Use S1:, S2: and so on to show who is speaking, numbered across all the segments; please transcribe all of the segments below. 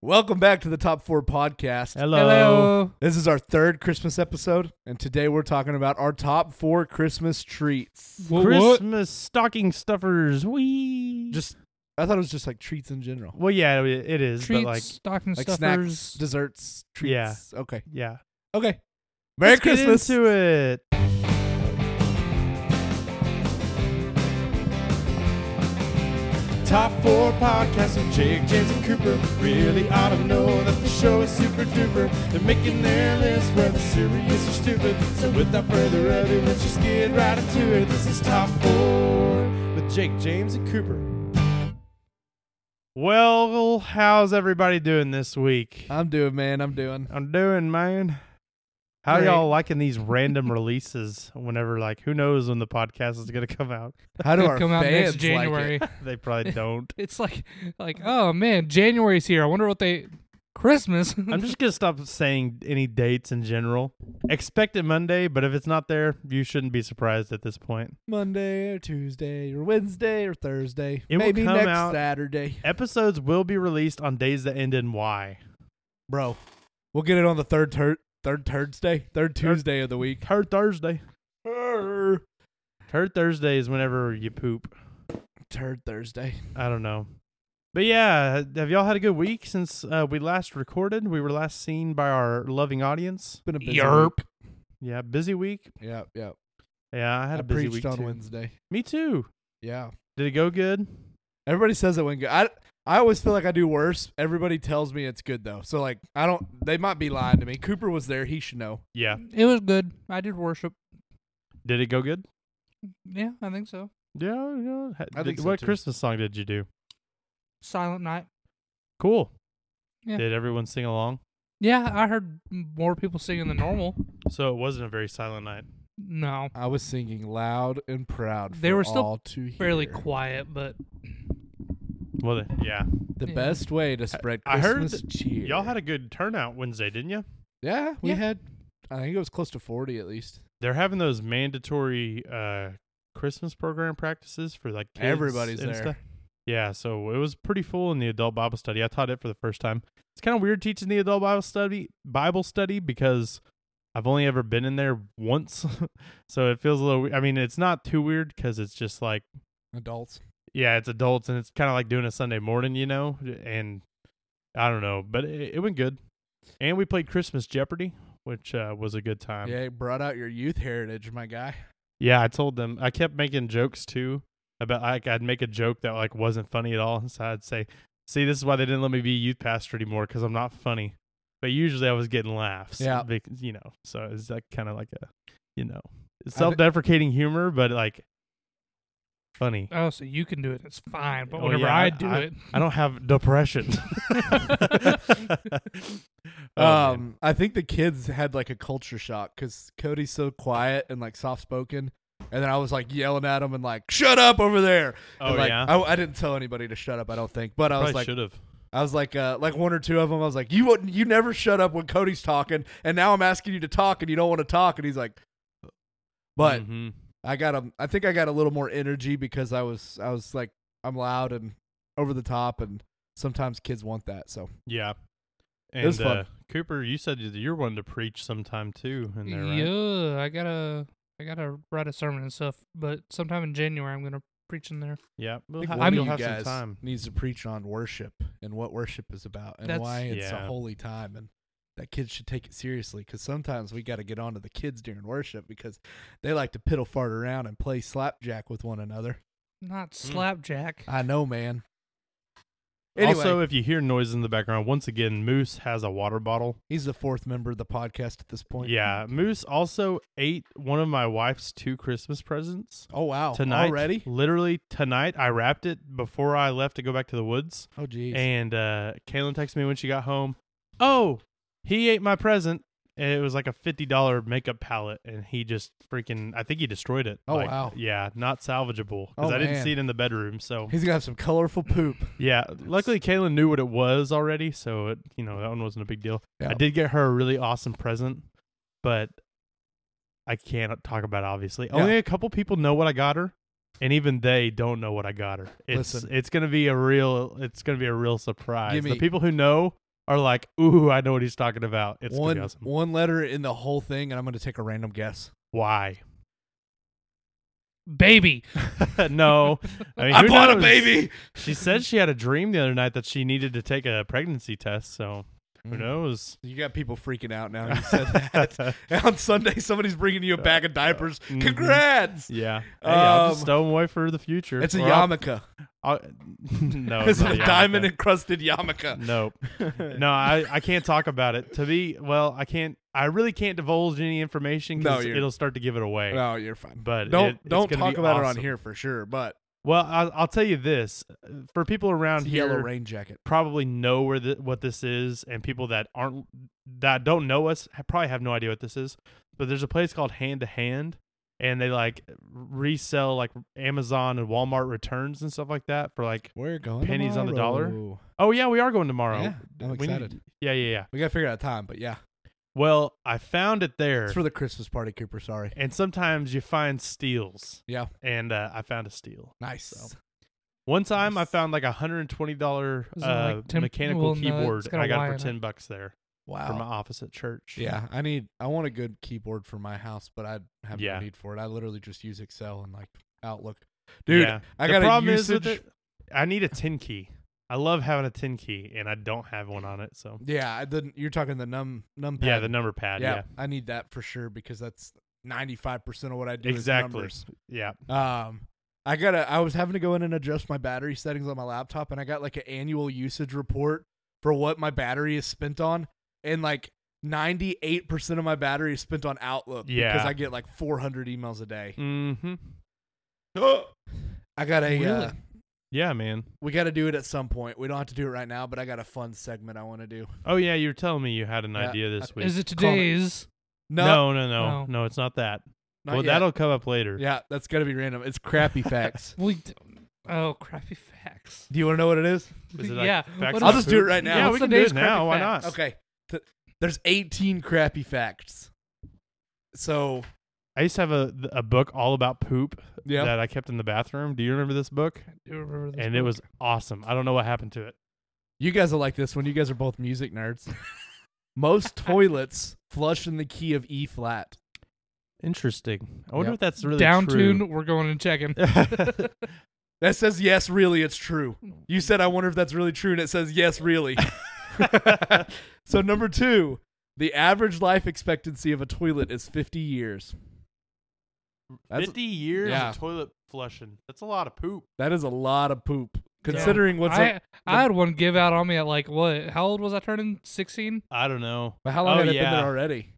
S1: Welcome back to the Top Four Podcast.
S2: Hello.
S1: This is our third Christmas episode, and today we're talking about our top four Christmas treats.
S3: What, what?
S2: Christmas stocking stuffers. We
S1: Just, I thought it was just like treats in general,
S2: well, yeah, it it is,
S3: Treats,
S2: but like,
S3: stocking
S1: like
S3: stuffers.
S1: snacks, desserts, treats.
S2: Yeah.
S1: Okay.
S2: yeah.
S1: Okay. Merry
S2: Let's
S1: Christmas.
S2: Get into it.
S4: Top four podcasts with Jake, James, and Cooper. Really ought to know that the show is super duper. They're making their list whether serious or stupid. So without further ado, let's just get right into it. This is Top Four with Jake, James, and Cooper.
S2: Well, how's everybody doing this week?
S1: I'm doing, man. I'm doing.
S2: I'm doing, man. How
S1: Great.
S2: y'all liking these random releases? Whenever, like, who knows when the podcast is gonna come out?
S1: How do
S3: Could
S1: our
S3: come out
S1: fans
S3: next January.
S1: like it?
S2: They probably don't.
S3: It's like, like, oh man, January's here. I wonder what they Christmas.
S2: I'm just gonna stop saying any dates in general. Expect it Monday, but if it's not there, you shouldn't be surprised at this point.
S1: Monday or Tuesday or Wednesday or Thursday?
S2: It will
S1: Maybe
S2: come
S1: next
S2: out-
S1: Saturday,
S2: Episodes will be released on days that end in Y.
S1: bro. We'll get it on the third tur- third Thursday, third Tuesday of the week.
S2: Third Thursday.
S1: Turd
S2: Third Thursday is whenever you poop.
S1: Thursday.
S2: I don't know. But yeah, have y'all had a good week since uh, we last recorded? We were last seen by our loving audience.
S1: Been a busy
S3: Yerp.
S1: week.
S2: Yeah, busy week.
S1: Yeah, yeah.
S2: Yeah, I had a busy
S1: preached
S2: week
S1: on
S2: too.
S1: Wednesday.
S2: Me too.
S1: Yeah.
S2: Did it go good?
S1: Everybody says it went good. I I always feel like I do worse. Everybody tells me it's good though. So like I don't. They might be lying to me. Cooper was there. He should know.
S2: Yeah.
S3: it was good. I did worship.
S2: Did it go good?
S3: Yeah, I think so.
S2: Yeah. yeah. Ha-
S1: I
S2: did-
S1: think so,
S2: what
S1: too.
S2: Christmas song did you do?
S3: Silent night.
S2: Cool.
S3: Yeah.
S2: Did everyone sing along?
S3: Yeah, I heard more people singing than normal.
S2: So it wasn't a very silent night.
S3: No,
S1: I was singing loud and proud.
S3: They
S1: for
S3: were still
S1: all to
S3: fairly
S1: hear.
S3: quiet, but
S2: Well, then, yeah.
S1: The
S3: Yeah.
S1: best way to spread
S2: I heard
S1: Christmas cheer.
S2: Y'all had a good turnout Wednesday, didn't you?
S1: yeah. We
S3: Yeah.
S1: had. I think it was close to forty at least.
S2: They're having those mandatory uh Christmas program practices for like kids
S1: Everybody's
S2: and
S1: there.
S2: stuff. Yeah, so it was pretty full in the adult Bible study. I taught it for the first time. It's kind of weird teaching the adult Bible study Bible study because I've only ever been in there once, so it feels a little. we- I mean, it's not too weird because it's just like
S1: Adults.
S2: yeah, it's adults and it's kind of like doing a Sunday morning, you know. And I don't know, but it, it went good. And we played Christmas Jeopardy, which uh, was a good time.
S1: yeah. Brought out your youth heritage, my guy.
S2: Yeah, I told them I kept making jokes too about like I'd make a joke that like wasn't funny at all, so I'd say, "See, this is why they didn't let me be a youth pastor anymore because I'm not funny." But usually I was getting laughs.
S1: Yeah.
S2: bec- you know, so it's like kind of like a, you know, self-deprecating humor, but like funny.
S3: oh, so you can do it. It's fine. But
S2: Oh,
S3: whenever
S2: yeah,
S3: I
S2: I-
S3: do it,
S2: I don't have depression. Oh, man.
S1: um, I think the kids had like a culture shock because Cody's so quiet and like soft spoken, and then I was like yelling at him and like shut up over there.
S2: oh
S1: And, like,
S2: yeah,
S1: I, I didn't tell anybody to shut up. I don't think, but I was
S2: probably
S1: like,
S2: should have.
S1: I was like, uh, like one or two of them. I was like, you wouldn't, you never shut up when Cody's talking, and now I'm asking you to talk, and you don't want to talk, and he's like, but
S2: Mhm.
S1: I got a, I think I got a little more energy because I was, I was like, I'm loud and over the top, and sometimes kids want that. So
S2: yeah, and
S1: It was fun.
S2: uh, Cooper, you said that you're one to preach sometime too, in there, right?
S3: yeah, I gotta, I gotta write a sermon and stuff. But sometime in January, I'm gonna preach in there.
S2: Yeah,
S1: I
S2: we'll
S1: think
S2: ha-
S1: one
S3: I'm-
S1: of
S2: you'll
S1: you
S2: have
S1: guys
S2: some time.
S1: needs to preach on worship and what worship is about and
S3: That's-
S1: why it's a
S2: Yeah.
S1: holy time and that kids should take it seriously because sometimes we got to get on to the kids during worship because they like to piddle fart around and play slapjack with one another.
S3: Not slapjack.
S1: I know, man. Anyway,
S2: Also, if you hear noises in the background, once again, Moose has a water bottle.
S1: he's the fourth member of the podcast at this point.
S2: Yeah, Moose also ate one of my wife's two Christmas presents
S1: Oh wow.
S2: tonight.
S1: already?
S2: Literally tonight, I wrapped it before I left to go back to the woods.
S1: Oh geez.
S2: And uh, Kaylin texted me when she got home. Oh, he ate my present. And it was like a fifty dollar makeup palette, and he just freaking. I think he destroyed it.
S1: Oh,
S2: Like,
S1: wow.
S2: Yeah, not salvageable
S1: Oh,
S2: because I didn't
S1: man.
S2: see it in the bedroom. So
S1: he's gonna have some colorful poop.
S2: Yeah, luckily Kaylin knew what it was already, so it, you know that one wasn't a big deal.
S1: Yeah.
S2: I did get her a really awesome present, but I can't talk about it, obviously. Only a couple people know what I got her, and even they don't know what I got her. It's
S1: Listen.
S2: it's gonna be a real it's gonna be a real surprise.
S1: Gimme-
S2: The people who know are like, ooh, I know what he's talking about. It's gonna be
S1: one
S2: awesome.
S1: one letter in the whole thing, and I'm going to take a random guess.
S2: Why?
S3: Baby.
S2: no, I, mean,
S1: I
S2: who
S1: bought a
S2: knows?
S1: baby.
S2: She said she had a dream the other night that she needed to take a pregnancy test. So who
S1: Mm.
S2: knows?
S1: You got people freaking out now. You said that on Sunday. Somebody's bringing you a bag of diapers.
S2: Mhm.
S1: Congrats!
S2: Yeah, hey, I'll just
S1: Um,
S2: stow 'em away for the future.
S1: It's a
S2: Or I'll-
S1: yarmulke.
S2: I'll- no,
S1: It's
S2: it's
S1: a
S2: not
S1: diamond
S2: yarmulke.
S1: encrusted yarmulke.
S2: Nope. no, I, I can't talk about it. To be well, I can't. I really can't divulge any information
S1: No,
S2: because
S1: you're-
S2: it'll start to give it away.
S1: No, Oh, you're fine.
S2: But
S1: don't
S2: it- it's
S1: don't
S2: gonna
S1: talk
S2: be
S1: about it on
S2: awesome.
S1: here for sure. But
S2: Well, I'll, I'll tell you this: for people around
S1: it's a
S2: here,
S1: yellow rain jacket.
S2: probably know where the, what this is, and people that aren't that don't know us ha- probably have no idea what this is. But there's a place called Hand to Hand, and they like resell like Amazon and Walmart returns and stuff like that for like.
S1: We're going
S2: Pennies on the dollar? Oh yeah, we are going tomorrow.
S1: Yeah, I'm
S2: We need-
S1: excited.
S2: yeah, yeah, yeah.
S1: We got to figure out a time, but yeah,
S2: Well, I found it there,
S1: it's for the Christmas party, Cooper. Sorry.
S2: and sometimes you find steals.
S1: Yeah,
S2: And uh, I found a steal.
S1: nice.
S2: So, One time, I
S1: Nice.
S2: found like a hundred and twenty dollar
S3: Isn't it
S2: uh,
S3: like ten-
S2: mechanical
S3: well, no, it's
S2: keyboard,
S3: got
S2: and
S3: a
S2: I got it
S3: Y in
S2: for
S3: it.
S2: ten bucks there
S1: wow.
S2: from my office at church.
S1: Oh. yeah, I need. I want a good keyboard for my house, but I have
S2: Yeah.
S1: no need for it. I literally just use Excel and like Outlook. Dude,
S2: Yeah.
S1: I
S2: the
S1: got
S2: problem
S1: a usage.
S2: is with it. I need a tin key. I love having a tin key, and I don't have one on it. So
S1: Yeah, I didn't you're talking the num numpad.
S2: yeah, the number pad. Yeah,
S1: yeah, I need that for sure because that's ninety five percent of what I do. Is
S2: exactly.
S1: numbers.
S2: Yeah,
S1: Um, I got to I was having to go in and adjust my battery settings on my laptop, and I got like an annual usage report for what my battery is spent on, and like. 98% of my battery is spent on Outlook because
S2: Yeah.
S1: I get like 400 emails a day.
S2: mm-hmm.
S1: I got a uh,
S3: Really?
S2: yeah, man.
S1: we got to do it at some point. We don't have to do it right now, but I got a fun segment I want to do.
S2: Oh yeah, you were telling me you had an
S1: Yeah,
S2: idea this week.
S3: Is it
S1: Call it.
S3: today's?
S1: No,
S2: no, no, no,
S3: No.
S2: no, It's not that.
S1: not
S2: well,
S1: yet.
S2: that'll come up later.
S1: Yeah, that's got to be random. It's crappy facts.
S3: We d- oh, crappy facts.
S1: do you want to know what it is?
S2: Is it like
S3: yeah.
S2: facts
S3: what
S2: about
S1: I'll just do it
S2: food?
S1: right now.
S2: Yeah,
S3: What's
S2: we
S3: the
S2: can do it
S3: day's crappy
S2: now. Why not?
S3: facts?
S1: Okay. Th- there's 18 crappy facts. So,
S2: I used to have a a book all about poop
S1: Yeah.
S2: that I kept in the bathroom. Do you remember this book?
S3: I do remember this
S2: and it
S3: book.
S2: was awesome. I don't know what happened to it.
S1: you guys will like this one. You guys are both music nerds. Most toilets flush in the key of E flat.
S2: Interesting. I wonder
S1: Yep.
S2: if that's really
S3: down
S2: true.
S3: tune. We're going and checking.
S1: That says, yes, really, it's true. You said, I wonder if that's really true. And it says, yes, really. so, number two, the average life expectancy of a toilet is 50 years. That's-
S2: Fifty years
S1: Yeah.
S2: of toilet flushing. That's a lot of poop.
S1: That is a lot of poop. Considering what's
S3: I,
S1: up.
S3: I had one give out on me at like what? How old was I turning? Sixteen.
S2: I don't know.
S1: But how long
S2: Oh,
S1: had it been
S2: yeah.
S1: there already?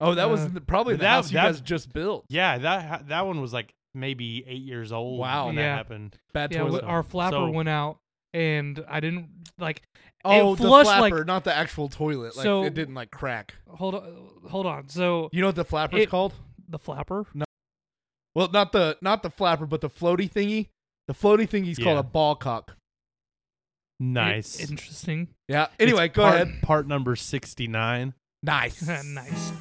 S1: Oh, that was
S3: Uh,
S1: in the, probably the
S2: that-
S1: house you
S2: that-
S1: guys just built.
S2: Yeah, that that one was like maybe eight years old.
S1: Wow.
S2: when
S3: Yeah.
S2: that happened.
S1: Bad
S3: Yeah,
S1: toilet.
S3: wh- our flapper
S2: So-
S3: went out, and I didn't like.
S1: oh,
S3: it
S1: the
S3: flushed
S1: flapper,
S3: like
S1: not the actual toilet. Like
S3: So-
S1: it didn't like crack.
S3: hold on, hold on. So
S1: You know what the flapper's
S3: It-
S1: called?
S3: the flapper.
S1: Well, not the not the flapper, but the floaty thingy. The floaty thingy's called
S2: Yeah.
S1: a ball cock.
S2: Nice.
S3: In- interesting.
S1: Yeah.
S2: It's
S1: Anyway, go
S2: part,
S1: ahead.
S2: Part number sixty nine.
S1: Nice.
S3: nice.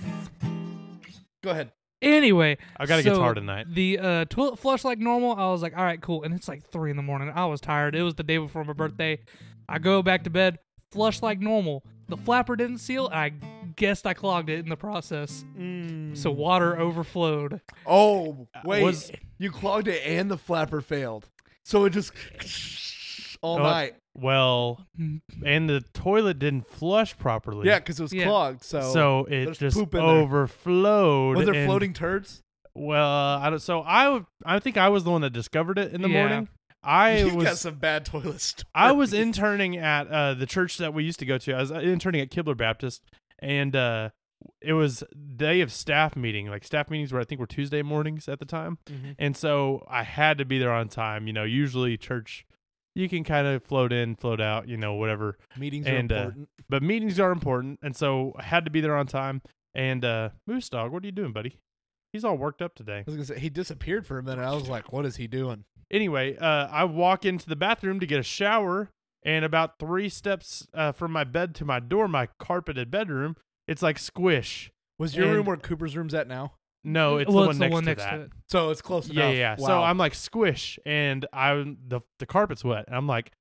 S1: Go ahead.
S3: Anyway,
S2: I got a
S3: so
S2: guitar tonight.
S3: The uh, toilet flush like normal. I was like, all right, cool. And it's like three in the morning. I was tired. It was the day before my birthday. I go back to bed, flush like normal. The flapper didn't seal. I guessed I clogged it in the process, so water overflowed.
S1: Oh wait,
S2: was-
S1: you clogged it and the flapper failed, so it just all
S2: Oh,
S1: night.
S2: Well,
S3: Mm.
S2: and the toilet didn't flush properly.
S1: Yeah, because it was
S3: Yeah.
S1: clogged. So,
S2: So it
S1: there's
S2: just
S1: poop in there.
S2: overflowed.
S1: was there
S2: and-
S1: floating turds?
S2: Well, I don't. So I, w- I think I was the one that discovered it in the
S3: Yeah.
S2: morning. I
S1: you got
S2: was
S1: some bad toilet stories.
S2: I was interning at uh, the church that we used to go to. I was uh, interning at Kibler Baptist, and uh, it was day of staff meeting. Like staff meetings were, I think, were Tuesday mornings at the time,
S1: Mhm.
S2: and so I had to be there on time. You know, usually church, you can kind of float in, float out, you know, whatever.
S1: Meetings
S2: and,
S1: are
S2: uh,
S1: important.
S2: But meetings are important, and so I had to be there on time. And uh, Moose Dog, what are you doing, buddy? He's all worked up today.
S1: I was gonna say he disappeared for a minute. I was like, "What is he doing?"
S2: anyway, uh, I walk into the bathroom to get a shower, and about three steps uh, from my bed to my door, my carpeted bedroom, it's like squish.
S1: Was your room
S2: And-
S1: where Cooper's room's at now?
S2: No, Oh, it's
S3: Mm,
S2: the
S3: well,
S2: one
S3: it's
S2: next
S3: the one
S2: to
S3: next
S2: that.
S3: to it.
S1: So it's close
S2: yeah,
S1: enough.
S2: yeah. yeah. So
S1: Wow.
S2: I'm like squish, and I'm the the carpet's wet, and I'm like,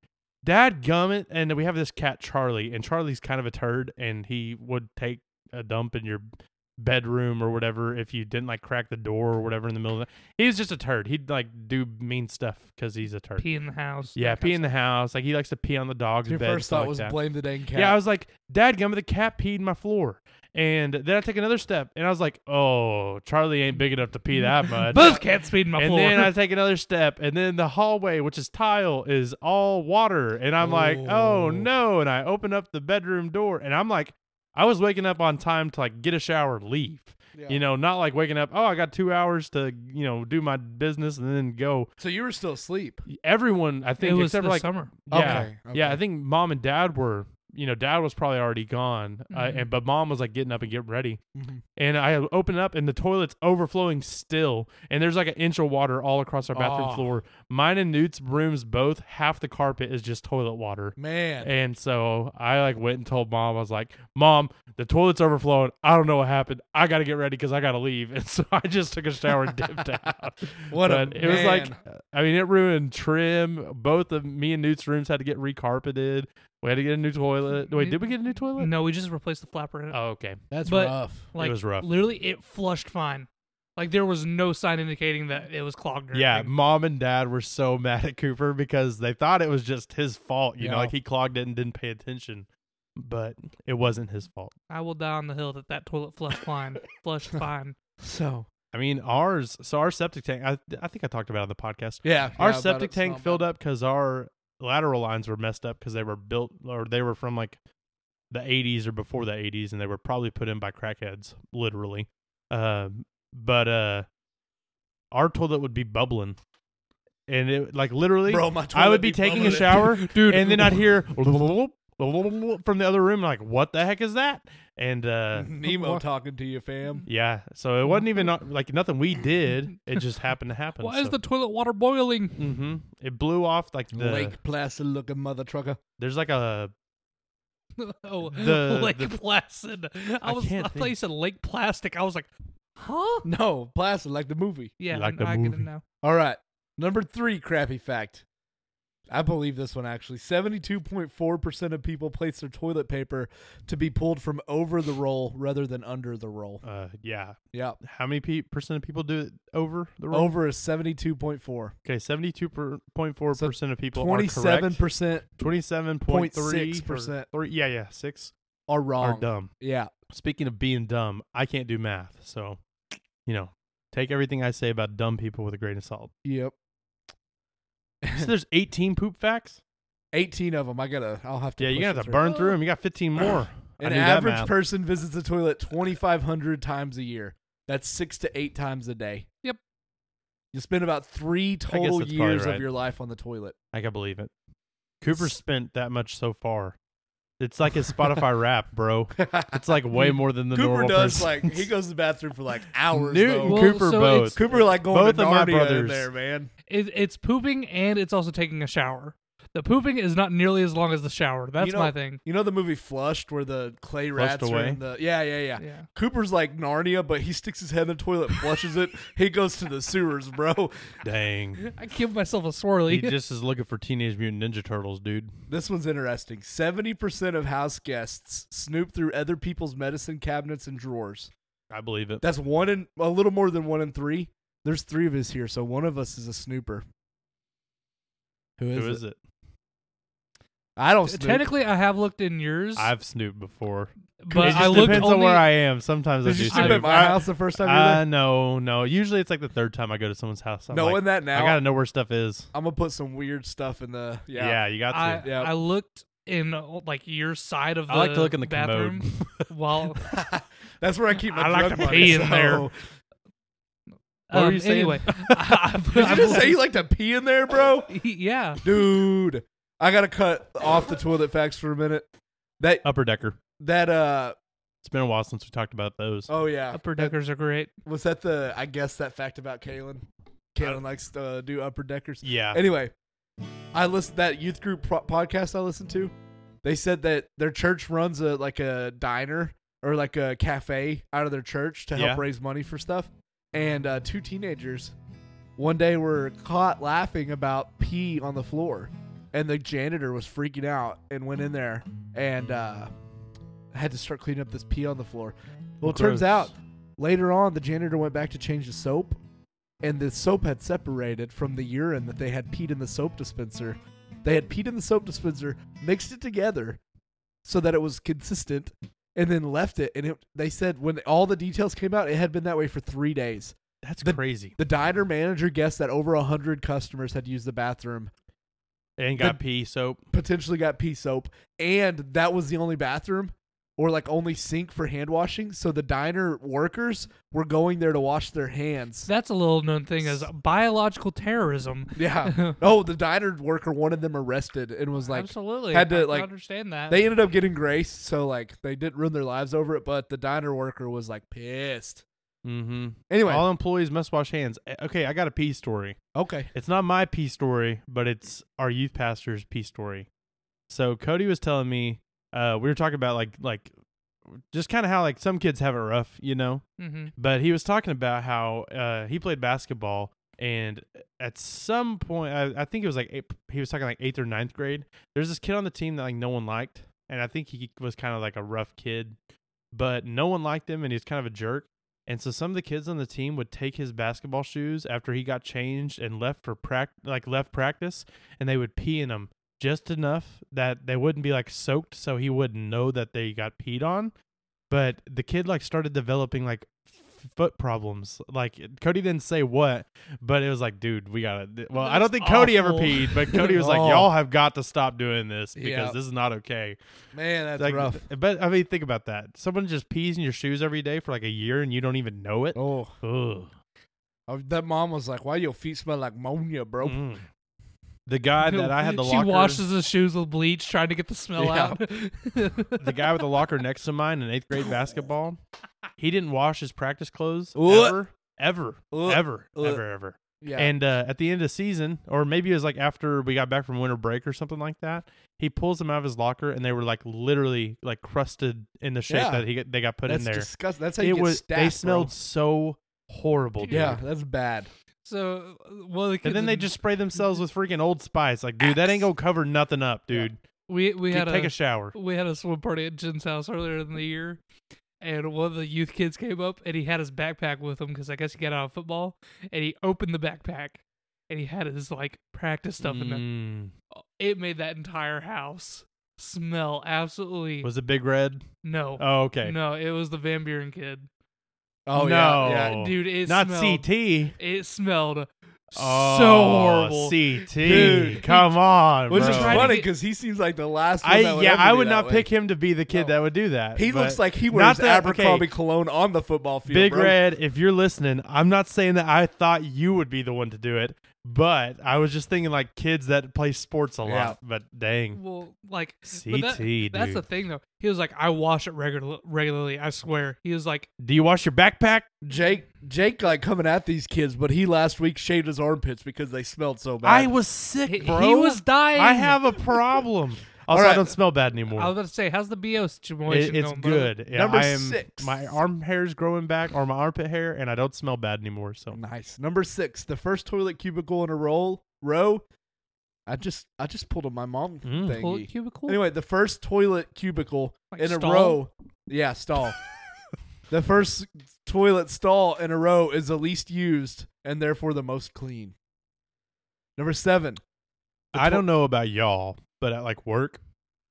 S2: Dad gummit, and we have this cat Charlie, and Charlie's kind of a turd, and he would take a dump in your bedroom or whatever if you didn't like crack the door or whatever in the middle of the He was just a turd. He'd like do mean stuff because he's a turd.
S3: pee in the house.
S2: yeah,
S3: that kind
S2: pee
S3: of
S2: in the house. Like he likes to pee on the dog's
S1: Your
S2: bed.
S1: first
S2: stuff
S1: thought
S2: like
S1: was
S2: that.
S1: blame the dang cat.
S2: Yeah, I was like, Dad, gummit, the cat peed my floor. And then I take another step, and I was like, Oh, Charlie ain't big enough to pee that
S3: stuff.
S2: much
S3: Both cats peed in my
S2: and
S3: floor.
S2: then I take another step, and then the hallway, which is tile, is all water, and I'm like, oh
S1: Oh.
S2: no! And I open up the bedroom door, and I'm like, I was waking up on time to like get a shower, leave. You know, not like waking up. Oh, I got two hours to you know do my business and then go.
S1: so you were still asleep.
S2: Everyone, I
S3: it
S2: think,
S3: was
S2: except
S3: the
S2: for like
S3: summer.
S2: yeah,
S1: Okay,
S2: yeah.
S1: okay.
S2: I think mom and dad were. You know, dad was probably already gone, uh,
S3: Mhm.
S2: and but mom was like getting up and getting ready.
S1: Mhm.
S2: And I open up, and the toilet's overflowing still, and there's like an inch of water all across our bathroom
S1: Oh.
S2: floor. Mine and Newt's rooms both half the carpet is just toilet water.
S1: Man,
S2: And so I like went and told mom, I was like, Mom, the toilet's overflowing. I don't know what happened. I got to get ready because I got to leave. And so I just took a shower and dipped out.
S1: What a
S2: it was like,
S1: man.
S2: I mean, it ruined trim. Both of me and Newt's rooms had to get recarpeted. We had to get a new toilet. Wait, did we get a new toilet?
S3: No, we just replaced the flapper in it.
S2: Oh, okay.
S1: that's
S3: but-
S1: rough.
S3: like,
S2: was rough.
S3: Literally, it flushed fine. Like there was no sign indicating that it was clogged. Or
S2: Yeah,
S3: anything.
S2: mom and dad were so mad at Cooper because they thought it was just his fault. You know,
S1: Yeah.
S2: like he clogged it and didn't pay attention, but it wasn't his fault.
S3: I will die on the hill that that toilet flushed fine. flushed fine.
S1: So
S2: I mean, ours. So our septic tank. I I think I talked about it on the podcast.
S1: yeah,
S2: our septic tank filled up because our lateral lines were messed up because they were built or they were from like the 80s or before the 80s and they were probably put in by crackheads literally um but uh our toilet would be bubbling and it like literally
S1: Bro, my
S2: i
S1: toilet
S2: would be,
S1: be
S2: taking a
S1: bubbling.
S2: shower
S1: Dude.
S2: and then i'd hear from the other room like what the heck is that and uh
S1: Nemo talking to you, fam.
S2: yeah so it wasn't even not, like nothing we did it just happened to happen
S3: Why is the toilet water boiling?
S2: mm-hmm. it blew off like the
S1: Lake Placid looking mother trucker.
S2: There's like a
S3: oh,
S2: The-
S3: Lake
S2: the-
S3: Placid. I
S2: I
S3: was. I,
S2: can't
S3: thought you said Lake Plastic. I was like, huh?
S1: No, Placid like the movie.
S3: Yeah,
S2: Like
S3: n-
S2: the
S3: I get
S2: movie.
S3: it now.
S1: All right, number three crappy fact. I believe this one actually. Seventy-two point four percent of people place their toilet paper to be pulled from over the roll rather than under the roll.
S2: uh yeah.
S1: Yeah,
S2: How many pe- percent of people do it over the roll?
S1: over is seventy-two point four.
S2: Okay, seventy two point four percent of people are
S1: Twenty-seven
S2: correct.
S1: percent
S2: Twenty seven point three
S1: 0.6%.
S2: Three, yeah, yeah, six
S1: are
S2: are
S1: wrong.
S2: dumb.
S1: Yeah,
S2: Speaking of being dumb, I can't do math, so you know, take everything I say about dumb people with a grain of salt.
S1: yep.
S2: So there's eighteen poop facts.
S1: Eighteen of them. I gotta. I'll have to.
S2: Yeah, you're
S1: push
S2: gonna have
S1: this
S2: to
S1: right.
S2: burn through them. You got fifteen more. I
S1: An
S2: knew that
S1: average
S2: math.
S1: person visits the toilet 2,500 times a year. That's six to eight times a day.
S3: Yep.
S1: You spend about three total
S2: that's probably
S1: years
S2: right.
S1: of your life on the toilet.
S2: I can believe it. Cooper spent that much so far. It's like his Spotify rap, bro. It's like way more than the
S1: Cooper
S2: normal
S1: does
S2: person.
S1: like he goes to the bathroom for like hours.
S2: Newt and
S1: though.
S3: Well,
S2: Cooper
S3: so
S2: both.
S3: it's-
S1: Cooper like going
S2: Both
S1: to
S2: of my
S1: Narnia in
S2: brothers.
S1: there, man.
S3: It, it's pooping and it's also taking a shower. The pooping is not nearly as long as the shower. That's
S1: You know-
S3: my thing.
S1: You know the movie Flushed where the clay rats
S2: Flushed away?
S1: are in the yeah, yeah, yeah,
S3: Yeah.
S1: Cooper's like Narnia, but he sticks his head in the toilet, flushes it. He goes to the sewers, bro.
S2: Dang.
S3: I give myself a
S2: He
S3: swirly.
S2: just is looking for Teenage Mutant Ninja Turtles, dude.
S1: This one's interesting. 70% of house guests snoop through other people's medicine cabinets and drawers.
S2: I believe it.
S1: That's one in a little more than one in three. There's three of us here, so one of us is a snooper. Who is,
S2: Who is
S1: it?
S2: it?
S1: I don't snoop.
S3: Technically, I have looked in yours,
S2: I've snooped before.
S3: but
S2: it just
S3: I looked
S2: depends
S3: only.
S2: on where I am. Sometimes I
S1: Did
S2: do
S1: you
S2: snoop.
S1: snoop at my
S2: I,
S1: house the first time you
S2: I,
S1: were
S2: no, no. Usually it's like the third time I go to someone's house.
S1: there?
S2: I'm
S1: Knowing
S2: like,
S1: that now,
S2: I gotta know where stuff is.
S1: I'm going to put some weird stuff in the.
S2: Yeah,
S1: Yeah.
S2: you got to.
S3: I,
S2: I,
S1: Yeah.
S3: I looked in like your side of the.
S2: like to look in the
S3: bathroom.
S2: commode.
S3: While
S1: That's where I keep my
S3: I like
S1: drug
S3: to
S1: money,
S3: pee in there.
S1: so-
S2: What were
S3: Um,
S2: you saying?
S3: Anyway, I, I,
S1: Did you just say you like to pee in there, bro?
S3: yeah.
S1: Dude, I got to cut off the toilet facts for a minute. That,
S2: Upper Decker.
S1: that, uh,
S2: It's been a while since we talked about those.
S1: oh yeah.
S3: Upper
S1: That-
S3: deckers are great.
S1: Was that the I guess that fact about Kalen? Kalen likes to uh, do upper deckers.
S2: Yeah.
S1: Anyway, I listened that youth group pro- podcast I listened to. They said that their church runs a like a diner or like a cafe out of their church to help
S2: Yeah.
S1: raise money for stuff. And uh, two teenagers one day were caught laughing about pee on the floor. and the janitor was freaking out and went in there and uh, had to start cleaning up this pee on the floor. Well, it turns out
S2: Gross.
S1: later on the janitor went back to change the soap, and the soap had separated from the urine that they had peed in the soap dispenser. They had peed in the soap dispenser, mixed it together so that it was consistent, and then left it. And it, they said when all the details came out, it had been that way for three days.
S2: That's
S1: The-
S2: crazy.
S1: The diner manager guessed that over 100 customers had used the bathroom,
S2: And got pee soap.
S1: potentially got pee soap, and that was the only bathroom or like only sink for hand washing. So the diner workers were going there to wash their hands.
S3: That's a little known thing as biological terrorism.
S1: yeah. Oh, the diner worker wanted them arrested and was like,
S3: Absolutely,
S1: had to,
S3: I can
S1: like,
S3: understand that.
S1: they ended up getting grace. So like they didn't ruin their lives over it, but the diner worker was like pissed.
S2: Mm-hmm.
S1: Anyway,
S2: All employees must wash hands. Eh, Okay, I got a pee story.
S1: okay.
S2: It's not my pee story, but it's our youth pastor's pee story. So Cody was telling me, uh, we were talking about like like just kind of how like some kids have it rough, you know.
S3: mm-hmm.
S2: But he was talking about how uh, he played basketball, and at some point, I, I think it was like eight, he was talking like eighth or ninth grade. There's this kid on the team that like no one liked, and I think he was kind of like a rough kid, but no one liked him, and he was kind of a jerk. And so some of the kids on the team would take his basketball shoes after he got changed and left for prac- like left practice, and they would pee in them just enough that they wouldn't be like soaked, so he wouldn't know that they got peed on but the kid like started developing like f- foot problems like cody didn't say what but it was like dude we gotta th- well i don't
S3: That's
S2: think cody ever
S3: awful.
S2: peed but cody was like
S1: Oh.
S2: y'all have got to stop doing this because
S1: Yeah.
S2: this is not okay
S1: Man, that's
S2: like
S1: rough.
S2: th- but i mean think about that someone just pees in your shoes every day for like a year and you don't even know it
S1: Oh,
S2: Ugh.
S1: oh, that mom was like, "Why your feet smell like ammonia, bro?"
S2: Mm. the guy that i had the
S3: she
S2: locker
S3: washes his shoes with bleach, trying to get the smell
S1: Yeah.
S3: out.
S2: the guy with the locker next to mine in eighth grade basketball he didn't wash his practice clothes
S1: Ugh.
S2: ever ever
S1: Ugh.
S2: ever
S1: Ugh.
S2: ever ever
S1: Yeah.
S2: And uh, at the end of the season, or maybe it was like after we got back from winter break or something like that, he pulls them out of his locker and they were like literally like crusted in the shape
S1: Yeah.
S2: that he got, they got put
S1: that's
S2: in there.
S1: disgust- That's how you
S2: it
S1: get
S2: was they
S1: stabbed, bro.
S2: smelled so horrible, dude.
S1: Yeah, that's bad.
S3: so, well, the kids
S2: And then they
S3: in-
S2: just spray themselves with freaking old spice. Like, dude, that ain't gonna cover nothing up, dude.
S3: we we
S2: Dude,
S3: had
S2: take
S3: a,
S2: a shower.
S3: we had a swim party at Jen's house earlier in the year, and one of the youth kids came up and he had his backpack with him because I guess he got out of football, and he opened the backpack and he had his like practice stuff in there.
S2: Mm.
S3: It made that entire house smell absolutely
S2: Was it big red?
S3: no,
S2: Oh, okay.
S3: no. It was the Van Buren kid,
S1: Oh
S2: no,
S1: yeah, yeah.
S2: Oh,
S3: dude. It
S2: not
S3: smelled,
S2: CT.
S3: It smelled
S2: Oh,
S3: so horrible.
S2: CT,
S1: Dude.
S2: come on,
S1: Which
S2: bro.
S1: is
S3: Trying to
S1: funny
S3: get-
S1: because he seems like the last. One
S2: I
S1: that would
S2: yeah,
S1: ever
S2: I
S1: be
S2: would
S1: that
S2: not
S1: way.
S2: pick him to be the kid that would do that.
S1: He
S2: but
S1: looks like he
S2: not
S1: wears
S2: that- okay,
S1: Abercrombie cologne on the football field.
S2: Big
S1: bro.
S2: Red. If you're listening, I'm not saying that I thought you would be the one to do it, but I was just thinking like kids that play sports a lot.
S1: Yeah.
S2: But dang,
S3: Well, like but that-
S2: CT,
S3: That's the
S2: dude.
S3: thing though. He was like, I wash it regular regularly. I swear. He was like,
S2: do you wash your backpack?
S1: Jake, Jake, like coming at these kids, but he last week shaved his armpits because they smelled so bad.
S2: I was sick,
S3: he,
S2: bro.
S3: he was dying.
S2: I have a problem. Also,
S1: right.
S2: I don't smell bad
S3: I
S2: anymore.
S3: was about to say, how's the bo
S2: It-
S3: situation?
S2: it's
S3: going, brother?
S2: good. Yeah,
S1: Number
S2: I am,
S1: six.
S2: My arm hair's growing back, or my armpit hair, and I don't smell bad anymore. So
S1: nice. Number six, the first toilet cubicle in a roll row. I just, I just pulled up my mom
S2: Mm.
S1: thingy.
S3: Toilet cubicle.
S1: Anyway, the first toilet cubicle
S3: Like
S1: in
S3: stall?
S1: a row. Yeah, stall. the first toilet stall in a row is the least used and therefore the most clean. Number seven. the
S2: I
S1: to-
S2: don't know about y'all, but at like work,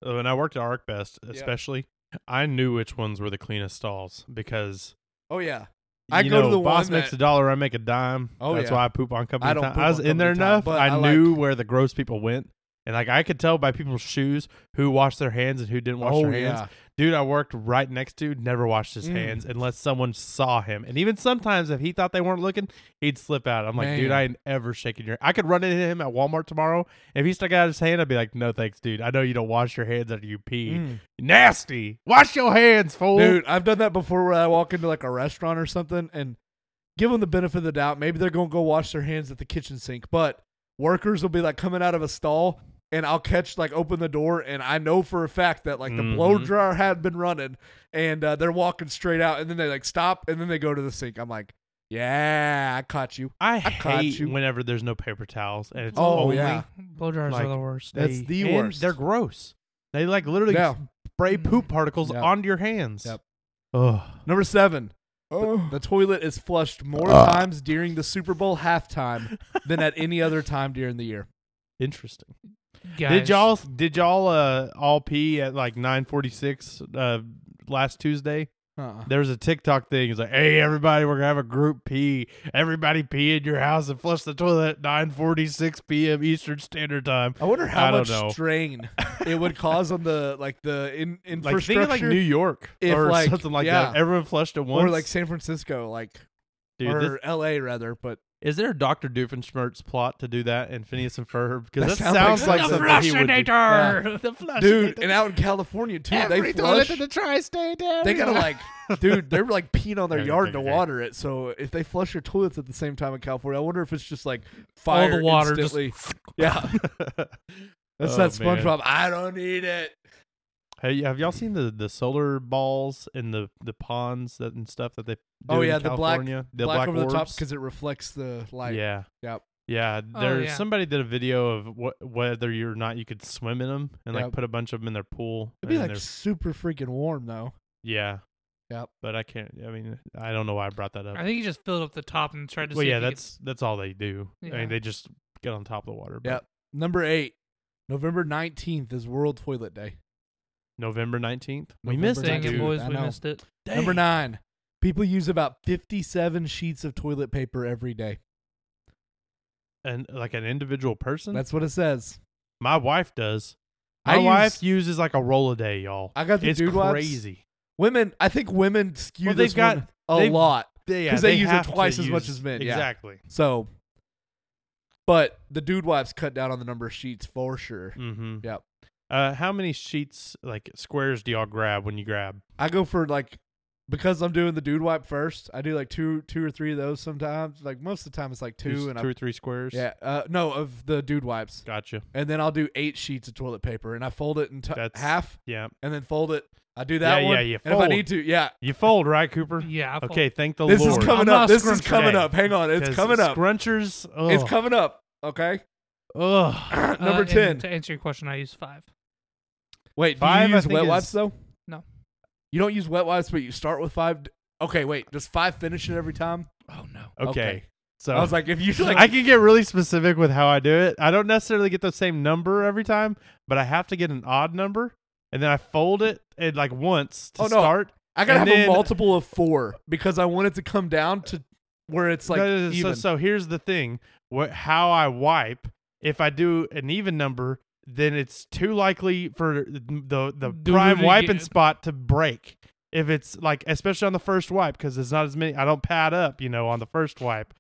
S2: uh, when I worked at ArcBest, especially, I knew which ones were the cleanest stalls because
S1: Oh yeah. I
S2: you
S1: go to
S2: know,
S1: the
S2: boss
S1: one
S2: makes
S1: that-
S2: a dollar, I make a dime.
S1: Oh,
S2: that's
S1: yeah.
S2: why I poop on company
S1: I don't
S2: time.
S1: poop
S2: I was
S1: on
S2: in there
S1: company time,
S2: enough.
S1: but
S2: I,
S1: I
S2: knew where the gross people went, and like I could tell by people's shoes who washed their hands and who didn't wash
S1: oh
S2: their hands.
S1: yeah.
S2: Dude, I worked right next to never washed his
S1: Mm.
S2: hands unless someone saw him, and even sometimes if he thought they weren't looking, he'd slip out. I'm like, dude,
S1: Man.
S2: I ain't ever shaking your. I could run into him at Walmart tomorrow. If he stuck out his hand, I'd be like, no thanks, dude. I know you don't wash your hands after you pee.
S1: Mm.
S2: Nasty. Wash your hands, fool.
S1: Dude, I've done that before where I walk into like a restaurant or something and give them the benefit of the doubt. Maybe they're going to go wash their hands at the kitchen sink, but workers will be like coming out of a stall and I'll catch like open the door and I know for a fact that like the blow
S2: Mhm.
S1: dryer had been running and uh, they're walking straight out and then they like stop and then they go to the sink. I'm like, Yeah, I caught you.
S2: I,
S1: caught
S2: hate
S1: you.
S2: whenever there's no paper towels and it's
S1: Oh,
S2: only
S1: yeah.
S3: Blow dryers
S2: Like,
S3: are the worst.
S1: That's
S2: they-
S1: the
S2: and
S1: worst.
S2: They're gross. They like literally
S1: Yeah.
S2: s- spray poop particles
S1: Yep.
S2: onto your hands.
S1: Yep.
S2: Ugh.
S1: Number seven.
S4: Oh.
S1: The toilet is flushed more times during the Super Bowl halftime than at any other time during the year.
S2: Interesting.
S3: Guys,
S2: Did y'all did y'all uh all pee at like 9:46 uh last Tuesday?
S1: Uh-uh.
S2: There was a TikTok thing. It's like, "Hey everybody, we're going to have a group pee. Everybody pee in your house and flush the toilet at 9:46 p.m. Eastern Standard Time."
S1: I wonder
S2: I
S1: how
S2: don't
S1: much
S2: know.
S1: strain it would cause on the like the in,
S2: Like
S1: infrastructure
S2: think of like New York
S1: If,
S2: or
S1: like,
S2: something like that.
S1: yeah.
S2: Everyone flushed at once.
S1: or like San Francisco, like
S2: Dude,
S1: or
S2: this-
S1: L.A. rather. But
S2: Is there a Dr. Doofenshmirtz plot to do that in Phineas and Ferb?
S1: That
S2: Because that,
S1: sounds
S2: sounds
S1: like
S2: like
S1: The
S2: something he would do.
S3: Flushinator! The flush.
S1: dude, and out in California too, they flush.
S2: tri-state
S1: They gotta like, dude, they're like peeing on their
S2: Okay,
S1: yard
S2: okay,
S1: to
S2: okay.
S1: water it. So if they flush your toilets at the same time in California, I wonder if it's just like
S3: All
S1: fire
S3: the water just-
S1: instantly. yeah, that's
S2: Oh,
S1: that
S2: man.
S1: SpongeBob. I don't need it.
S2: hey, have y'all seen the, the solar balls in the, the ponds that, and stuff that they do
S1: Oh, yeah,
S2: in
S1: the black-
S2: California?
S1: black, over the top
S2: orbs?
S1: because it reflects the light.
S2: yeah.
S1: Yep.
S2: Yeah,
S3: Oh,
S2: there's
S3: yeah.
S2: somebody did a video of what whether you or not you could swim in them and like
S1: Yep.
S2: put a bunch of them in their pool.
S1: It'd be
S2: and
S1: like
S2: there's-
S1: super freaking warm though.
S2: yeah,
S1: Yep.
S2: But I can't. I mean, I don't know why I brought that up.
S3: I think he just filled up the top and tried to
S2: Well,
S3: see.
S2: yeah,
S3: if he could-
S2: that's that's all they do. I
S3: Yeah.
S2: mean, they just get on top of the water. but
S1: Yep. Number eight, November nineteenth is World Toilet Day.
S2: November nineteenth. We
S1: November
S2: missed it,
S3: Dang
S1: 19th.
S3: it,
S2: dude.
S3: boys,
S1: I
S3: we
S1: know.
S3: missed it.
S1: Number
S2: Dang.
S1: nine, people use about fifty-seven sheets of toilet paper every day.
S2: And like an individual person.
S1: That's what it says.
S2: my wife does. My
S1: I
S2: wife
S1: use-
S2: uses like a roll a day, y'all.
S1: I got the
S2: it's
S1: dude wipes.
S2: crazy.
S1: Women, I think women skew
S2: Well, they've
S1: this one
S2: got-
S1: a
S2: they've-
S1: lot.
S2: Yeah,
S1: 'Cause they
S2: they
S1: use it
S2: have to
S1: twice as much
S2: use-
S1: as men, yeah.
S2: Exactly.
S1: So, but the dude wipes cut down on the number of sheets for sure.
S2: Mm-hmm.
S1: Yep.
S2: Uh, how many sheets, like squares, do y'all grab when you grab?
S1: I go for like because I'm doing the dude wipe first. I do like two, two or three of those sometimes. Like most of the time, it's like two,
S2: two
S1: and
S2: two
S1: I,
S2: or three squares.
S1: yeah, uh, no, of the dude wipes,
S2: Gotcha.
S1: and then I'll do eight sheets of toilet paper, and I fold it in t-
S2: That's-
S1: half,
S2: Yeah.
S1: and then fold it. I do that
S2: Yeah,
S1: one.
S2: yeah, you
S1: and if I
S2: fold.
S1: need to, yeah.
S2: You fold, right, Cooper?
S3: Yeah. I felt-
S2: Okay. Thank the
S1: This
S2: Lord.
S1: is coming
S3: I'm
S1: up.
S3: not
S1: This is
S3: scrunching
S1: coming
S2: today,
S1: up. Hang on, it's
S2: 'Cause
S1: coming up.
S2: Scrunchers. Ugh.
S1: It's coming up. Okay.
S2: Ugh.
S3: Uh,
S1: Number
S3: and
S1: ten.
S3: To answer your question, I use five.
S1: Wait, do
S2: Five, I
S1: you use
S2: think,
S1: wet
S2: is-
S1: wipes though?
S3: No.
S1: You don't use wet wipes, but you start with five. d- Okay, wait. Does five finish it every time?
S3: Oh no.
S2: Okay. So
S1: I was like, if you like,
S2: I can get really specific with how I do it. I don't necessarily get the same number every time, but I have to get an odd number, and then I fold it and like once to
S1: Oh, no.
S2: start.
S1: I gotta have
S2: and then-
S1: a multiple of four because I want it to come down to where it's like
S2: No, no, no, so,
S1: even.
S2: so here's the thing: what how I wipe? If I do an even number, then it's too likely for the the
S3: Do
S2: prime
S3: it
S2: wiping
S3: again.
S2: spot to break. If it's like, especially on the first wipe, because it's not as many. I don't pad up, you know, on the first wipe.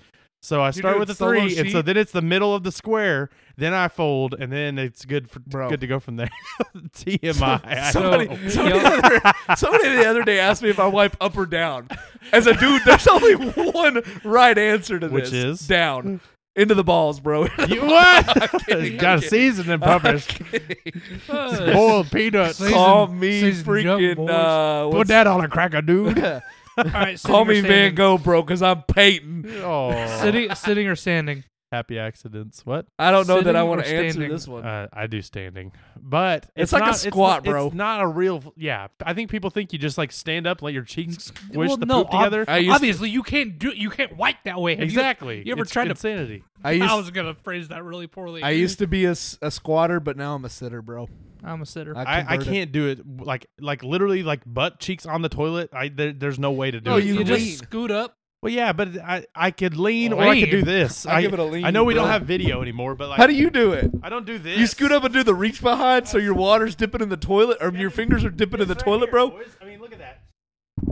S2: So I start
S1: do
S2: with
S1: it
S2: a
S1: solo
S2: three, and so
S1: sheet?
S2: then it's the middle of the square. Then I fold, and then it's good for
S1: Bro.
S2: good to go from there. TMI. I
S1: somebody,
S2: know.
S1: somebody, the other, somebody the other day asked me if I wipe up or down. As a dude, there's only one right answer to
S2: Which
S1: this,
S2: is?
S1: down into the balls, bro.
S2: You what?
S1: kidding,
S2: Got
S1: I'm
S2: to season them puppers.
S3: Uh,
S2: Boiled peanuts.
S3: Season-
S1: Call me
S3: seasoned junk
S1: freaking
S3: boys.
S1: uh,
S2: Put
S1: what's-
S2: that on a cracker, dude.
S3: all right. sitting
S1: Call
S3: or
S1: me Van
S3: standing?
S1: Gogh, bro, because I'm Peyton.
S2: Oh,
S3: Sitting, sitting or standing.
S2: happy accidents. What?
S1: I don't know that I
S3: Sitting
S1: want
S3: or
S1: to answer
S3: standing?
S1: this one.
S2: Uh, I do standing, but it's,
S1: like a
S2: not-
S1: squat,
S2: it's,
S1: bro.
S2: It's not a real. Yeah, I think people think you just like stand up, let your cheeks squish
S3: well,
S2: the
S3: no,
S2: poop together.
S1: I used to-
S3: Obviously, you can't do. You can't wipe that way. Have you-
S2: exactly.
S3: You, ever
S2: it's
S3: tried
S2: insanity?
S1: I
S3: to?
S1: used,
S3: I
S1: I,
S3: was gonna phrase that really poorly.
S1: used to be a, s- a squatter, but now I'm a sitter, bro.
S3: I'm a sitter.
S1: I,
S2: I, I
S1: converted.
S2: can't do it. Like like literally like butt cheeks on the toilet. I there, there's no way to do
S1: No,
S2: it.
S1: you
S3: you
S1: lean.
S3: just scoot up.
S2: well, yeah, but I I could lean or I
S3: Lean.
S2: could do this.
S1: I give it a lean,
S2: I know we don't
S1: bro.
S2: have video anymore, but like
S1: How do you do it?
S2: I don't do this.
S1: You scoot up and do the reach behind, so your water's dipping in the toilet, or your fingers are dipping in the
S2: It's right
S1: toilet,
S2: here,
S1: bro.
S2: boys. I mean, look at that.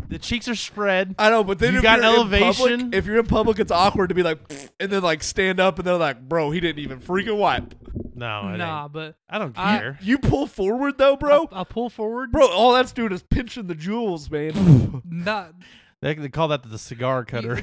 S2: The cheeks are spread.
S1: I know, but then
S2: You
S1: if
S2: got
S1: you're In
S2: elevation?
S1: public, if you're in public, it's awkward to be like, and then like stand up, and they're like, "Bro, he didn't even freaking wipe."
S2: No, it
S3: Nah,
S2: ain't.
S3: but
S2: I don't
S3: I-
S2: care.
S1: You pull forward though, bro.
S3: I, I pull forward.
S1: Bro, all that's doing is pinching the jewels, man.
S3: Not
S2: They, they call that the cigar cutter.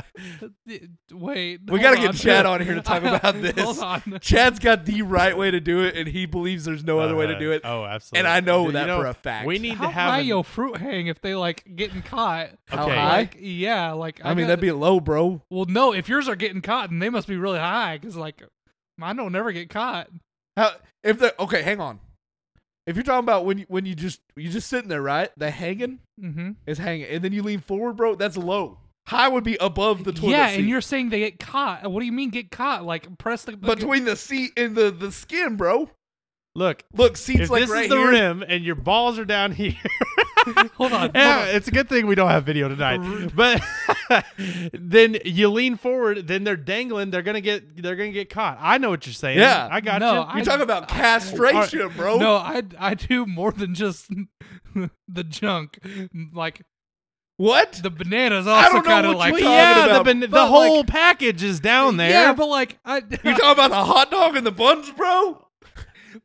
S3: Wait.
S1: We
S3: hold
S1: gotta get
S3: on.
S1: Chad on here to talk about this.
S3: Hold on.
S1: Chad's got the right way to do it, and he believes there's no other way to
S2: Uh,
S1: do it.
S2: Oh, absolutely.
S1: and I know
S2: You
S1: that for a fact.
S2: We need
S3: How
S2: to have.
S3: high
S2: an-
S3: yo fruit hang if they like getting caught?
S1: How
S2: okay.
S1: high?
S3: Like, yeah, like
S1: I mean,
S3: got-
S1: that'd be low, bro.
S3: Well, no, if yours are getting caught, then they must be really high because, like, mine don't never get caught.
S1: How if the okay? Hang on. If you're talking about when you, when you just you just sitting there, right? The hanging
S3: Mm-hmm.
S1: is hanging, and then you lean forward, bro. That's low. High would be above the toilet
S3: yeah,
S1: seat.
S3: and you're saying they get caught. What do you mean get caught? Like, press the.
S1: between the seat and the the skin, bro.
S2: Look,
S1: Look, seats
S2: if
S1: like
S2: this
S1: right
S2: is the
S1: here.
S2: rim and your balls are down here.
S3: hold on.
S2: yeah,
S3: hold on.
S2: it's a good thing we don't have video tonight. But then you lean forward, then they're dangling. They're gonna get. They're gonna get caught. I know what you're saying.
S1: Yeah.
S2: I got
S3: No,
S2: you.
S3: I-
S1: You're talking about castration, bro.
S3: No, I, I do more than just the junk. Like,
S1: What?
S3: the bananas
S1: I
S3: also
S1: don't know
S3: kind of
S1: what
S3: like.
S1: you're
S2: Well,
S1: talking
S2: yeah,
S1: about,
S2: the, ban- the
S3: but,
S2: whole
S3: like-
S2: package is down there.
S3: Yeah, but, like, I.
S1: You're talking about the hot dog and the buns, bro.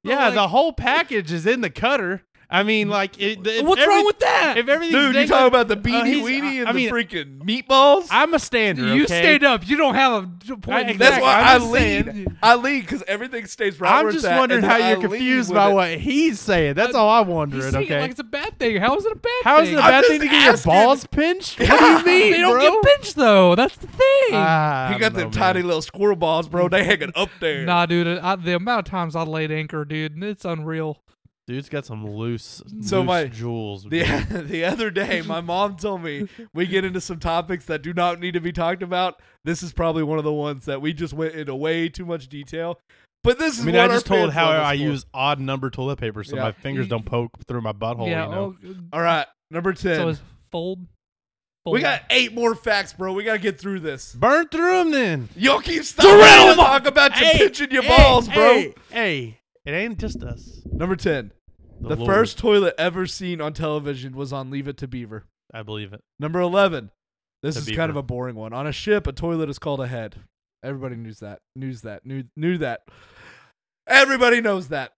S2: Yeah,
S3: like-
S2: the whole package is in the cutter. I mean, like, it, if
S3: What's
S2: every-
S3: wrong with that?
S2: If everything's
S1: Dude, you
S2: dangling-
S1: talking about the
S2: Uh,
S1: beanie
S2: he's-
S1: weenie
S2: I-
S1: and
S2: I mean,
S1: the freaking meatballs?
S2: I'm a stander.
S3: you
S2: okay?
S3: stayed up. You don't have a
S2: Right,
S3: point.
S1: That's
S2: exactly.
S1: why
S2: I'm
S1: I
S2: just
S1: lead.
S2: saying.
S1: I lead because everything stays right
S2: I'm
S1: where
S2: just
S1: it's at,
S2: wondering
S1: and
S2: how
S1: then
S2: you're
S1: I
S2: confused
S1: lead with
S2: by
S1: it.
S2: what he's saying. That's all I'm wondering.
S3: He's saying
S2: okay,
S3: it like it's a bad thing. How is it a bad
S2: how is
S3: thing?
S2: it a
S1: I'm
S2: bad
S1: just
S2: thing to get your
S1: asking.
S2: balls pinched? What do you mean,
S3: They don't
S2: bro?
S3: get pinched though. That's the thing.
S2: Ah, I
S1: He got
S2: don't
S1: them
S2: know,
S1: tiny
S2: man.
S1: little squirrel balls, bro. They hanging up there.
S3: Nah, dude. I, the amount of times I laid anchor, dude, it's unreal.
S2: Dude's got some loose,
S1: So
S2: loose
S1: my-
S2: jewels.
S1: The, the other day, my mom told me we get into some topics that do not need to be talked about. This is probably one of the ones that we just went into way too much detail. But this is
S2: I mean,
S1: what
S2: I
S1: our
S2: just told
S1: fans
S2: how
S1: love us
S2: I
S1: for.
S2: use odd number toilet paper so
S1: Yeah.
S2: my fingers don't poke through my butthole.
S3: yeah.
S2: you know?
S3: oh,
S1: All right, number ten.
S3: so it's fold. fold.
S1: we got eight more facts, bro. We gotta get through this.
S2: Burn through them then.
S1: Y'all keep stopping to talk about you pinching your balls, bro.
S2: Hey, hey, it ain't just us.
S1: Number ten. The
S2: Lord,
S1: first toilet ever seen on television was on Leave It to Beaver.
S2: I believe it.
S1: Number 11. This
S2: To
S1: is
S2: Beaver.
S1: kind of a boring one. On a ship, a toilet is called a head. Everybody knew that. Knew that. Knew, knew that. Everybody knows that.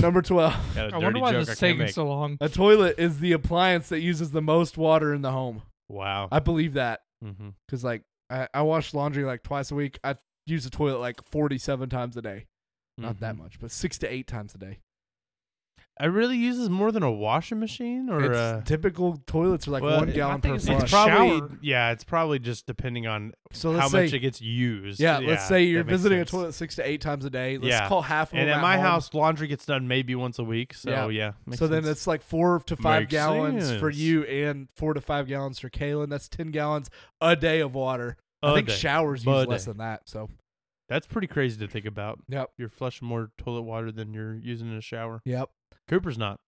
S1: Number 12.
S2: Got a
S3: I
S2: dirty
S3: wonder why
S2: joke
S3: this
S2: I
S3: is
S2: can't
S3: taking
S2: make.
S3: so long.
S1: A toilet is the appliance that uses the most water in the home.
S2: Wow.
S1: I believe that
S2: hmm
S1: because, like, I, I wash laundry like twice a week. I use the toilet like 47 times a day.
S2: Mm-hmm.
S1: Not that much, but six to eight times a day.
S2: It really uses more than a washing machine, or
S1: It's-
S2: uh,
S1: typical toilets are like
S2: well,
S1: one
S2: I
S1: gallon
S3: think
S1: per
S3: it's
S1: flush.
S3: a
S2: it's probably
S3: shower.
S2: yeah. It's probably just depending on
S1: so
S2: how
S1: let's
S2: much
S1: say,
S2: it gets used.
S1: yeah, let's say you're
S2: that makes
S1: visiting
S2: sense.
S1: a toilet six to eight times a day. Let's
S2: Yeah.
S1: call half of
S2: And
S1: them
S2: at my
S1: home.
S2: house, laundry gets done maybe once a week. So
S1: Yeah.
S2: yeah, makes
S1: so then
S2: sense.
S1: it's like four to five
S2: Makes
S1: gallons for
S2: sense.
S1: you and four to five gallons for Kaylin. That's 10 gallons a day of water. I
S2: A
S1: think
S2: day.
S1: showers
S2: A
S1: use less
S2: day.
S1: than that. So,
S2: that's pretty crazy to think about.
S1: yep.
S2: You're flushing more toilet water than you're using in a shower.
S1: Yep.
S2: Cooper's not.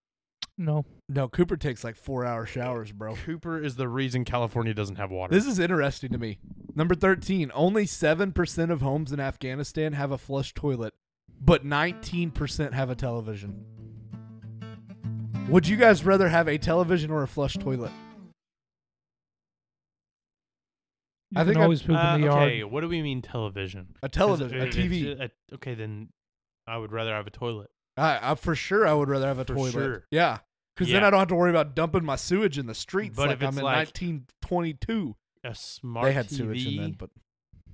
S3: No.
S1: No, Cooper takes like four hour showers, bro.
S2: Cooper is the reason California doesn't have water.
S1: This is interesting to me. Number 13 only 7% of homes in Afghanistan have a flush toilet, but 19% have a television. Would you guys rather have a television or a flush toilet?
S3: You
S1: I
S3: can
S1: think I-
S3: always poop
S2: Uh,
S3: in the yard.
S2: okay, what do we mean television?
S1: A
S2: 'Cause
S1: television, a
S2: it-
S1: TV.
S2: it's a- okay, then I would rather have a toilet.
S1: I, I for sure I would rather have a
S2: For
S1: toilet.
S2: sure.
S1: Yeah. Because then
S2: Yeah.
S1: I don't have to worry about dumping my sewage in the streets
S2: But
S1: like
S2: if
S1: I'm
S2: it's
S1: in
S2: like-
S1: 1922.
S2: A smart
S1: they had
S2: TV
S1: sewage in then, but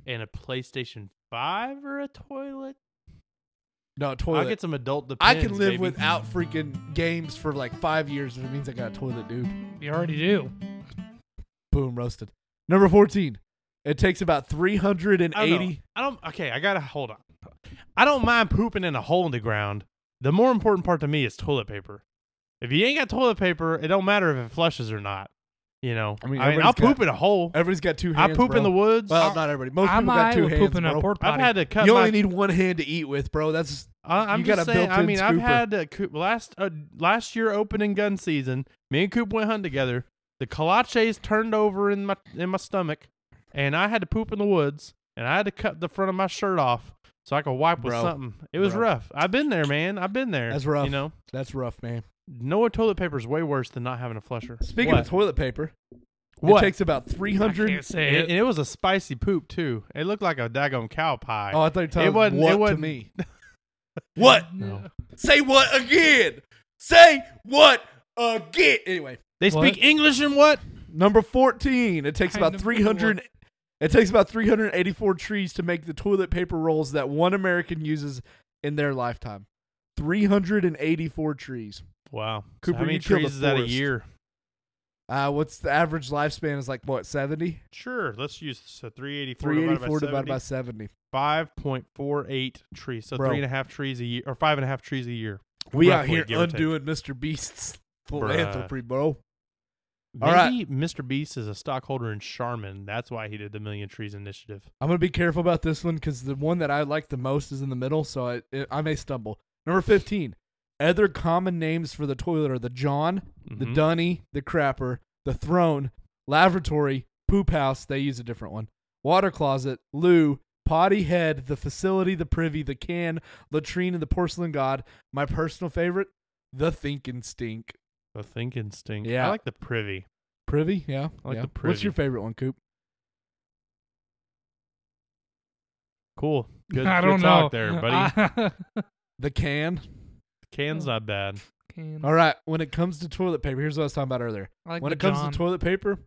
S2: and a PlayStation Five or a toilet.
S1: no a
S2: I
S1: toilet.
S2: get some adult
S1: I
S2: depends.
S1: can live
S2: baby.
S1: without freaking games for like five years if it means I got a toilet, dude.
S3: You already do.
S1: Boom, roasted. Number 14. It takes about
S2: I don't know.
S1: 380.
S2: I don't. Okay, I gotta hold on. I don't mind pooping in a hole in the ground. The more important part to me is toilet paper. If you ain't got toilet paper, it don't matter if it flushes or not. You know,
S1: I mean,
S2: I'll
S1: everybody's
S2: poop in a hole.
S1: Everybody's got two
S2: I
S1: hands.
S2: poop in the
S1: bro.
S2: woods.
S1: Well, not everybody. Most
S3: I'm
S1: people got two
S3: with
S1: hands.
S3: pooping
S1: bro.
S3: a porta
S2: I've
S3: potty.
S2: had to cut
S1: you
S2: my
S1: only need one hand to eat with, bro. That's
S2: I, I'm
S1: You got
S2: just
S1: a
S2: saying. I
S1: built-in
S2: mean,
S1: scooper.
S2: I've had uh, Coop, last uh, last year opening gun season. Me and Coop went hunting together. The kolaches turned over in my in my stomach, and I had to poop in the woods, and I had to cut the front of my shirt off so I could wipe with
S1: Bro.
S2: something. It was
S1: Bro.
S2: rough. I've been there, man. I've been there.
S1: That's rough.
S2: You know,
S1: that's rough, man.
S2: no toilet paper is way worse than not having a flusher.
S1: Speaking
S2: What?
S1: of toilet paper,
S2: what?
S1: it takes about
S3: I
S1: 300
S3: can't say
S2: and,
S3: it.
S2: and it was a spicy poop too. It looked like a daggone cow pie.
S1: Oh, I thought you were talking
S2: It wasn't- it
S1: what to
S2: wasn't-
S1: me. what?
S2: no.
S1: Say what again? Say what again? Anyway,
S2: They
S3: What?
S2: speak English and what?
S1: Number 14. It takes
S3: I
S1: about
S3: never
S1: 300 It takes about 384 trees to make the toilet paper rolls that one American uses in their lifetime. 384 trees.
S2: Wow. So
S1: Cooper,
S2: how many
S1: you killed
S2: trees
S1: a
S2: is that a
S1: forest.
S2: year?
S1: Uh, what's the average lifespan is like what, 70?
S2: Sure. Let's use so 384,
S1: 384 divided by
S2: divided
S1: 70.
S2: by 5.48 trees. So
S1: Bro.
S2: three and a half trees a year, or five and a half trees a year.
S1: We
S2: Roughly,
S1: out
S2: give
S1: here
S2: or take.
S1: undoing Mr. Beast's
S2: Bruh.
S1: philanthropy, bro. All right.
S2: Maybe Mr. Beast is a stockholder in Charmin. That's why he did the Million Trees Initiative.
S1: I'm gonna be careful about this one because the one that I like the most is in the middle, so I it, I may stumble. Number 15. Other common names for the toilet are the John, the
S2: Mhm.
S1: Dunny, the Crapper, the Throne, Lavatory, Poop House. They use a different one. Water closet, loo, potty head, the facility, the privy, the can, latrine, and the porcelain god. My personal favorite, the thinking stink.
S2: The thinking stink.
S1: Yeah.
S2: I like the privy.
S1: Privy, yeah,
S2: I like
S1: yeah.
S2: the
S1: What's your favorite one, Coop?
S2: Cool. Good,
S3: I
S2: good
S3: don't know.
S2: talk there, buddy.
S3: I-
S1: The can.
S2: Can's not bad.
S3: Can-
S1: All right. When it comes to toilet paper, here's what I was talking about earlier.
S3: I like
S1: when
S3: the
S1: it comes
S3: John.
S1: to toilet paper,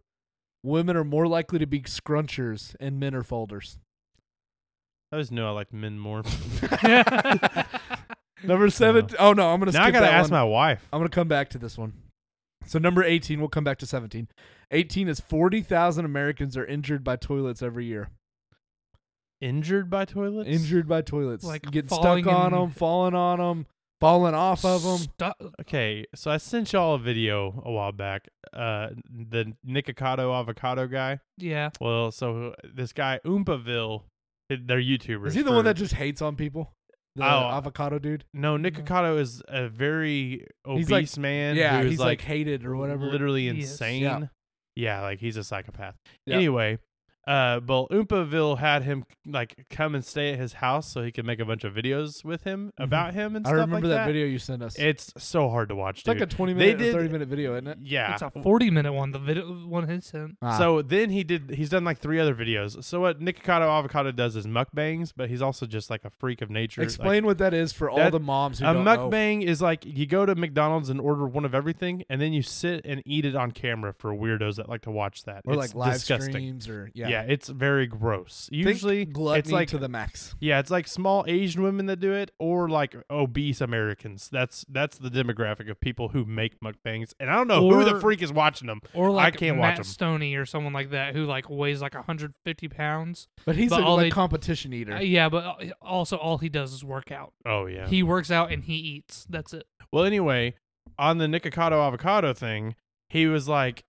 S1: women are more likely to be scrunchers and men are folders.
S2: I always knew I liked men more.
S1: Number seven. Oh no, I'm gonna. skip
S2: now I gotta
S1: that
S2: ask
S1: one.
S2: my wife.
S1: I'm going to come back to this one. So number 18, we'll come back to 17. 18 is 40,000 Americans are injured by toilets every year.
S2: Injured by toilets?
S1: Injured by toilets.
S3: Like
S1: Like getting
S3: falling
S1: stuck on
S3: in-
S1: them, falling on them, falling off of them.
S3: Stu-
S2: Okay, so I sent y'all a video a while back. Uh, the Nikocado avocado guy.
S3: yeah.
S2: Well, so uh, this guy Oompaville, they're YouTubers.
S1: Is he the one
S2: for-
S1: that just hates on people? The
S2: Oh.
S1: avocado dude?
S2: No, Nikocado is a very obese
S1: Mm-hmm. He's like-
S2: man.
S1: Yeah,
S2: who is
S1: he's like, hated or whatever.
S2: literally
S3: Yes.
S2: insane.
S1: Yeah.
S2: Yeah, like he's a psychopath.
S1: Yeah.
S2: Anyway, uh, well, Oompaville had him like come and stay at his house so he could make a bunch of videos with him about him and
S1: Mm-hmm. I
S2: stuff
S1: remember
S2: like
S1: that,
S2: that.
S1: video you sent us.
S2: It's so hard to watch,
S1: it's like
S2: dude.
S1: a 20
S2: They
S1: minute
S2: did-
S1: or 30 minute video, isn't it?
S2: yeah.
S3: It's a 40 minute one. The video one his sent.
S1: Ah.
S2: So then he did. He's done like three other videos. So what Nikocado Avocado does is mukbangs, but he's also just like a freak of nature. Like,
S1: explain what that is for all
S2: That-
S1: the moms who
S2: a
S1: don't know.
S2: mukbang is like you go to McDonald's and order one of everything, and then you sit and eat it on camera for weirdos that like to watch that.
S1: Or
S2: It's
S1: like live
S2: disgusting.
S1: streams or yeah.
S2: Yeah. it's very gross.
S1: Think
S2: Usually,
S1: gluttony
S2: it's like
S1: to the max.
S2: yeah, it's like small Asian women that do it, or like obese Americans. That's that's the demographic of people who make mukbangs, and I don't know who the
S3: Or-
S2: freak is watching them.
S3: Or like
S2: can't watch
S3: Matt
S2: 'em.
S3: Stoney or someone like that who like weighs like 150 pounds.
S1: But he's
S3: But
S1: a
S3: all
S1: like,
S3: they-
S1: competition eater.
S3: Uh, yeah, but al- also all he does is work out.
S2: Oh yeah,
S3: He works out and he eats. That's it.
S2: Well, anyway, on the Nikocado avocado thing, he was like,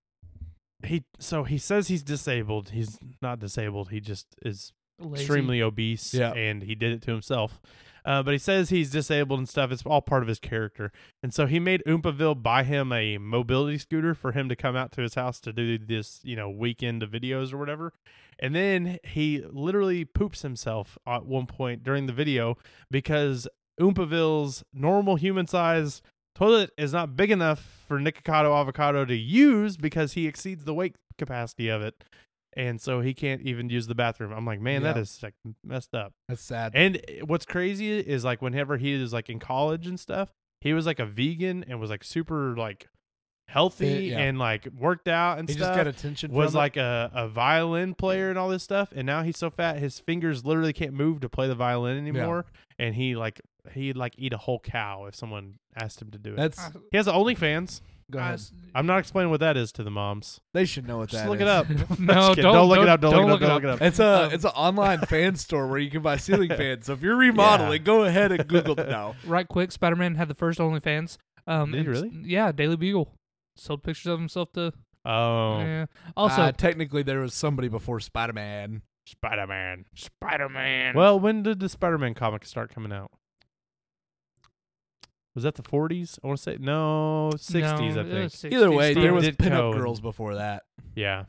S2: he so he says he's disabled. He's not disabled. He just is
S3: Lazy.
S2: extremely obese,
S1: Yeah.
S2: and he did it to himself. Uh, but he says he's disabled and stuff. It's all part of his character. And so he made Oompaville buy him a mobility scooter for him to come out to his house to do this, you know, weekend of videos or whatever. And then he literally poops himself at one point during the video because Oompaville's normal human size toilet is not big enough for Nikocado Avocado to use because he exceeds the weight capacity of it. And so he can't even use the bathroom. I'm like, man, that
S1: Yeah.
S2: is like messed up.
S1: That's sad.
S2: And eh, what's crazy is like whenever he is like in college and stuff, he was like a vegan and was like super like healthy
S1: yeah.
S2: and like worked out and
S1: he
S2: stuff
S1: just got attention.
S2: was
S1: from it.
S2: like a, a violin player and all this stuff and now he's so fat his fingers literally can't move to play the violin anymore and he like he'd like eat a whole cow if someone asked him to do it
S1: that's.
S3: I-
S2: he has OnlyFans.
S1: Go
S3: I
S1: ahead.
S3: s-
S2: I'm not explaining what that is to the moms.
S1: They should know what
S2: Just
S1: that
S2: look
S1: is.
S2: it up.
S3: No,
S2: Just kidding.
S3: don't-
S2: look it
S3: don't-
S2: up. Don't,
S3: don't
S2: look it up.
S3: look it
S2: Don't look it up.
S1: It's a
S3: Um,
S1: it's an online fan store where you can buy ceiling fans. So if you're remodeling, go ahead and Google it now.
S3: right quick, Spider Man had the first OnlyFans. Um,
S2: Did he
S3: and s-
S2: really?
S3: Yeah, Daily Bugle sold pictures of himself to.
S2: Oh,
S3: Yeah. Also,
S1: Uh, technically, there was somebody before Spider Man.
S2: Spider Man.
S3: Spider Man.
S2: Well, when did the Spider Man comic start coming out? Was that the 40s? I want to say no, 60s. I think.
S1: Either way, there was
S2: Did
S1: pinup
S2: Cohen.
S1: girls before that.
S2: Yeah,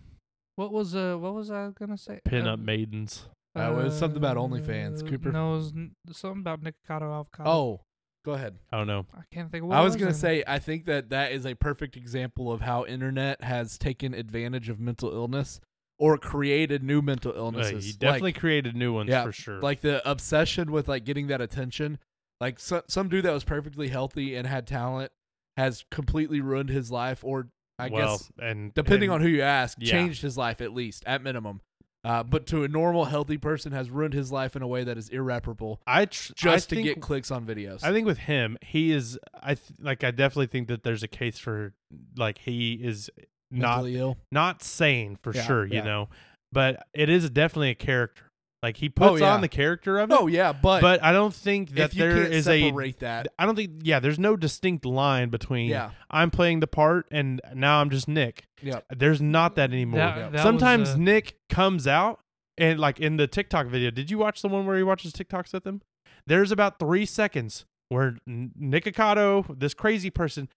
S3: what was uh what was I gonna say?
S2: pin
S3: Uh,
S2: up maidens.
S1: Uh, it was something about OnlyFans, Cooper.
S3: No, it was n- something about Nikocado avocado.
S1: Oh, go ahead.
S2: I don't know.
S3: I can't think. of what
S1: I was
S3: it
S1: gonna
S3: in.
S1: say I think that that is a perfect example of how internet has taken advantage of mental illness or created new mental
S2: Uh,
S1: illnesses.
S2: he
S1: Like-
S2: definitely created new ones
S1: yeah,
S2: for sure.
S1: like the obsession with like getting that attention like so, some dude that was perfectly healthy and had talent has completely ruined his life or I
S2: well,
S1: guess
S2: and
S1: depending
S2: and
S1: on who you ask,
S2: Yeah.
S1: changed his life at least, at minimum. Uh, but to a normal, healthy person, has ruined his life in a way that is irreparable
S2: I tr-
S1: just
S2: I
S1: to
S2: think,
S1: get clicks on videos.
S2: I think with him, he is. I th- like. I definitely think that there's a case for like he is not
S1: Mentally ill.
S2: not sane for
S1: Yeah,
S2: sure. You
S1: yeah.
S2: know, but it is definitely a character. Like he puts
S1: Oh, yeah.
S2: on the character of it.
S1: No, Oh, yeah, but,
S2: but I don't think that
S1: if you
S2: there
S1: can't
S2: is a.
S1: separate that,
S2: I don't think. Yeah, there's no distinct line between.
S1: Yeah.
S2: I'm playing the part, and now I'm just Nick.
S1: yeah,
S2: There's not that anymore.
S1: Yeah.
S3: That, that
S2: Sometimes
S3: was, uh,
S2: Nick comes out and like in the TikTok video. Did you watch the one where he watches TikToks with them? There's about three seconds where N- Nick Akato, this crazy person,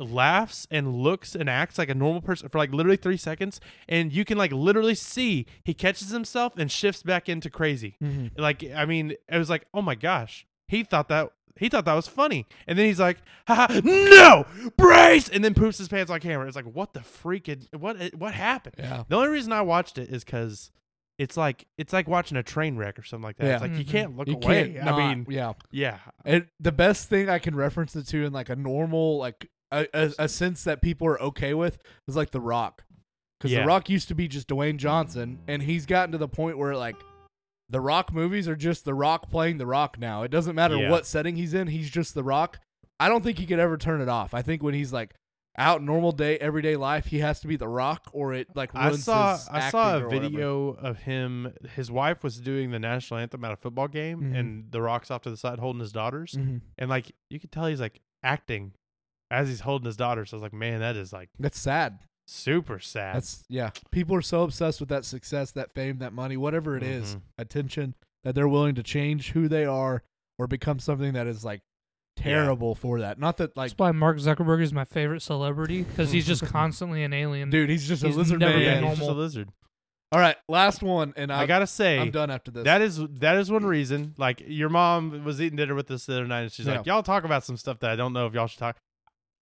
S2: laughs and looks and acts like a normal person for like literally three seconds, and you can like literally see he catches himself and shifts back into crazy. Like I mean, it was like, oh my gosh, he thought that. He thought that was funny, and then he's like, "Ha ha, no, brace!" And then poops his pants on camera. It's like, what the freaking what? What happened?
S1: yeah.
S2: The only reason I watched it is because it's like it's like watching a train wreck or something like that. It's
S1: Yeah.
S2: like you
S3: Mhm.
S2: can't look
S1: You
S2: away.
S1: can't.
S2: I
S1: not-
S2: mean,
S1: yeah.
S2: yeah,
S1: It, the best thing I can reference it to in like a normal like a, a, a sense that people are okay with is like The Rock, because
S2: Yeah.
S1: The Rock used to be just Dwayne Johnson, and he's gotten to the point where like The Rock movies are just The Rock playing The Rock now. It doesn't matter
S2: Yeah.
S1: what setting he's in; he's just The Rock. I don't think he could ever turn it off. I think when he's like out in normal day everyday life, he has to be The Rock, or it like
S2: I
S1: ruins
S2: saw
S1: his
S2: I saw
S1: acting
S2: a
S1: or whatever.
S2: video of him. His wife was doing the national anthem at a football game,
S1: Mhm.
S2: and The Rock's off to the side holding his daughters,
S1: Mhm.
S2: and like you could tell he's like acting as he's holding his daughters. I was like, man, that is like
S1: That's sad.
S2: super sad.
S1: That's yeah. People are so obsessed with that success, that fame, that money, whatever it is,
S2: Mhm.
S1: attention, that they're willing to change who they are or become something that is like terrible for that. Not that like
S3: That's why Mark Zuckerberg is my favorite celebrity because he's just constantly an alien.
S1: dude, he's just
S3: He's
S1: a lizard
S3: never
S1: man.
S3: been
S2: yeah,
S3: normal.
S2: he's just a lizard.
S1: All right, last one, and I,
S2: I gotta say,
S1: I'm done after this. Mm.
S2: That is that is one reason. Like your mom was eating dinner with us the other night, and she's like, "Y'all talk about some stuff that I don't know if y'all should talk."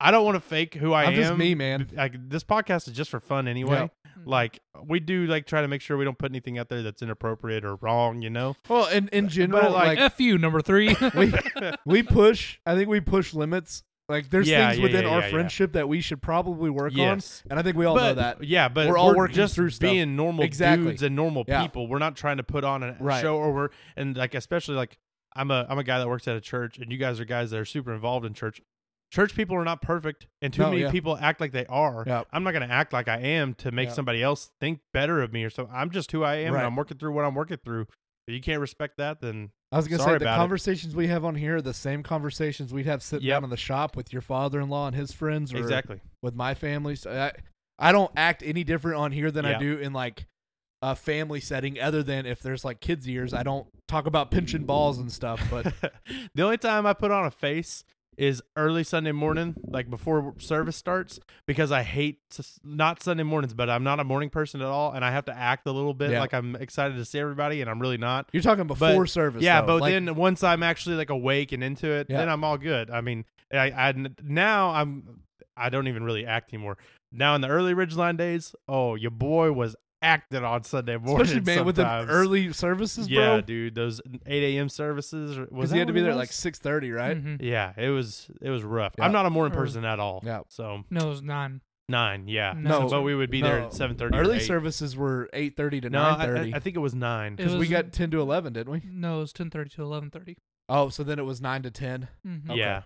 S2: I don't want to fake who I
S1: I'm
S2: am.
S1: just me, man.
S2: Like this podcast is just for fun anyway. Like we do, like try to make sure we don't put anything out there that's inappropriate or wrong. You know,
S1: Well, in in general, like,
S2: like,
S3: F you, number three.
S1: we we push. I think we push limits. Like there's
S2: Yeah,
S1: things
S2: yeah,
S1: within
S2: yeah,
S1: our
S2: yeah, yeah.
S1: friendship that we should probably work
S2: Yes.
S1: on, and I think we all know
S2: but,
S1: that.
S2: Yeah, but
S1: We're
S2: we're
S1: all
S2: all
S1: working
S2: just
S1: through stuff.
S2: being normal
S1: Exactly.
S2: dudes and normal
S1: Yeah.
S2: people. We're not trying to put on a
S1: Right.
S2: show or we're and like especially like I'm a I'm a guy that works at a church and you guys are guys that are super involved in church. Church people are not perfect and too
S1: No,
S2: many
S1: yeah.
S2: people act like they are.
S1: Yep.
S2: I'm not gonna act like I am to make
S1: Yep.
S2: somebody else think better of me or something. I'm just who I am
S1: Right.
S2: and I'm working through what I'm working through. If you can't respect that, then
S1: I was gonna
S2: Sorry
S1: say the
S2: about it.
S1: conversations we have on here are the same conversations we'd have sitting
S2: Yep.
S1: down in the shop with your father-in-law and his friends, or
S2: exactly.
S1: with my family. So I, I don't act any different on here than I
S2: Yeah.
S1: do in like a family setting, other than if there's like kids' ears. I don't talk about pinching balls and stuff, but
S2: the only time I put on a face is early Sunday morning, like before service starts, because I hate to, not Sunday mornings, but I'm not a morning person at all, and I have to act a little bit
S1: Yeah.
S2: like I'm excited to see everybody, and I'm really not.
S1: you're talking
S2: But-
S1: before service.
S2: yeah,
S1: though.
S2: but
S1: Like,
S2: then once I'm actually like awake and into it,
S1: Yeah.
S2: then I'm all good. I mean, I, I now I'm I don't even really act anymore. Now in the early Ridgeline days, oh, your boy was acting on Sunday morning,
S1: especially man with the
S2: sometimes.
S1: early services,
S2: Yeah,
S1: bro,
S2: dude, those 8 a.m. services. or- Was
S1: because
S2: that
S1: he had to
S2: what
S1: be
S2: it
S1: there at
S2: was?
S1: like six thirty, right?
S3: Mhm.
S2: Yeah, it was it was rough.
S1: Yeah.
S2: I'm not a morning
S3: Or-
S2: person at all.
S1: Yeah.
S2: So
S3: No, it's nine.
S2: nine, yeah.
S3: No.
S2: So- but we would be there
S1: No.
S2: at seven thirty.
S1: Early services were eight thirty to
S2: Mm, No,
S1: nine
S2: I-
S1: thirty.
S2: I, I think it was nine.
S3: It was,
S1: we got ten to eleven, didn't we?
S3: no, it's ten thirty to eleven thirty.
S1: Oh, so then it was nine to ten.
S3: Mm-hmm.
S1: Okay.
S2: Yeah,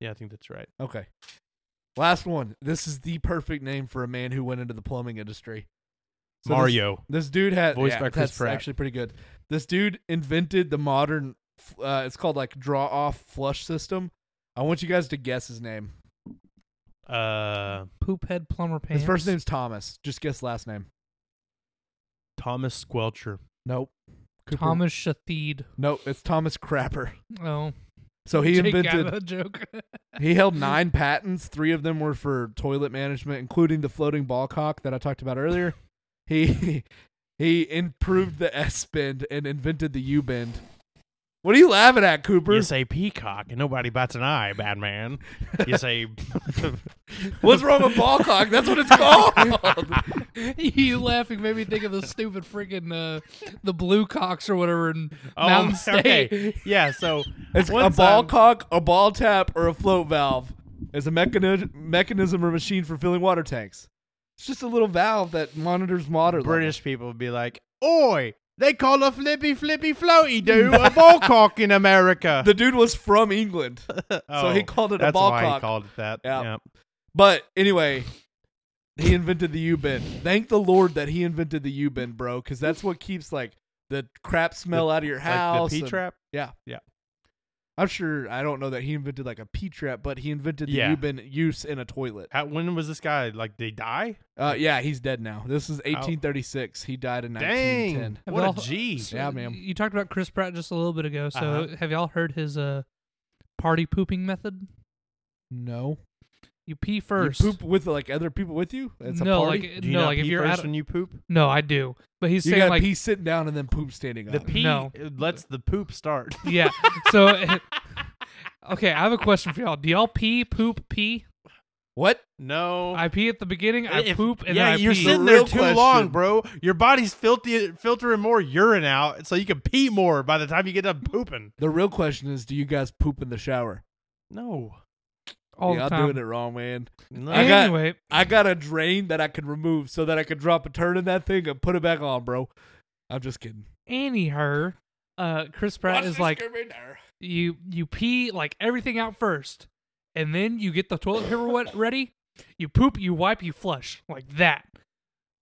S2: yeah, I think that's right.
S1: Okay. Last one. This is the perfect name for a man who went into the plumbing industry. So this-
S2: Mario.
S1: This, dude had
S2: Voiced
S1: yeah,
S2: by Chris
S1: that's
S2: Pratt.
S1: Actually, pretty good. This dude invented the modern. f- Uh, it's called like draw off flush system. I want you guys to guess his name.
S2: Uh,
S3: Poophead plumber pants.
S1: His first name's Thomas. Just guess last name.
S2: Thomas Squelcher.
S1: Nope. Cooper-
S3: Thomas Shathid.
S1: Nope. It's Thomas Crapper.
S3: Oh,
S1: So he
S3: Jake
S1: invented.
S3: got a joke.
S1: He held nine patents. Three of them were for toilet management, including the floating ball cock that I talked about earlier. He he improved the S bend and invented the U bend. What are you laughing at, Cooper?
S2: You say peacock and nobody bats an eye, bad man. You say
S1: What's wrong with ball cock? That's what it's called.
S3: you laughing made me think of the stupid freaking uh, the blue cocks or whatever in
S2: Oh,
S3: Mountain State.
S2: okay. Yeah, so
S1: it's
S2: one
S1: a ball
S2: time-
S1: cock, a ball tap, or a float valve. It's a mechani- mechanism or machine for filling water tanks. It's just a little valve that monitors water. level.
S5: British people would be like, "Oi, they call a flippy flippy floaty do a ball cock in America."
S1: The dude was from England, so he
S2: Oh,
S1: called it a
S2: That's
S1: ball
S2: why he
S1: cock.
S2: called it that.
S1: Yeah.
S2: Yep.
S1: But anyway, he invented the U bend. Thank the Lord that he invented the U bend, bro, because that's what keeps like the crap smell out of your
S2: Like
S1: house.
S2: the P
S1: and-
S2: trap.
S1: I'm sure I don't know that he invented like a pee trap, but he invented the
S2: Yeah.
S1: U bend use in a toilet.
S2: How- When was this guy? Like, did he die?
S1: Uh, yeah, he's dead now. This is 1836. He died in
S2: Dang.
S1: 1910.
S2: What
S3: Well,
S2: a G.
S3: So
S1: Yeah, ma'am.
S3: You talked about Chris Pratt just a little bit ago. So
S2: Uh-huh.
S3: have y'all heard his uh party pooping method?
S1: No,
S3: You pee
S1: You
S3: first.
S1: poop with like other people with you. It's
S3: no,
S1: a party.
S3: like
S2: Do you
S3: no,
S2: not
S3: like if
S2: pee
S3: you're
S2: first
S3: at
S2: when you poop?
S3: no, I do. But he's
S1: you
S3: saying
S1: gotta
S3: like
S1: pee sitting down and then poop standing
S2: The
S1: up.
S2: pee
S3: No.
S2: it lets the poop start.
S3: yeah. So okay, I have a question for y'all. Do y'all pee, poop, pee?
S1: what?
S2: No.
S3: I pee at the beginning. I
S2: If-
S3: poop and
S2: yeah,
S3: then I
S2: you're
S3: pee.
S2: sitting
S1: The
S2: there
S1: real
S2: too long,
S1: question-
S2: bro. Your body's filthy, filtering more urine out, so you can pee more by the time you get done pooping.
S1: The real question is, do you guys poop in the shower?
S2: No,
S3: all
S1: yeah,
S3: the
S1: I'm
S3: time.
S1: doing it wrong, man.
S2: no.
S1: I got-
S3: anyway,
S1: I got a drain that I can remove so that I can drop a turn in that thing and put it back on, bro. I'm just kidding.
S3: anyher, uh, Chris Pratt is like you you pee like everything out first, and then you get the toilet paper wet ready. You poop, you wipe, you flush like that,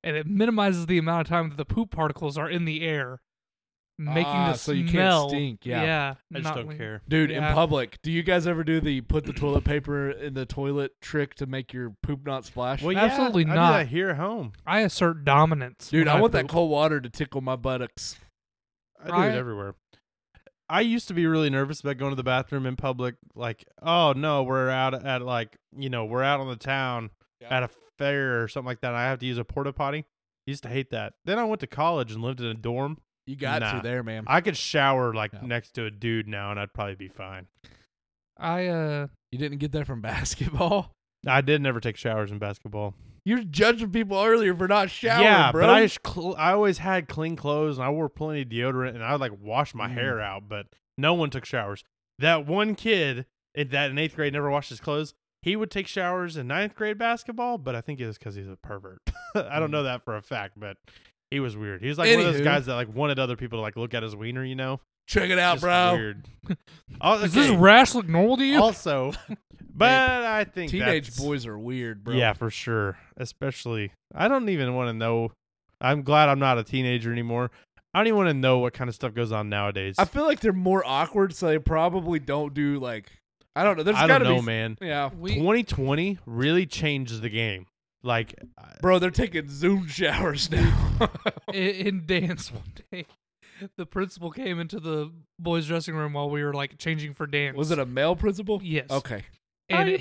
S3: and it minimizes the amount of time that the poop particles are in the air, making
S1: Ah,
S3: the
S1: so you can't
S3: smell-
S1: stink, yeah.
S2: I just
S3: not
S2: don't
S3: lin-
S2: care.
S1: Dude,
S3: Yeah.
S1: in public, do you guys ever do the put the toilet paper in the toilet trick to make your poop not splash?
S2: Well,
S3: yeah, Absolutely
S2: I do
S3: not.
S2: that here at home.
S3: I assert dominance,
S1: Dude,
S3: when
S1: I want that
S3: poop.
S1: cold water to tickle my buttocks.
S2: I do
S3: Right?
S2: it everywhere. I used to be really nervous about going to the bathroom in public. Like, oh no, we're out at like you know we're out on the town
S1: Yeah.
S2: at a fair or something like that. And I have to use a porta potty. Used to hate that. Then I went to college and lived in a dorm.
S1: You got
S2: Nah.
S1: to there, man.
S2: I could shower like
S1: Yeah.
S2: next to a dude now, and I'd probably be fine.
S3: I uh,
S1: You didn't get that from basketball.
S2: I did never take showers in basketball.
S1: You're judging people earlier for not showering,
S2: yeah,
S1: bro.
S2: but I just cl- I always had clean clothes and I wore plenty of deodorant and I would like wash my
S1: Mm.
S2: hair out, but no one took showers. That one kid in that in eighth grade never washed his clothes. He would take showers in ninth grade basketball, but I think it was because he's a pervert. I don't know that for a fact, but he was weird. He was like one of
S1: Mm. Anywho.
S2: those guys that like wanted other people to like look at his wiener, you know?
S1: Check it out,
S2: Just
S1: bro.
S2: Weird. Oh,
S3: does this
S2: okay.
S3: rash look normal to you?
S1: Oh,
S2: also, but I think
S1: Teenage
S2: that's-
S1: boys are weird, bro.
S2: yeah, for sure. Especially, I don't even want to know. I'm glad I'm not a teenager anymore. I don't even want to know what kind of stuff goes on nowadays.
S1: I feel like they're more awkward, so they probably don't do like I don't know. There's
S2: I
S1: gotta
S2: don't know,
S1: be
S2: man.
S1: Yeah.
S3: we
S2: 2020 really changed the game. Like, I-
S1: Bro, they're taking Zoom showers now.
S3: i- in dance one day. The principal came into the boys' dressing room while we were like changing for dance.
S1: Was it a male principal?
S3: Yes.
S1: Okay.
S3: And he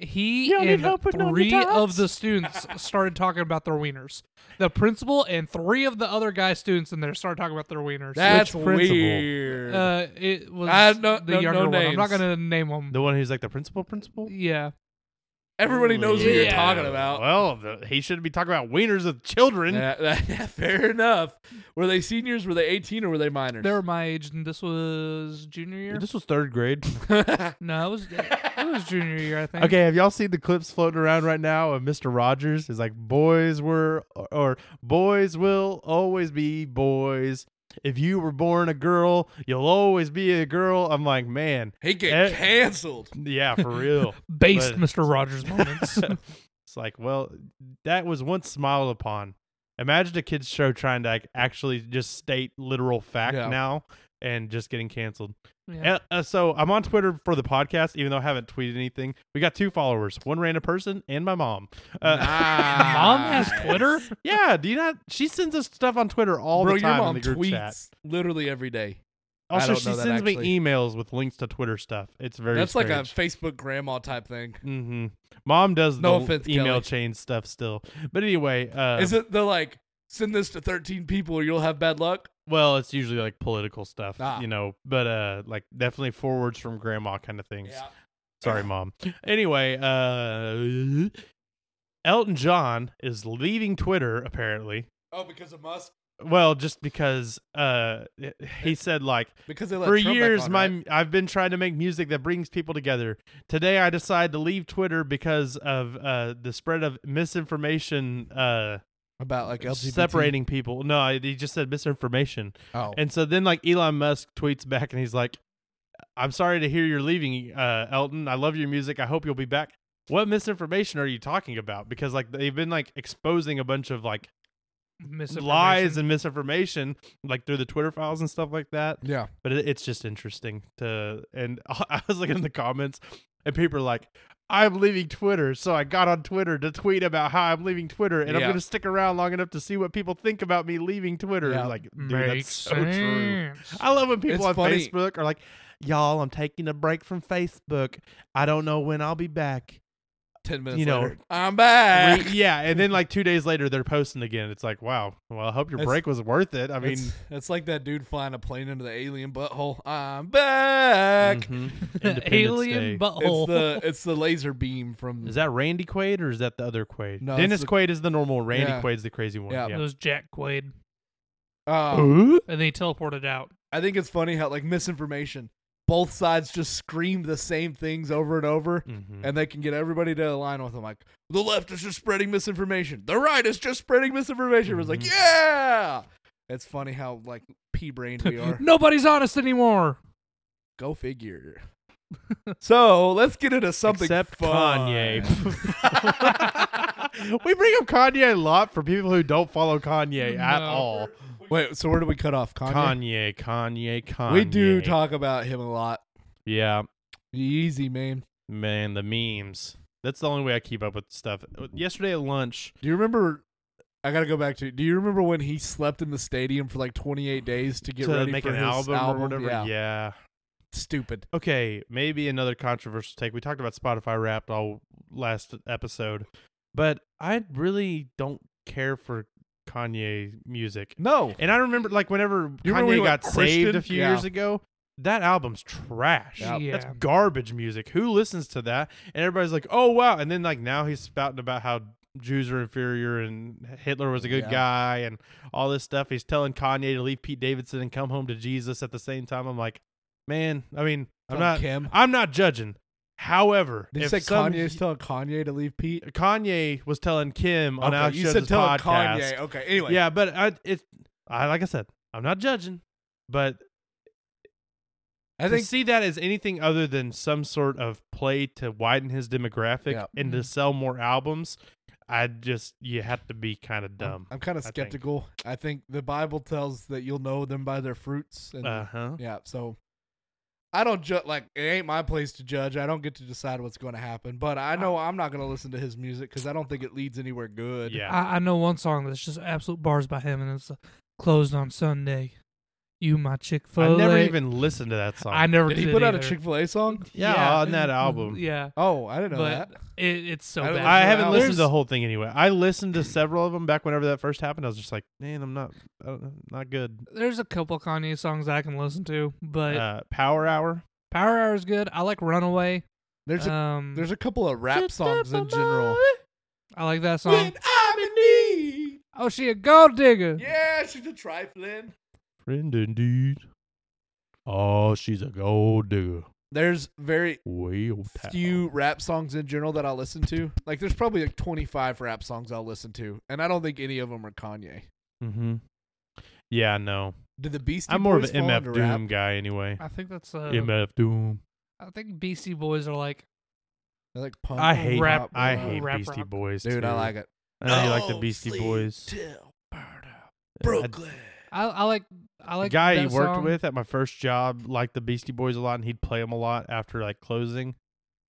S3: he and three of the students started talking about their wieners. The principal and three of the other guy students in there started talking about their wieners.
S1: That's
S2: principal?
S1: weird.
S3: uh, it was
S1: I no-
S3: the
S1: no-
S3: younger
S1: no
S3: one. I'm not
S1: names.
S3: gonna name them.
S2: the one who's like the principal, principal.
S3: Yeah,
S1: Everybody knows who you're
S3: Yeah.
S1: talking about.
S2: Well, the, he shouldn't be talking about wieners of children.
S1: Yeah, that- fair enough. Were they seniors? Were they 18 or were they minors?
S3: they were my age, and this was junior year.
S2: This was third grade.
S3: No, it was it was junior year. I think.
S2: Okay, have y'all seen the clips floating around right now of Mr. Rogers? Is like, boys were or, or boys will always be boys. If you were born a girl, you'll always be a girl. I'm like, man,
S1: he get
S2: Eh.
S1: canceled.
S2: yeah, for real.
S3: Based
S2: But-
S3: Mr. Rogers moments.
S2: it's like, well, that was once smiled upon. Imagine a kids show trying to like actually just state literal fact
S1: Yeah.
S2: now and just getting canceled.
S3: yeah.
S2: Uh, uh, so I'm on Twitter for the podcast, even though I haven't tweeted anything. We got two followers, one random person, and my mom. Uh,
S3: Mom has
S1: Nice.
S3: Twitter.
S2: Yeah, do you not? She sends us stuff on Twitter all
S1: Bro,
S2: the
S1: your
S2: time
S1: mom
S2: in the group
S1: tweets
S2: chat.
S1: literally every day. I
S2: Also,
S1: don't
S2: she
S1: know that
S2: sends
S1: actually.
S2: me emails with links to Twitter stuff. It's very
S1: That's like a Facebook grandma type thing.
S2: a. Mm-hmm. Mom does
S1: No
S2: the
S1: offense,
S2: email
S1: Kelly.
S2: chain stuff still, but anyway, uh,
S1: Is it the like send this to 13 people or you'll have bad luck?
S2: Well, it's usually like political stuff,
S1: Ah.
S2: you know, but uh, like definitely forwards from grandma kind of things. Sorry, mom. Anyway, uh, Elton John is leaving Twitter apparently.
S1: Oh, because of Musk.
S2: Well, just because uh, he said like
S1: because they let
S2: for
S1: Trump back
S2: years
S1: on,
S2: my
S1: right?
S2: i've been trying to make music that brings people together today i decided to leave twitter because of uh, the spread of misinformation uh,
S1: about like LGBT
S2: separating people no I- he just said misinformation
S1: Oh,
S2: and so then like elon musk tweets back and he's like i'm sorry to hear you're leaving uh, elton i love your music i hope you'll be back what misinformation are you talking about because like they've been like exposing a bunch of like lies and misinformation like through the twitter files and stuff like that
S1: yeah.
S2: but it, it's just interesting to and i was looking in the comments and people are like i'm leaving twitter so i got on twitter to tweet about how i'm leaving twitter and i'm
S1: Yeah.
S2: going to stick around long enough to see what people think about me leaving twitter
S1: Yeah.
S2: like dude
S3: Makes
S2: that's so true
S3: sense.
S2: i love when people
S1: It's
S2: on
S1: funny.
S2: facebook are like y'all i'm taking a break from facebook i don't know when i'll be back
S1: Ten minutes
S2: You know,
S1: later, I'm back.
S2: We- Uh, yeah and then like two days later they're posting again it's like wow well i hope your
S1: It's-
S2: break was worth it i mean
S1: it's, it's like that dude flying a plane into the alien butthole. I'm back.
S2: mhm. Independence Day.
S3: alien butthole.
S1: It's the it's the laser beam from
S2: Is that Randy Quaid or is that the other Quaid?
S1: No,
S2: Dennis
S1: it's the-
S2: Quaid is the normal. Randy
S1: Yeah.
S2: Quaid's the crazy one.
S1: Yeah.
S2: Yeah.
S3: It was Jack Quaid,
S1: uh,
S3: and they teleported out.
S1: I think it's funny how like misinformation. Both sides just scream the same things over and over,
S2: Mhm.
S1: and they can get everybody to align with them. Like the left is just spreading misinformation, the right is just spreading misinformation. It's like
S2: Mhm.
S1: yeah, it's funny how like pea brained we are.
S3: Nobody's honest anymore.
S1: Go figure. so let's get into something
S2: Except
S1: fun.
S2: Kanye. we bring up Kanye a lot for people who don't follow Kanye at
S3: No.
S2: all.
S1: Wait, so where do we cut off? Kanye.
S2: Kanye, Kanye, Kanye.
S1: We do talk about him a lot.
S2: Yeah,
S1: Easy, man.
S2: man, the memes. That's the only way I keep up with stuff. Uh, Yesterday at lunch,
S1: Do you remember? I gotta go back to. Do you remember when he slept in the stadium for like 28 days to get
S2: to
S1: ready
S2: make
S1: for
S2: an
S1: his
S2: album, or whatever.
S1: Yeah.
S2: yeah.
S1: stupid.
S2: okay, maybe another controversial take. We talked about Spotify Wrapped all last episode, but I really don't care for Kanye music.
S1: No,
S2: And I remember, like, whenever
S1: You
S2: Kanye
S1: remember when we
S2: got
S1: went
S2: saved
S1: Christian?
S2: a few
S1: Yeah.
S2: years ago, that album's trash.
S1: Yeah.
S2: That's
S3: Yeah.
S2: garbage music. Who listens to that? And everybody's like, "Oh wow!" And then like now he's spouting about how Jews are inferior and Hitler was a good
S1: Yeah.
S2: guy and all this stuff. He's telling Kanye to leave Pete Davidson and come home to Jesus. At the same time, I'm like, man, I mean,
S1: Tell
S2: I'm not,
S1: Kim.
S2: I'm not judging. However,
S1: They
S2: if
S1: said
S2: some-
S1: Kanye's telling Kanye to leave Pete.
S2: Kanye was telling Kim on
S1: okay,
S2: Alex
S1: you said
S2: Jones'
S1: telling
S2: podcast.
S1: Kanye. Okay, anyway.
S2: Yeah, but I it I like I said, I'm not judging, but
S1: I
S2: to
S1: think
S2: see that as anything other than some sort of play to widen his demographic
S1: Yeah.
S2: and
S3: Mm-hmm.
S2: to sell more albums, I just you have to be kind of dumb.
S1: I'm kind of
S2: think.
S1: skeptical. I think the Bible tells that you'll know them by their fruits, and
S2: Uh huh.
S1: Yeah, so I don't judge. Like it ain't my place to judge. I don't get to decide what's going to happen. But I know I'm not going to listen to his music because I don't think it leads anywhere good.
S2: Yeah.
S3: I, I know one song that's just absolute bars by him, and it's uh, closed on Sunday. You my Chick
S2: I
S3: Fil A.
S2: never even listened to that song.
S3: I never
S1: Did he put out a
S3: either.
S1: Chick Fil A song?
S2: Yeah, on that album.
S3: Yeah,
S1: Oh, I didn't know
S3: but
S1: that.
S3: it, it's so
S1: I don't
S3: bad.
S2: I
S1: There's-
S2: haven't listened to the
S1: there's-
S2: whole thing anyway. I listened to several of them back whenever that first happened. I was just like, man, I'm not, I'm not good.
S3: There's a couple Kanye songs I can listen to, but
S2: Uh, Power Hour.
S3: Power Hour is good. I like Runaway.
S1: There's a
S3: um,
S1: there's a couple of rap songs in general.
S3: I like that song.
S1: I'm in need.
S3: Oh, she a gold digger.
S1: Yeah, she's a trifling.
S2: Friend indeed. Oh, she's a gold digger.
S1: There's very
S2: Well, pal.
S1: few rap songs in general that I'll listen to. Like there's probably like 25 rap songs I'll listen to, and I don't think any of them are Kanye.
S2: Mm-hmm. Yeah, no.
S1: Did the Beastie
S2: I'm more of
S1: Boys
S2: an
S1: fall
S2: MF
S1: into
S2: Doom
S1: rap?
S2: guy anyway.
S3: I think that's. Uh,
S2: MF Doom.
S3: I think BC Boys are like.
S1: I like punk.
S2: I hate
S3: rap-
S2: I
S3: uh,
S2: hate
S3: rap
S2: Beastie
S3: rock.
S2: Boys.
S1: Dude, I
S2: too.
S1: like it. Oh,
S2: I know you like the Beastie Boys. I-
S3: I, I like. I
S2: the
S3: like
S2: guy
S3: that
S2: he worked
S3: song.
S2: with at my first job liked the Beastie Boys a lot, and he'd play them a lot after like closing.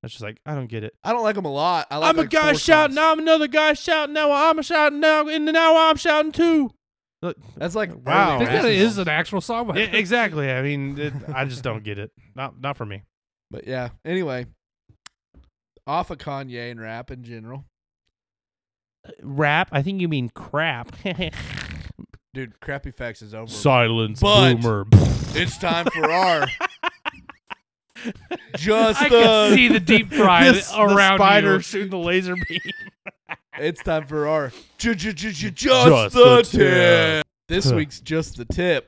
S2: That's just like I don't get it.
S1: I don't like them a lot. I like
S2: I'm a
S1: like,
S2: guy
S1: four
S2: shouting.
S1: songs.
S2: I'm another guy shouting. Now I'm a shouting. Now and now I'm shouting too. Look,
S1: That's like
S2: Wow.
S3: I
S1: early
S3: think
S1: rap
S3: that is
S1: songs.
S3: an actual song. But
S2: yeah, exactly. I mean, it, I just don't get it. Not not for me.
S1: But yeah. Anyway, off of Kanye and rap in general,
S2: Rap. I think you mean crap.
S1: dude. Crappy facts is over.
S2: Silence,
S1: But-
S2: boomer.
S1: it's time for our just
S3: I
S1: the.
S3: can see the deep fry
S2: This- the
S3: around
S2: spider
S3: you.
S2: shooting the laser beam.
S1: It's time for our ju- ju- ju- ju- just,
S2: Just
S1: the
S2: the
S1: tip. This
S2: Huh.
S1: week's just the tip.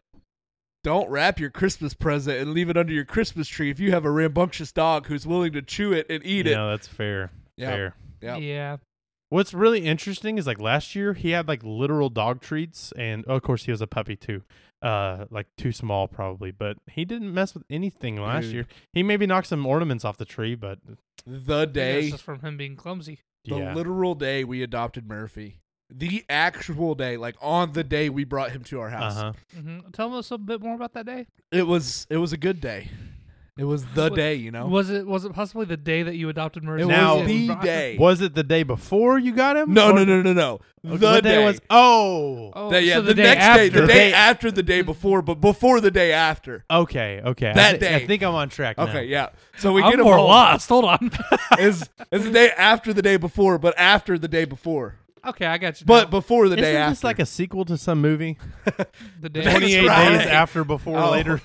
S1: Don't wrap your Christmas present and leave it under your Christmas tree if you have a rambunctious dog who's willing to chew it and eat
S2: Yeah, that's fair.
S1: Yeah.
S2: Fair.
S1: Yep.
S3: Yeah.
S2: What's really interesting is like last year he had like literal dog treats, and oh, of course he was a puppy too, uh, like too small probably, but he didn't mess with anything last
S1: Dude.
S2: year. He maybe knocked some ornaments off the tree, but
S1: it. The
S3: That's
S1: day,
S3: just from him being clumsy.
S1: the
S2: yeah,
S1: literal day we adopted Murphy, the actual day, like on the day we brought him to our
S2: uh
S1: house.
S2: huh.
S3: hmm Tell us a bit more about that day.
S1: It was it was a good day. It was the
S3: What-
S1: day, you know.
S3: Was it was it possibly the day that you adopted Murphy?
S1: it
S2: Now-
S1: was the day.
S2: Was it the day before you got him?
S1: No,
S2: Or-
S1: no, no, no, no.
S2: Okay,
S1: The
S2: what day, was oh.
S3: Oh,
S1: That- yeah,
S3: so
S1: the, next day, the
S2: after.
S1: day
S2: Day-
S1: after the day before, but before the day after.
S2: Okay, okay. I
S1: Oh. That
S2: thi-
S1: day.
S2: I think I'm on track. now.
S1: Okay, yeah. So we get
S3: I'm
S1: him
S3: more
S1: home.
S3: lost. Hold on.
S1: It's, it's the day after the day before, but after the day before,
S3: okay, I got you.
S1: but
S3: now.
S1: before the day
S2: Isn't this
S1: after.
S2: like a sequel to some movie?
S3: the day.
S1: That's
S2: 28
S1: right.
S2: days after, before,
S1: Oh.
S2: later.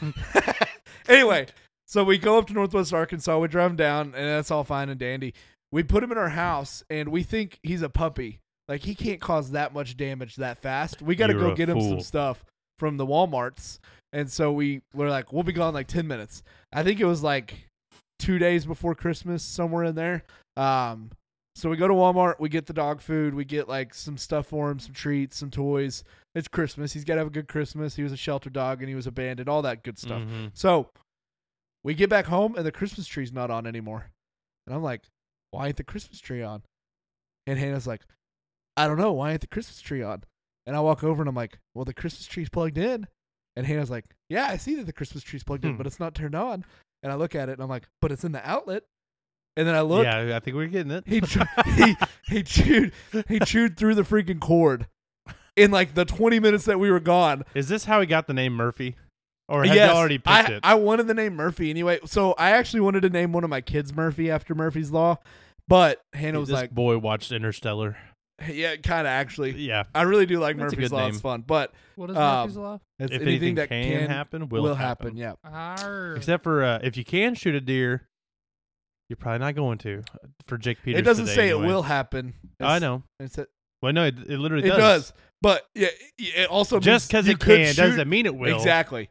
S1: anyway, so we go up to Northwest Arkansas. We drive him down, and that's all fine and dandy. We put him in our house, and we think he's a puppy. Like he can't cause that much damage that fast. We got to
S2: You're
S1: go
S2: a
S1: get him some
S2: fool.
S1: stuff from the WalMarts, and so we were like, we'll be gone like ten minutes. I think it was like two days before Christmas, somewhere in there. Um, so we go to Walmart, we get the dog food, we get like some stuff for him, some treats, some toys. It's Christmas. He's got to have a good Christmas. He was a shelter dog and he was abandoned, all that good stuff.
S2: Mhm.
S1: So we get back home and the Christmas tree's not on anymore. And I'm like, why ain't the Christmas tree on? And Hannah's like, I don't know. Why ain't the Christmas tree on? And I walk over and I'm like, well, the Christmas tree's plugged in. And Hannah's like, yeah, I see that the Christmas tree's plugged in,
S2: Hmm.
S1: but it's not turned on. And I look at it and I'm like, but it's in the outlet. And then I look
S2: Yeah, I think we're getting it.
S1: he chew- he he chewed he chewed through the freaking cord in like the 20 minutes that we were gone.
S2: Is this how he got the name Murphy? Or had
S1: Yes,
S2: you already picked
S1: I,
S2: it?
S1: I wanted the name Murphy anyway. So I actually wanted to name one of my kids Murphy after Murphy's Law, but Hannah was
S2: this
S1: like,
S2: boy watched Interstellar.
S1: yeah, kind of actually.
S2: Yeah.
S1: I really do like
S2: That's a
S1: Murphy's
S2: good
S1: Law.
S2: name.
S1: It's fun, but
S3: What is
S1: Um,
S3: Murphy's law?
S1: it's
S2: if
S1: anything, that
S2: can, happen, will,
S1: happen. Yeah.
S3: Arr.
S2: Except for uh, if you can shoot a deer, you're probably not going to uh, for Jake Peters.
S1: it doesn't
S2: today,
S1: say
S2: anyway.
S1: it will happen.
S2: I
S1: It's-
S2: know.
S1: It's a,
S2: Well, no, it, it literally
S1: it does.
S2: does.
S1: But yeah, it it also
S2: Just
S1: because
S2: because it can doesn't mean it will.
S1: Exactly.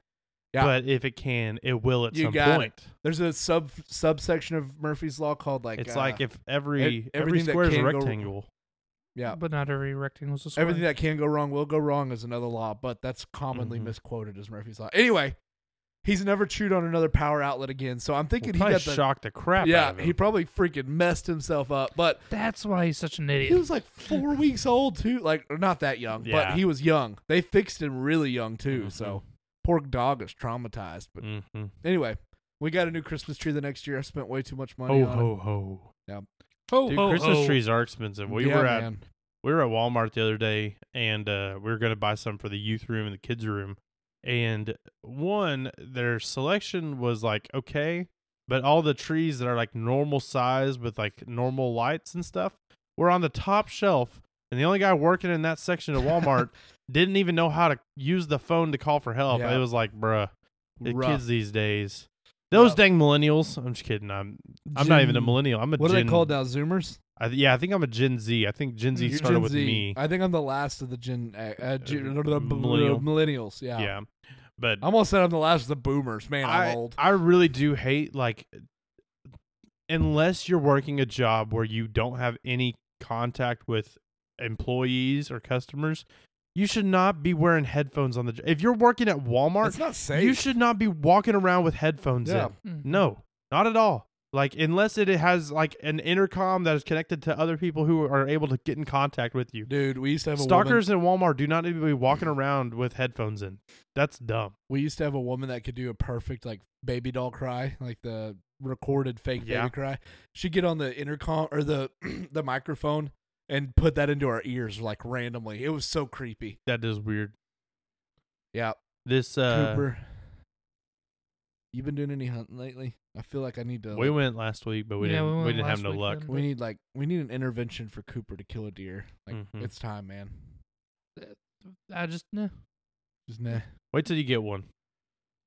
S1: yeah.
S2: But if it can, it will at
S1: You
S2: some
S1: got it.
S2: point.
S1: There's a sub subsection of Murphy's Law called like
S2: it's
S1: uh,
S2: like if every
S1: ev-
S2: every
S1: everything that
S2: square is a
S1: can go-
S2: rectangle.
S1: yeah.
S3: But not every rectangle's a square.
S1: Everything that can go wrong will go wrong is another law, but that's commonly
S2: Mhm.
S1: misquoted as Murphy's Law. Anyway, he's never chewed on another power outlet again, so I'm
S2: We'll
S1: thinking he
S2: probably
S1: got the
S2: shock the crap out
S1: yeah.
S2: of him.
S1: He probably freaking messed himself up, but
S3: That's why he's such an
S1: he
S3: idiot.
S1: was like four weeks old too, like or not that young,
S2: Yeah.
S1: but he was young. They fixed him really young too,
S2: Mhm.
S1: so poor dog is traumatized. But
S2: hmm
S1: anyway, we got a new Christmas tree the next year. I spent way too much money
S2: Ho
S1: on
S2: Oh, ho ho.
S3: Ho,
S2: Dude,
S3: ho,
S2: Christmas
S3: ho.
S2: trees are expensive.
S1: it.
S2: We
S1: oh. Yeah,
S2: were at
S1: man.
S2: we were at Walmart the other day and uh, we were going to buy some for the youth room and the kids room. And one, their selection was like okay, but all the trees that are like normal size with like normal lights and stuff were on the top shelf. And the only guy working in that section of Walmart didn't even know how to use the phone to call for help.
S1: Yeah.
S2: It was like, bruh, the
S1: Rough.
S2: kids these days. Those
S1: Rough.
S2: dang millennials. I'm just kidding. I'm I'm not even a
S1: Gen-
S2: millennial. I'm a
S1: What are
S2: Gen
S1: they called now? Zoomers.
S2: I th- yeah, I think I'm a Gen Z. I think Gen Z
S1: Mm, You're
S2: started
S1: Gen
S2: with
S1: Z. Oh,
S2: me.
S1: I think I'm the last of the Gen uh, uh, Gen-
S2: millennial.
S1: millennials. Yeah.
S2: yeah, but
S1: I almost said I'm the last of the boomers. Man, I'm
S2: I
S1: old.
S2: I really do hate like unless you're working a job where you don't have any contact with employees or customers, you should not be wearing headphones on the. j- If you're working at Walmart,
S1: It's not safe.
S2: you should not be walking around with headphones
S1: Yeah.
S2: in.
S3: Mhm.
S2: No, not at all. Like unless it has like an intercom that is connected to other people who are able to get in contact with you.
S1: Dude, we used to have a Woman,
S2: Stalkers in Walmart do not need to be walking around with headphones in. That's dumb.
S1: we used to have a woman that could do a perfect like baby doll cry, like the recorded fake
S2: Yeah.
S1: baby cry. She'd get on the intercom or the the microphone and put that into our ears like randomly. It was so creepy.
S2: That is weird.
S1: Yeah,
S2: This uh
S1: Cooper, you been doing any hunting lately? I feel like I need to.
S2: we
S1: like,
S2: went last week, but we
S3: Yeah, we
S2: didn't we,
S3: went
S2: didn't have
S3: last
S2: no luck.
S3: weekend.
S1: We need like we need an intervention for Cooper to kill a deer. Like
S2: Mhm.
S1: it's time, man.
S3: I just no.
S1: Just nah.
S2: Wait till you get one.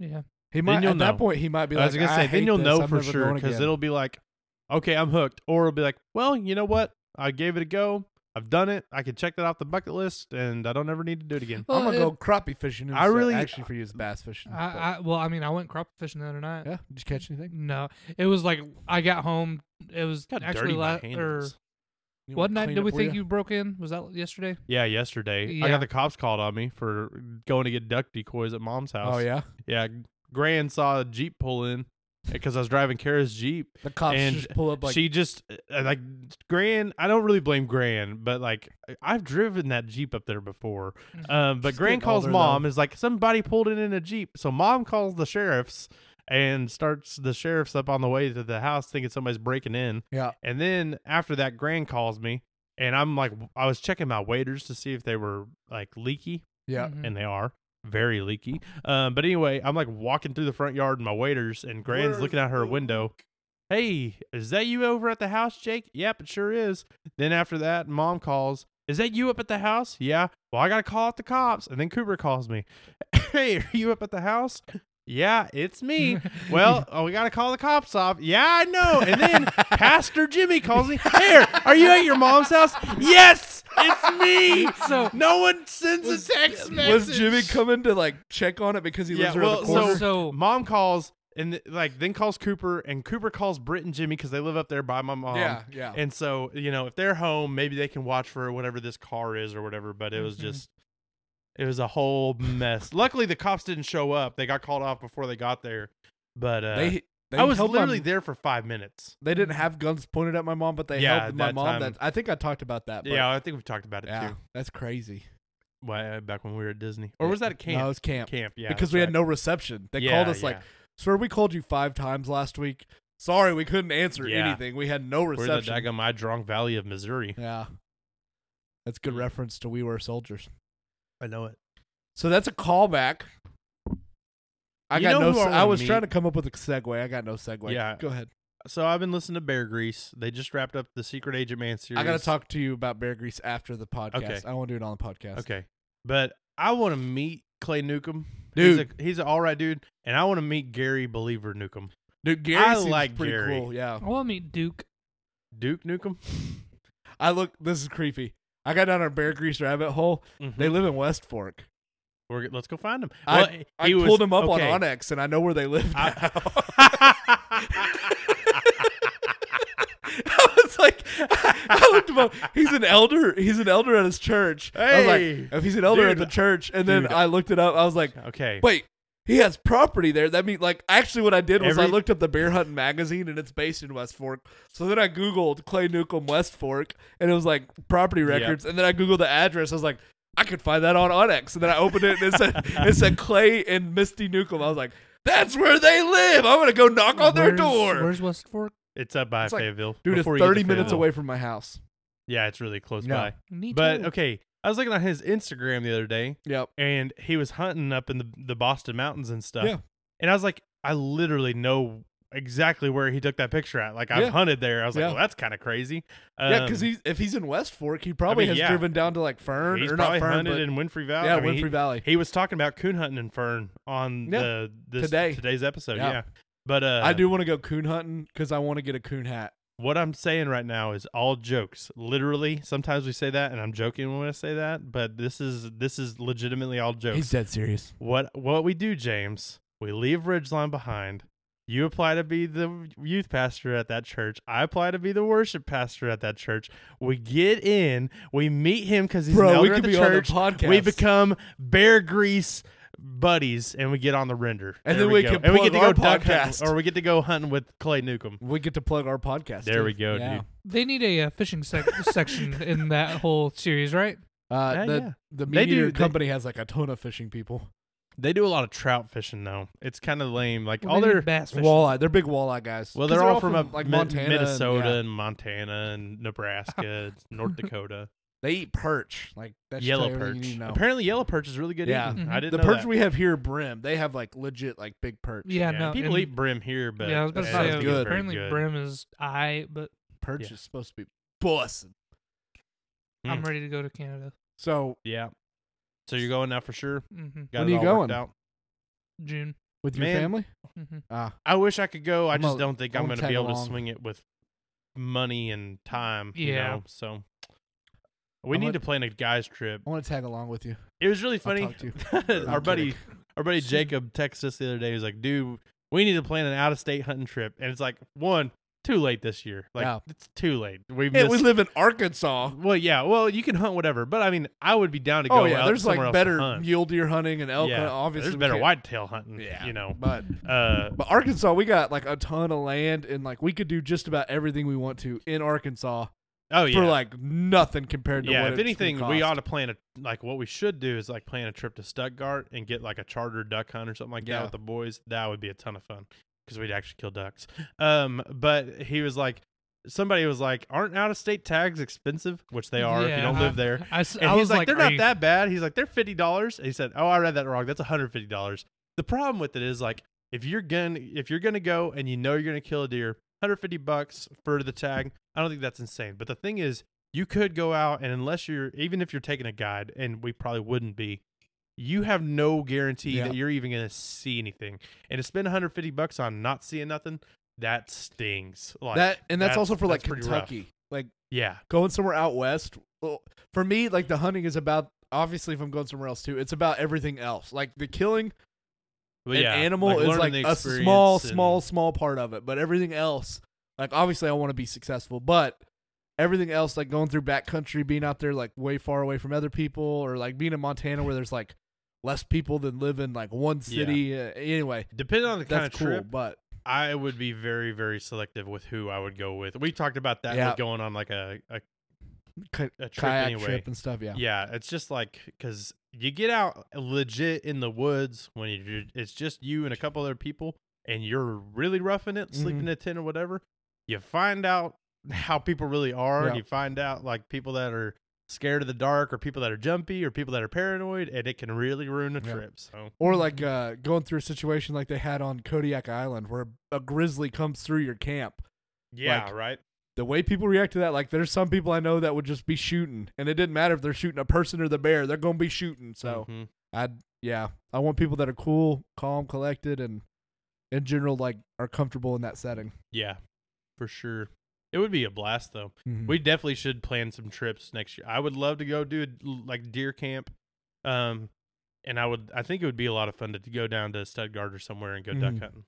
S3: Yeah.
S1: He might
S2: you'll
S1: at that
S2: know.
S1: point he might be
S2: I
S1: like
S2: was gonna say,
S1: hate
S2: then you'll
S1: this.
S2: know
S1: I'm
S2: for
S1: never
S2: sure
S1: going
S2: because
S1: again."
S2: it'll be like, okay, I'm hooked, or it'll be like, well, you know what, I gave it a go. I've done it. I can check that off the bucket list, and I don't ever need to do it again.
S1: I'm gonna go crappie fishing.
S2: I
S1: I
S2: really-
S1: really actually for you is bass fishing. but-
S3: I, I, well, I mean, I went crop fishing the other night.
S1: yeah, did you catch anything?
S3: No, it was like I got home. It was
S2: Got
S3: actually
S2: dirty my
S3: la-
S2: hand
S3: or
S2: is.
S1: You
S3: what
S1: want me to
S3: night
S1: clean
S3: did
S1: it
S3: we
S1: for
S3: think you? broke in? Was that yesterday?
S2: Yeah, yesterday I
S3: Yeah.
S2: got the cops called on me for going to get duck decoys at mom's house.
S1: Oh yeah,
S2: yeah. Gran saw a jeep pull in because I was driving Kara's jeep.
S1: the cops
S2: And
S1: just pull up like
S2: she just uh, like Gran. I don't really blame Gran, but like I- I've driven that Jeep up there before. Um, but
S1: Mm-hmm. She's
S2: Gran
S1: getting
S2: calls
S1: older,
S2: mom is like somebody pulled in in a Jeep, so mom calls the sheriffs and starts the sheriffs up on the way to the house, thinking somebody's breaking in.
S1: yeah.
S2: And then after that, Gran calls me, and I'm like, I was checking my waders to see if they were like leaky,
S1: Yeah.
S3: Mhm.
S2: and they are very leaky. Um, but anyway, I'm like walking through the front yard in my waders, and Gran's looking out her window. Hey, is that you over at the house, Jake? Yep, it sure is. Then after that, mom calls. Is that you up at the house? Yeah. Well, I gotta call out the cops. And then Cooper calls me. hey, are you up at the house? Yeah, it's me. Well, oh, we gotta call the cops off. Yeah, I know. And then Pastor Jimmy calls me. Here, are you at your mom's house? Yes, it's me.
S3: So-
S2: no one sends a text message.
S1: Was Jimmy coming to like check on it because he
S2: Yeah,
S1: lives around
S2: well,
S1: the
S2: so,
S1: corner?
S3: So-
S2: mom calls and th- like then calls Cooper and Cooper calls Britt and Jimmy because they live up there by my mom.
S1: yeah, yeah.
S2: And so you know if they're home, maybe they can watch for whatever this car is or whatever. But it was
S3: Mhm.
S1: Mm-hmm.
S2: just. It was a whole mess. Luckily, the cops didn't show up. They got called off before they got there. But uh,
S1: they, they
S2: I was
S1: held my-
S2: literally there for five minutes.
S1: They didn't have guns pointed at my mom, but they
S2: Yeah,
S1: held my
S2: that
S1: mom.
S2: time.
S1: That I think I talked about that. But
S2: yeah, I think we've talked about it
S1: yeah,
S2: too.
S1: that's crazy.
S2: Way back when we were at Disney, or was that a camp?
S1: No, it was camp.
S2: camp, yeah.
S1: because
S2: that's
S1: we
S2: right.
S1: had no reception. They
S2: Yeah,
S1: called us
S2: yeah.
S1: like, "Sir, we called you five times last week. Sorry, we couldn't answer
S2: Yeah.
S1: anything. We had no
S2: we're in the
S1: reception."
S2: daggum I Drunk Valley of Missouri.
S1: yeah, that's
S2: Mm.
S1: good reference to We Were Soldiers.
S2: I know it.
S1: So that's a callback. I
S2: You
S1: got
S2: know
S1: no.
S2: who
S1: se-
S2: I
S1: I
S2: wanna
S1: was
S2: meet?
S1: trying to come up with a segue. I got no segue.
S2: Yeah.
S1: go ahead.
S2: So I've been listening to Bear Grease. They just wrapped up the Secret Agent Man series.
S1: I got to talk to you about Bear Grease after the podcast.
S2: Okay.
S1: I want to do it on the podcast.
S2: Okay, but I want to meet Clay Newcomb. he's,
S1: Dude.
S2: a, he's an all right dude, and I want to meet Gary Believer Newcomb,
S1: dude. Gary
S2: I
S1: seems
S2: like
S1: pretty
S2: Gary.
S1: cool. Yeah,
S3: I want to meet Duke.
S2: Duke Newcomb.
S1: I look. This is creepy. I got down our Bear Grease rabbit hole. They
S2: Hmm.
S1: live in West Fork.
S2: We're, let's go find him. Well,
S1: Mm-hmm. I, I
S2: he was-
S1: pulled them up
S2: okay.
S1: on Onyx, and I know where they live. Now. I was like, I looked him up. He's an elder. He's an elder at his church. I was
S2: Hey,
S1: like, if he's an elder at
S2: dude.
S1: the church, and then
S2: Dude.
S1: I looked it up. I was like,
S2: okay.
S1: wait, he has property there. That means like actually, what I did was I
S2: Every-
S1: looked up the Bear Hunting magazine, and it's based in West Fork. So then I googled Clay Newcomb West Fork, and it was like property records. And then I googled the address. I was like. I could find that on Onyx, and then I opened it and it said it said Clay and Misty Newcomb. I was like, "That's where they live. I'm gonna go knock on their
S3: Where's-
S1: door."
S3: Where's West Fork?
S2: It's up by
S1: It's like-
S2: Fayetteville.
S1: Dude,
S2: before you
S1: it's
S2: get to
S1: 30 minutes
S2: Fayetteville.
S1: away from my house.
S2: Yeah, it's really close
S1: No.
S2: by.
S3: Me
S2: But
S3: too.
S2: okay, I was looking on his Instagram the other day,
S1: Yep.
S2: and he was hunting up in the the Boston mountains and stuff.
S1: Yeah.
S2: And I was like, I literally know exactly where he took that picture at. Like I've
S1: Yeah.
S2: hunted there. I was like,
S1: Yeah.
S2: well, that's kind of crazy.
S1: yeah, because
S2: Um,
S1: he's, if he's in West Fork, he probably
S2: I mean,
S1: has
S2: yeah.
S1: driven down to like Fern
S2: he's
S1: or not
S2: probably
S1: Fern,
S2: hunted
S1: but
S2: in Winfrey Valley.
S1: yeah,
S2: I mean,
S1: Winfrey Valley.
S2: He, he was talking about coon hunting in Fern on
S1: Yeah.
S2: the this,
S1: Today.
S2: today's episode. Yeah.
S1: Yeah.
S2: But uh,
S1: I do want to go coon hunting because I want to get a coon hat.
S2: What I'm saying right now is all jokes. Literally, sometimes we say that, and I'm joking when I say that. But this is this is legitimately all jokes.
S1: He's dead serious.
S2: What what we do, James? We leave Ridgeline behind. You apply to be the youth pastor at that church. I apply to be the worship pastor at that church. We get in. We meet him because he's an
S1: Bro,
S2: elder
S1: we
S2: at
S1: could
S2: the
S1: be on the
S2: church.
S1: podcast.
S2: We become Bear Grease buddies, and we get on the render.
S1: And
S2: There
S1: then we
S2: go.
S1: can
S2: and we get to go
S1: plug our
S2: duck hunting,
S1: podcast.
S2: or we get to go hunting with Clay Newcomb.
S1: We get to plug our podcast.
S2: There
S1: too.
S2: we go,
S1: Yeah.
S2: dude.
S3: they need a uh, fishing sec- section in that whole series, right?
S1: Uh,
S2: Yeah,
S1: the
S2: yeah.
S1: the
S2: They
S1: meat
S2: do-
S1: eater
S2: they-
S1: company has like a ton of fishing people.
S2: They do a lot of trout fishing though. It's kind of lame. Like
S3: Well,
S2: all
S3: they need
S2: their
S3: bass fishing.
S1: Walleye, they're big walleye guys.
S2: Well,
S1: 'Cause
S2: they're, all, from, up
S1: like
S2: Mi-
S1: Montana, and-
S2: Minnesota,
S1: yeah.
S2: and Montana, and Nebraska, North Dakota.
S1: They eat perch, like that's
S2: yellow perch. Apparently, yellow perch is really good.
S1: Yeah. Mm-hmm.
S2: eating.
S3: Mhm.
S2: I didn't
S1: The
S2: know
S1: perch
S2: that.
S1: we have here, brim. They have like legit like big perch.
S3: Yeah,
S2: Yeah,
S3: no.
S2: people
S3: and-
S2: eat brim here, but
S3: yeah, I was about to
S2: I don't
S1: it's
S2: think
S3: say. uh,
S2: it's
S1: good.
S2: very
S3: Apparently,
S2: good.
S3: brim is I, but
S1: Perch
S2: Yeah.
S1: is supposed to be bussin'.
S3: I'm
S2: Mm.
S3: ready to go to Canada.
S1: So
S2: Yeah. So you're going now for sure.
S3: hmm
S2: Got
S1: When
S2: it
S1: are you
S2: all worked
S1: going?
S2: out.
S3: June.
S1: with your
S2: Man.
S1: family,
S3: hmm
S1: ah,
S2: I wish I could go. I
S1: I'm
S2: just
S1: a-
S2: don't think I'm
S1: I'm
S2: going to
S1: tag
S2: be able to
S1: along.
S2: swing it with money and time. You
S3: Yeah.
S2: know? So We
S1: I'm
S2: need
S1: gonna-
S2: to plan a guys trip.
S1: I want to tag along with you.
S2: It was really funny.
S1: talk to you.
S2: our
S1: I'm
S2: buddy, our buddy Jacob texted us the other day. He was like, "Dude, we need to plan an out-of-state hunting trip." And it's like, one, too late this year. Like,
S1: Yeah.
S2: it's too late. We've
S1: Hey,
S2: missed-
S1: we live in Arkansas.
S2: Well, yeah. Well, you can hunt whatever, but I mean, I would be down to go.
S1: Oh yeah,
S2: out
S1: there's
S2: somewhere
S1: like
S2: else to
S1: better
S2: hunt.
S1: mule deer hunting and elk. hunting. Obviously,
S2: there's
S1: we
S2: better
S1: can't-
S2: whitetail hunting.
S1: Yeah.
S2: you know.
S1: But
S2: Uh,
S1: but Arkansas, we got like a ton of land, and like we could do just about everything we want to in Arkansas
S2: oh yeah.
S1: for like nothing compared to
S2: yeah,
S1: what.
S2: if
S1: it's gonna
S2: anything, we
S1: cost.
S2: ought to plan a like what we should do is like plan a trip to Stuttgart and get like a charter duck hunt or something like
S1: Yeah.
S2: that with the boys. That would be a ton of fun because we'd actually kill ducks. Um, but he was like, somebody was like, aren't out of state tags expensive? Which they are if you
S3: Yeah,
S2: don't
S3: I-
S2: live there.
S3: I, s-
S2: And
S3: I
S2: he's
S3: was
S2: like,
S3: like,
S2: they're
S3: "Are
S2: not
S3: you-
S2: that bad. He's like, they're fifty dollars. He said, oh, I read that wrong. That's one hundred fifty dollars. The problem with it is like if you're gonna if you're gonna go and you know you're gonna kill a deer, hundred fifty bucks for the tag. I don't think that's insane. But the thing is, you could go out and unless you're even if you're taking a guide, and we probably wouldn't be. You have no guarantee
S1: Yeah.
S2: that you're even going to see anything, and to spend 150 bucks on not seeing nothing, that stings. Like
S1: that, and that's, also for like
S2: that's pretty rough.
S1: Kentucky. Like
S2: Yeah,
S1: going somewhere out west well, for me like the hunting is about obviously if i'm going somewhere else too it's about everything else like the killing
S2: but
S1: an
S2: yeah,
S1: animal is
S2: learning
S1: like
S2: the
S1: a
S2: experience
S1: small
S2: and-
S1: small small part of it but everything else like obviously i want to be successful but everything else like going through backcountry being out there like way far away from other people or like being in montana where there's like less people than live in like one city uh, anyway
S2: Depending on the kind
S1: that's
S2: of
S1: cool
S2: trip,
S1: but
S2: I would be very, very selective with who I would go with. We talked about that
S1: Yeah.
S2: with going on like a, a,
S1: ki-
S2: a trip
S1: kayak
S2: anyway.
S1: trip and stuff yeah,
S2: yeah. it's just like because you get out legit in the woods when you it's just you and a couple other people, and you're really roughing
S1: Mm-hmm.
S2: it, sleeping in a tent or whatever. You find out how people really are, and
S1: Yeah.
S2: you find out like people that are scared of the dark, or people that are jumpy, or people that are paranoid, and it can really ruin a
S1: Yeah.
S2: trip. So
S1: Or like uh, going through a situation like they had on Kodiak Island, where a grizzly comes through your camp.
S2: yeah,
S1: Like,
S2: right.
S1: The way people react to that, like there's some people I know that would just be shooting, and it didn't matter if they're shooting a person or the bear, they're gonna be shooting. So
S2: Mhm.
S1: I, yeah, I want people that are cool, calm, collected, and in general, like are comfortable in that setting.
S2: yeah, for sure. It would be a blast though.
S1: Hmm.
S2: We definitely should plan some trips next year. I would love to go do a, like deer camp, um, and I would. I think it would be a lot of fun to, to go down to Stuttgart or somewhere and go duck
S1: Mhm.
S2: hunting.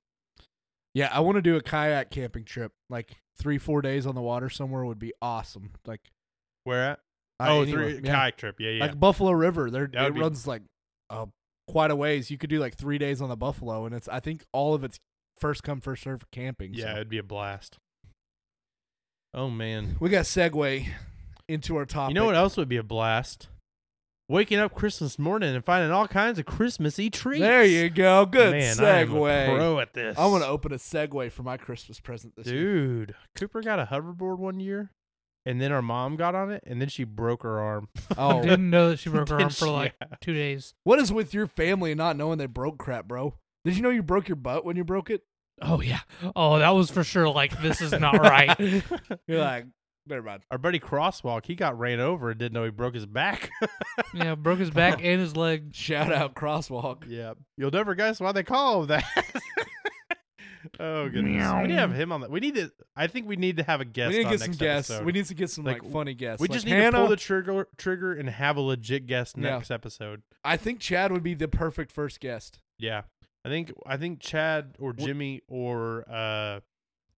S1: yeah, I want to do a kayak camping trip, like three, four days on the water somewhere would be awesome. Like
S2: Where at?
S1: I-
S2: oh,
S1: anywhere,
S2: through
S1: yeah.
S2: kayak trip. Yeah, yeah.
S1: like Buffalo River. There
S2: That would
S1: it
S2: be-
S1: runs like uh, quite a ways. You could do like three days on the Buffalo, and it's I think all of it's first come first serve camping. so.
S2: yeah, it'd be a blast. Oh man,
S1: we got segue into our topic.
S2: you know what else would be a blast? Waking up Christmas morning and finding all kinds of Christmassy treats.
S1: There you go. Good
S2: man, I am a
S1: segue.
S2: pro at this.
S1: I want to open a segue for my Christmas present this year.
S2: Dude, Cooper got a hoverboard one year, and then our mom got on it, and then she broke her arm.
S3: I
S1: Oh,
S3: didn't know that she broke her arm for
S2: Yeah.
S3: like two days.
S1: what is with your family and not knowing they broke crap, bro? Did you know you broke your butt when you broke it?
S3: Oh yeah. Oh, that was for sure. Like this is not right.
S1: You're like, never mind.
S2: Our buddy Crosswalk, he got ran over and didn't know he broke his back.
S3: yeah, broke his back and his leg.
S1: Shout out crosswalk.
S2: yeah. You'll never guess why they call him that. oh goodness. We need to have him on that. We need to I think we need to have a guest.
S1: we need to
S2: on
S1: get some
S2: next
S1: guests.
S2: episode.
S1: We need to get some
S2: Like,
S1: like, funny guests.
S2: We
S1: Like,
S2: just need to
S1: Hannah,
S2: pull the trigger trigger and have a legit guest
S1: Yeah.
S2: next episode.
S1: I think Chad would be the perfect first guest.
S2: Yeah. I think I think Chad or Jimmy or uh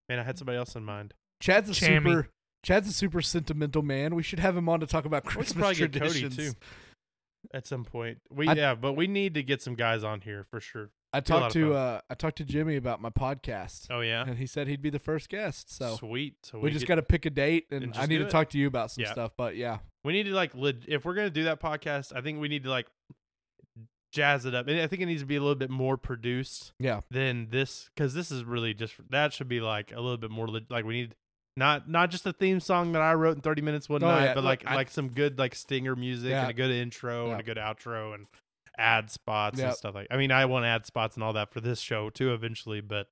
S2: man, I had somebody else in mind.
S1: Chad's a
S3: Chammy.
S1: super Chad's a super sentimental man. We should have him on to talk about
S2: We should
S1: Christmas
S2: probably get Cody,
S1: traditions.
S2: too. At some point. We
S1: I-
S2: yeah, but we need to get some guys on here for sure.
S1: I
S2: Be a lot
S1: talked
S2: of
S1: to
S2: fun.
S1: uh, I talked to Jimmy about my podcast,
S2: Oh yeah.
S1: and he said he'd be the first guest. So
S2: Sweet. So
S1: we,
S2: we,
S1: just
S2: get-
S1: got to pick a date, and,
S2: and
S1: I
S2: just
S1: need
S2: do
S1: to
S2: it.
S1: talk to you about some
S2: Yeah.
S1: stuff. But yeah,
S2: We need to like leg- if we're gonna do that podcast, I think we need to like jazz it up. And I think it needs to be a little bit more produced
S1: yeah,
S2: than this because this is really just that should be like a little bit more leg- like we need not not just a theme song that I wrote in thirty minutes one
S1: Oh,
S2: night,
S1: yeah.
S2: but
S1: Look,
S2: like
S1: I-
S2: like some good like stinger music
S1: Yeah.
S2: and a good intro and
S1: Yeah.
S2: a good outro and ad spots
S1: Yeah.
S2: and stuff like. I mean, I want ad spots and all that for this show too eventually, but.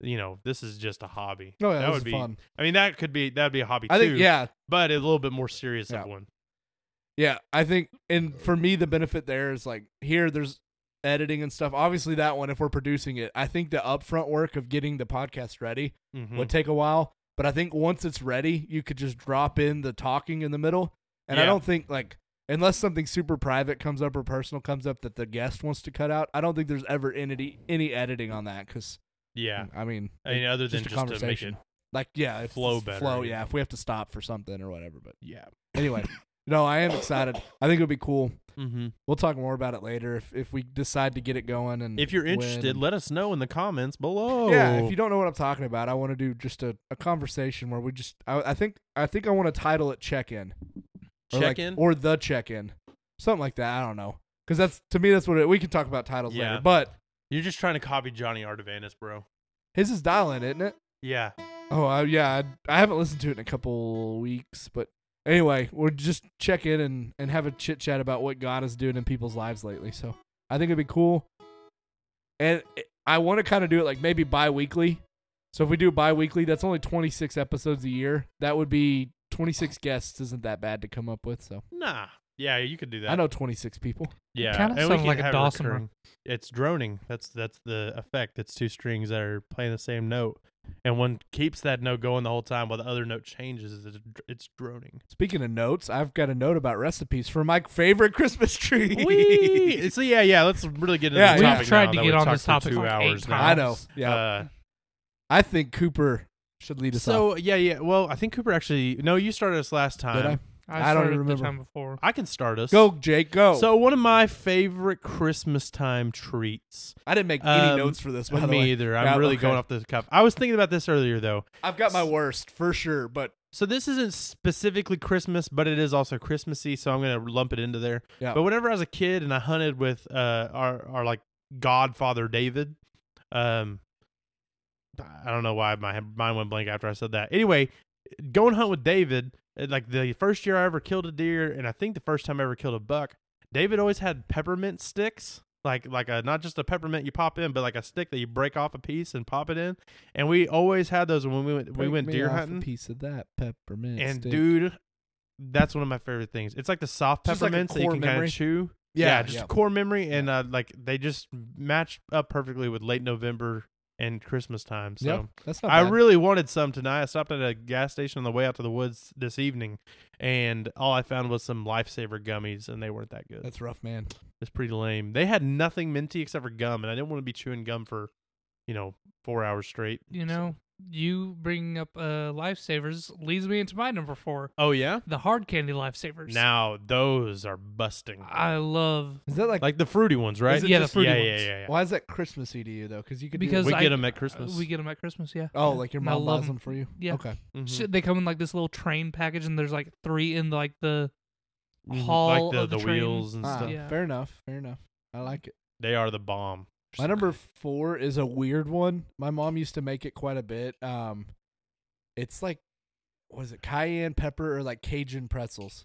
S2: You know, this is just a hobby.
S1: no, Oh, yeah,
S2: that
S1: this
S2: would
S1: is
S2: be.
S1: fun.
S2: I mean, that could be that'd be a hobby
S1: I
S2: too.
S1: think yeah,
S2: but a little bit more serious of
S1: Yeah.
S2: one.
S1: yeah, I think, and for me, the benefit there is like here, there's editing and stuff. Obviously, that one, if we're producing it, I think the upfront work of getting the podcast ready
S2: Mhm.
S1: would take a while. But I think once it's ready, you could just drop in the talking in the middle And I
S2: Yeah.
S1: don't think like unless something super private comes up or personal comes up that the guest wants to cut out, I don't think there's ever any any editing on that because
S2: Yeah.
S1: I mean,
S2: I mean, other than
S1: Mm. just
S2: just,
S1: a
S2: to make
S1: conversation.
S2: it.
S1: like yeah, if
S2: Flow
S1: it's
S2: better,
S1: flow,
S2: yeah.
S1: yeah. If we have to stop for something or whatever, but
S2: Yeah.
S1: anyway, no, I am excited. I think it'll be cool.
S2: Mm-hmm.
S1: We'll talk more about it later if if we decide to get it going. And
S2: If you're
S1: when
S2: interested,
S1: and-
S2: let us know in the comments below.
S1: yeah, if you don't know what I'm talking about, I want to do just a, a conversation where we just I, I think I think I want to title it check in, or like-
S2: check in.
S1: or the check in, something like that. I don't know because that's to me that's what it, we can talk about titles
S2: Yeah.
S1: later. But
S2: You're just trying to copy Johnny Artavanis, bro.
S1: his is dial in, isn't it?
S2: Yeah.
S1: Oh I, yeah, I, I haven't listened to it in a couple weeks, but anyway, we'll just check in and and have a chit chat about what God is doing in people's lives lately. So I think it'd be cool, and I want to kind of do it like maybe bi-weekly. So if we do bi-weekly, that's only 26 episodes a year. That would be 26 guests. Isn't that bad to come up with? So
S2: Nah. Yeah, you could do that.
S1: I know 26 people.
S2: Yeah,
S3: kinda
S2: and we
S3: sounded
S2: can
S3: like a
S2: have
S3: dulcimer.
S2: recurring- It's droning. That's that's the effect. It's two strings that are playing the same note, and one keeps that note going the whole time while the other note changes. It's, it's droning.
S1: Speaking of notes, I've got a note about recipes for my favorite Christmas tree.
S2: Wee! so yeah, yeah. Let's really get into
S1: Yeah,
S2: the
S1: yeah.
S2: topic.
S1: We've
S3: tried
S2: now
S3: to
S2: that
S3: get
S2: we've
S3: on this
S2: talked for
S3: topic
S2: two
S3: like eight
S2: hours now.
S1: I know. Yeah,
S2: Uh,
S1: I think Cooper should lead us off.
S2: so yeah, yeah. Well, I think Cooper actually. No, you started us last time.
S1: I?
S3: I,
S1: I don't
S3: started
S1: remember.
S3: the time before.
S2: I can start us.
S1: Go, Jake. Go.
S2: So one of my favorite Christmas time treats.
S1: I didn't make any
S2: Um,
S1: notes for this. By
S2: Me
S1: the way,
S2: either. I'm
S1: Yeah,
S2: really
S1: okay.
S2: going off the cuff. I was thinking about this earlier though.
S1: I've got my worst for sure, but
S2: So this isn't specifically Christmas, but it is also Christmassy, so I'm gonna lump it into there.
S1: Yeah.
S2: But whenever I was a kid and I hunted with uh our our like godfather David, um I don't know why my mind went blank after I said that. Anyway, going hunt with David, uh, like the first year I ever killed a deer, and I think the first time I ever killed a buck, David always had peppermint sticks. Like like a not just a peppermint you pop in, but like a stick that you break off a piece and pop it in. And we always had those when we went we went deer hunting
S1: piece of that peppermint.
S2: and dude, that's one of my favorite things. It's like the soft
S1: Just like a
S2: peppermints that
S1: core
S2: you can kind
S1: memory.
S2: of chew.
S1: yeah,
S2: just
S1: yeah.
S2: core memory, and uh, like they just matched up perfectly with late November and Christmas time. So
S1: Yeah, that's not.
S2: I
S1: bad.
S2: really wanted some tonight. I stopped at a gas station on the way out to the woods this evening, and all I found was some Lifesaver gummies, and they weren't that good.
S1: That's rough, man.
S2: it's pretty lame. They had nothing minty except for gum, and I didn't want to be chewing gum for, you know, four hours straight.
S3: You know, you bringing up uh, lifesavers leads me into my number four,
S2: Oh yeah.
S3: the hard candy lifesavers.
S2: Now those are busting.
S3: I love
S1: Is that like?
S2: like the fruity ones, right?
S3: it Yeah, the just- fruity
S2: yeah,
S3: ones.
S2: Yeah, yeah, yeah.
S1: Why is that Christmassy to you though? Because you could do
S3: Because
S1: like-
S2: we
S3: I-
S2: get them at Christmas.
S3: we get them at Christmas. Yeah.
S1: oh, like your
S3: And I
S1: mom
S3: love
S1: buys
S3: 'em.
S1: them for you.
S3: Yeah.
S1: Okay.
S2: Mhm.
S3: Shit, they come in like this little train package, and there's like three in like the
S2: Mhm.
S3: Hall
S2: like the,
S3: of the train.
S2: wheels and
S1: Ah,
S2: stuff.
S3: Yeah.
S1: Fair enough. Fair enough. I like it.
S2: They are the bomb.
S1: My number four is a weird one. My mom used to make it quite a bit. Um, it's like, was it cayenne pepper or like Cajun pretzels?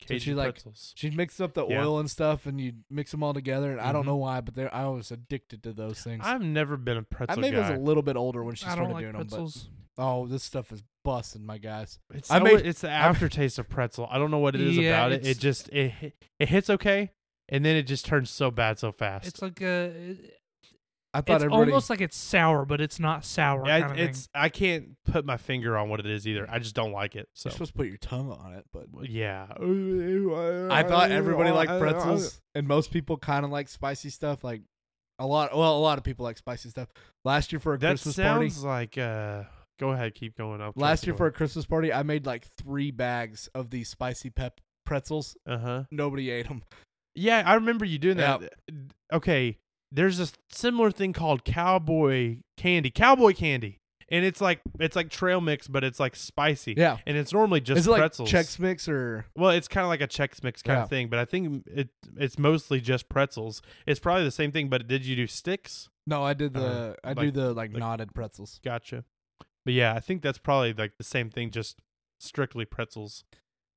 S2: Cajun
S1: she, like-
S2: pretzels.
S1: She'd mix up the
S2: Yeah.
S1: oil and stuff, and you'd mix them all together. And I
S2: Mhm.
S1: don't know why, but they're, I was addicted to those things. I,
S2: I've never been a pretzel
S1: maybe
S2: guy.
S1: was a little bit older when she
S3: I
S1: started
S3: don't like
S1: doing them. But,
S3: pretzels.
S1: oh, this stuff is busting, my guys.
S2: it's,
S1: I
S2: so-
S1: made-
S2: it's the
S1: I-
S2: aftertaste of pretzel. I don't know what it is
S3: Yeah,
S2: about it. It
S3: it's-
S2: just it hi- it hits okay, and then it just turns so bad so fast.
S3: It's like uh, a.
S1: I thought
S3: It's
S1: everybody.
S3: almost like it's sour, but it's not sour.
S2: Yeah,
S3: kind of
S2: it's I can't put my finger on what it is either. I just don't like it. So
S1: you're supposed to put your tongue on it, but
S2: yeah,
S1: I thought everybody liked pretzels, and most people kind of like spicy stuff. Like a lot, well, a lot of people like spicy stuff. Last year for a
S2: That
S1: Christmas party,
S2: sounds like. uh Go ahead, keep going. I'll try
S1: last
S2: some
S1: year for
S2: more.
S1: a Christmas party, I made like three bags of these spicy pep pretzels.
S2: uh huh.
S1: Nobody ate them.
S2: Yeah, I remember you doing that. Okay, there's a similar thing called cowboy candy, cowboy candy, and it's like it's like trail mix, but it's like spicy.
S1: Yeah.
S2: and it's normally just
S1: is it like
S2: pretzels.
S1: Chex Mix or
S2: well, it's kind of like a Chex mix kind
S1: Yeah.
S2: of thing, but I think it it's mostly just pretzels. It's probably the same thing, but did you do sticks?
S1: No, I did the
S2: Uh,
S1: I do
S2: like-
S1: the like,
S2: like-
S1: knotted pretzels.
S2: Gotcha. But yeah, I think that's probably like the same thing, just strictly pretzels.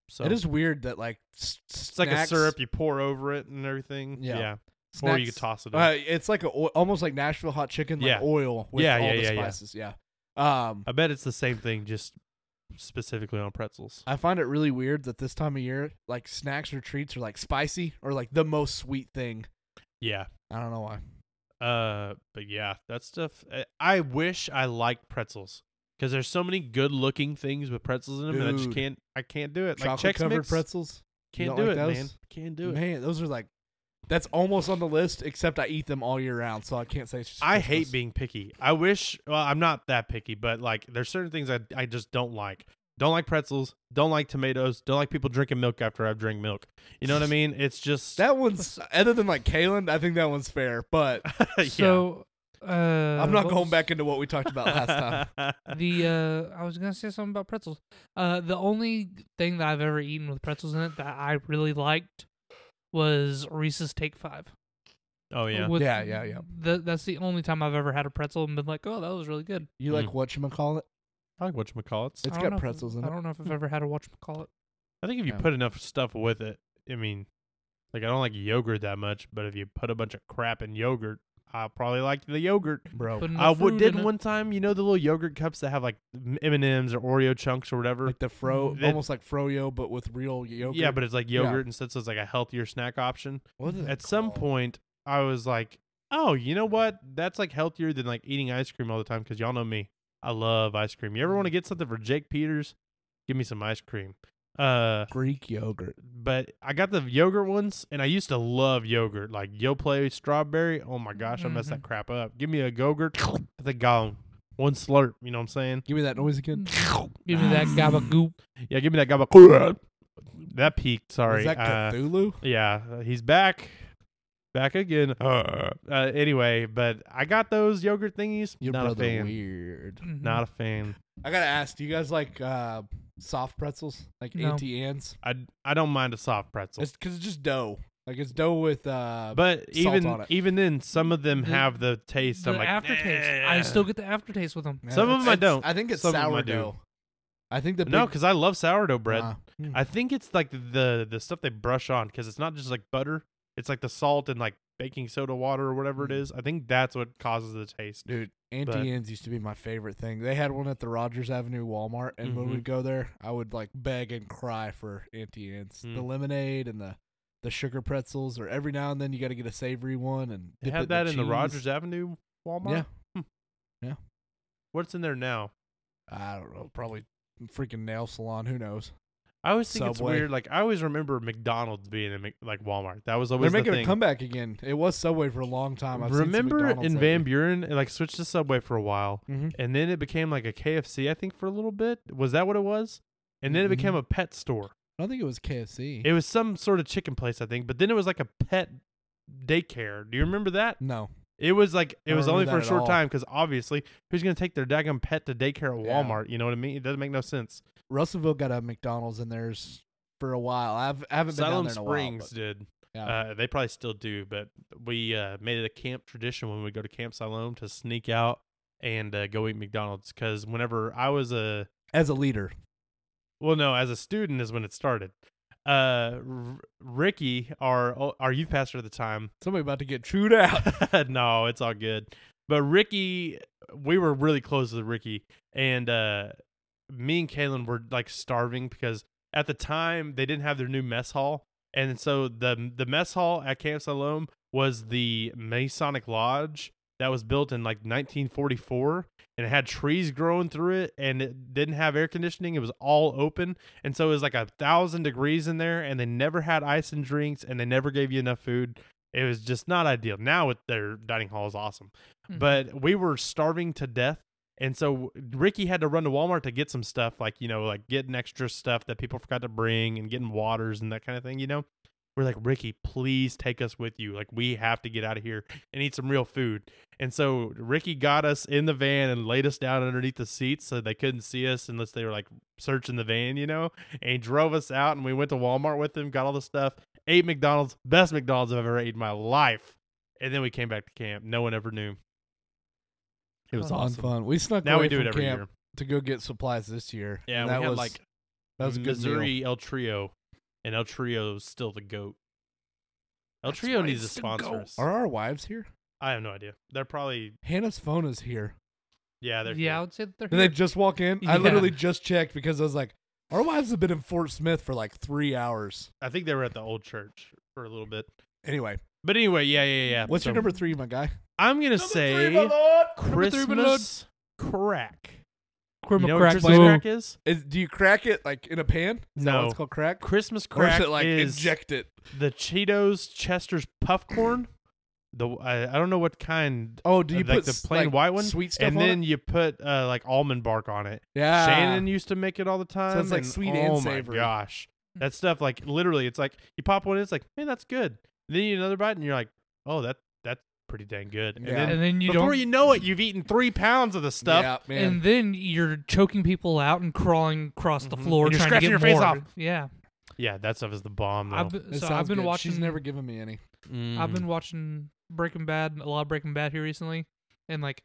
S2: So
S1: It is weird that like s-
S2: It's like a syrup you pour over it and everything.
S1: Yeah.
S2: yeah. Or you could toss it. In.
S1: Uh, it's like a oi- almost like Nashville hot chicken, like
S2: Yeah.
S1: oil with
S2: Yeah,
S1: all
S2: yeah,
S1: the
S2: yeah, yeah.
S1: spices. Yeah. Um,
S2: I bet it's the same thing, just specifically on pretzels.
S1: I find it really weird that this time of year, like snacks or treats are like spicy or like the most sweet thing.
S2: Yeah.
S1: I don't know why.
S2: eh, Uh, but yeah, that stuff. I- I wish I liked pretzels. because there's so many good looking things with pretzels in them, and I just
S1: Dude.
S2: can't. I can't do it.
S1: Chocolate
S2: like Chex
S1: covered
S2: Mix,
S1: pretzels. You
S2: Can't
S1: don't
S2: do
S1: like
S2: it,
S1: those?
S2: man. Can't do it.
S1: Man, those are like that's almost on the list, except I eat them all year round, so I can't say it's just
S2: I
S1: Christmas.
S2: hate being picky. I wish. Well, I'm not that picky, but like, there's certain things I I just don't like. Don't like pretzels. Don't like tomatoes. Don't like people drinking milk after I've drank milk. You know what I mean? It's just
S1: that one's other than like Kalen, I think that one's fair, but
S2: yeah.
S3: So uh,
S1: I'm not
S3: what
S1: going
S3: was-
S1: back into what we talked about last time.
S3: The uh, I was gonna say something about pretzels. Uh, the only thing that I've ever eaten with pretzels in it that I really liked was Reese's Take Five.
S2: oh yeah.
S3: With-
S1: Yeah, yeah, yeah.
S3: th- that's the only time I've ever had a pretzel and been like, oh, that was really good.
S1: You like
S2: Hmm.
S1: what you call it?
S2: I like whatchamacallits.
S1: It's
S3: I don't
S1: got
S3: know if-
S1: pretzels in
S3: I
S1: it. Hmm.
S3: don't know if I've ever had a watch call it.
S2: I think if you
S1: Yeah.
S2: put enough stuff with it, I mean, like I don't like yogurt that much, but if you put a bunch of crap in yogurt, I probably like the yogurt.
S1: Bro.
S3: Put
S2: Oh, I
S3: enough
S2: w-
S3: fruit
S2: did
S3: in it.
S2: one time, you know, the little yogurt cups that have like M and M's or Oreo chunks or whatever.
S1: Like the fro
S2: That-
S1: almost like froyo but with real yogurt.
S2: Yeah, but it's like
S1: Yeah.
S2: yogurt instead, so it's like a healthier snack option.
S1: What is it
S2: At some
S1: called?
S2: point, I was like, oh, you know what? That's like healthier than like eating ice cream all the time because y'all know me. I love ice cream. You ever
S1: Mm-hmm.
S2: want to get something for Jake Peters? Give me some ice cream. Uh,
S1: Greek yogurt.
S2: but I got the yogurt ones, and I used to love yogurt. Like Yo Play strawberry. Oh my gosh, I
S3: Mm-hmm.
S2: messed that crap up. Give me a yogurt. The gone. One slurp. You know what I'm saying?
S1: Give me that noise again.
S3: Give me that gabagoop.
S2: Yeah, give me that gaba. That peaked. Sorry.
S1: Is that
S2: Uh,
S1: Cthulhu?
S2: yeah, uh, he's back. Back again. Uh, anyway, but I got those yogurt thingies.
S1: Your
S2: Not a
S1: brother
S2: fan.
S1: weird.
S3: Mm-hmm.
S2: Not a fan.
S1: I gotta ask, do you guys like uh, soft pretzels? Like
S3: No.
S1: Auntie Anne's?
S2: I, I don't mind a soft pretzel.
S1: It's cause it's just dough. Like it's dough with uh
S2: but
S1: salt
S2: even
S1: on it.
S2: even then, some of them
S3: The-
S2: have the taste.
S3: the
S2: I'm like
S3: aftertaste. I
S2: "Nah."
S3: still get the aftertaste with them.
S1: yeah,
S2: some of
S1: it's-
S2: them I
S1: it's-
S2: don't.
S1: I think it's
S2: Some of them I do.
S1: sourdough. I think the
S2: no,
S1: big-
S2: because I love sourdough bread.
S1: Nah. Hmm.
S2: I think it's like the the stuff they brush on because it's not just like butter. It's like the salt and like baking soda water or whatever it
S1: Mm.
S2: is. I think that's what causes the taste.
S1: Dude,
S2: But-
S1: Auntie Anne's used to be my favorite thing. They had one at the Rogers Avenue Walmart, and when
S2: Mhm.
S1: we'd go there, I would like beg and cry for Auntie Anne's. The
S2: Mm.
S1: lemonade and the the sugar pretzels, or every now and then you got to get a savory one and
S2: They
S1: dip it
S2: had that in the
S1: cheese.
S2: Rogers Avenue Walmart. Hmm.
S1: Yeah,
S2: What's in there now?
S1: I don't know, probably freaking nail salon. Who knows?
S2: I always think
S1: Subway.
S2: it's weird. Like I always remember McDonald's being in Mc- like Walmart. That was
S1: They're
S2: always
S1: making
S2: the
S1: a
S2: thing.
S1: comeback again. It was Subway for a long time. I've seen some
S2: Remember
S1: McDonald's
S2: in
S1: lately.
S2: Van Buren, it like switched to Subway for a while,
S1: Mhm.
S2: and then it became like a KFC. I think for a little bit was that what it was, and then it
S1: Mhm.
S2: became a pet store.
S1: I don't think it was KFC.
S2: It was some sort of chicken place, I think, but then it was like a pet daycare. Do you remember that?
S1: no,
S2: It was
S1: I
S2: like it
S1: Mm. don't
S2: was only
S1: remember
S2: for a
S1: that at
S2: short
S1: all.
S2: time because obviously who's gonna take their daggum pet to daycare at
S1: Yeah.
S2: Walmart? You know what I mean? It doesn't make no sense.
S1: Russellville got a McDonald's in theirs for a while. I've I haven't been down
S2: Salem
S1: there in a
S2: Springs
S1: while.
S2: did.
S1: but, yeah.
S2: Uh, they probably still do, but we uh, made it a camp tradition when we go to Camp Siloam to sneak out and uh, go eat McDonald's. Because whenever I was a
S1: As a leader,
S2: well, no, as a student is when it started. Uh, R- Ricky, our our youth pastor at the time,
S1: somebody about to get chewed out.
S2: no, it's all good. But Ricky, we were really close with Ricky, and uh, me and Kalen were like starving because at the time they didn't have their new mess hall, and so the the mess hall at Camp Siloam was the Masonic Lodge that was built in like 1944, and it had trees growing through it, and it didn't have air conditioning. It was all open, and so it was like a thousand degrees in there, and they never had ice and drinks, and they never gave you enough food it was just not ideal. Now with their dining hall is awesome,
S3: Mhm.
S2: but we were starving to death, and so Ricky had to run to Walmart to get some stuff, like you know, like getting extra stuff that people forgot to bring and getting waters and that kind of thing. You know, we're like Ricky, please take us with you. Like we have to get out of here and eat some real food. And so Ricky got us in the van and laid us down underneath the seats so they couldn't see us unless they were like searching the van, you know. And he drove us out, and we went to Walmart with him, got all the stuff, ate McDonald's, best McDonald's I've ever ate in my life. And then we came back to camp. No one ever knew. It was
S1: Fun,
S2: awesome.
S1: Fun. We snuck
S2: Now
S1: away
S2: we do
S1: from
S2: it every
S1: camp
S2: year.
S1: to go get supplies this year.
S2: Yeah,
S1: and
S2: we
S1: that
S2: had
S1: was
S2: like
S1: that was a good meal.
S2: Missouri El Trio, and El Trio is still the goat. El
S3: That's
S2: Trio
S3: right,
S2: needs to
S3: it's the
S2: sponsor
S3: goat.
S2: us.
S1: Are our wives here?
S2: I have no idea. They're probably
S1: Hannah's phone is here.
S2: yeah. They're
S3: yeah, I
S2: here.
S3: would say that they're.
S1: Did they
S3: here.
S1: just walk in? I
S3: Yeah.
S1: literally just checked because I was like, our wives have been in Fort Smith for like three hours.
S2: I think they were at the old church for a little bit.
S1: Anyway,
S2: But anyway, yeah, yeah, yeah.
S1: what's your
S2: So
S1: number three, my guy?
S2: I'm gonna say
S1: Number three, my lord.
S2: Christmas crack.
S3: Crim
S2: You know what
S3: crack
S2: Christmas
S3: baby.
S2: crack is?
S1: Is, do you crack it like in a pan? Is that why
S2: No.
S1: it's called crack.
S2: Christmas
S1: or
S2: crack
S1: is it like
S2: is
S1: inject it?
S2: the Cheetos Chester's puff corn. The I, I don't know what kind.
S1: Oh, do you
S2: like
S1: put
S2: the
S1: s-
S2: plain
S1: like,
S2: white one,
S1: sweet stuff
S2: and
S1: on
S2: then
S1: it?
S2: you put uh, like almond bark on it.
S1: Yeah,
S2: Shannon used to make it all the time.
S1: it's like
S2: and- Hmm.
S1: sweet
S2: oh
S1: and
S2: my
S1: savory.
S2: gosh, that stuff like literally, it's like you pop one, in, it's like man, that's good. And then you eat another bite, and you're like, oh, that that's pretty dang good. And
S1: Yeah.
S2: then
S3: And then you
S2: before
S3: don't.
S2: you know it, you've eaten three pounds of the stuff.
S1: Yeah, man.
S3: And then you're choking people out and crawling across
S1: Mm-hmm.
S3: the floor
S2: And you're
S3: trying to
S2: scratching
S3: get
S2: your face
S3: more.
S2: off.
S3: Yeah.
S2: Yeah, that stuff is the bomb. Though.
S3: I've been,
S1: That
S3: so I've
S1: sounds
S3: been
S1: good.
S3: watching.
S1: She's never Mm-hmm. given me any.
S3: I've been watching Breaking Bad, a lot of Breaking Bad here recently, and like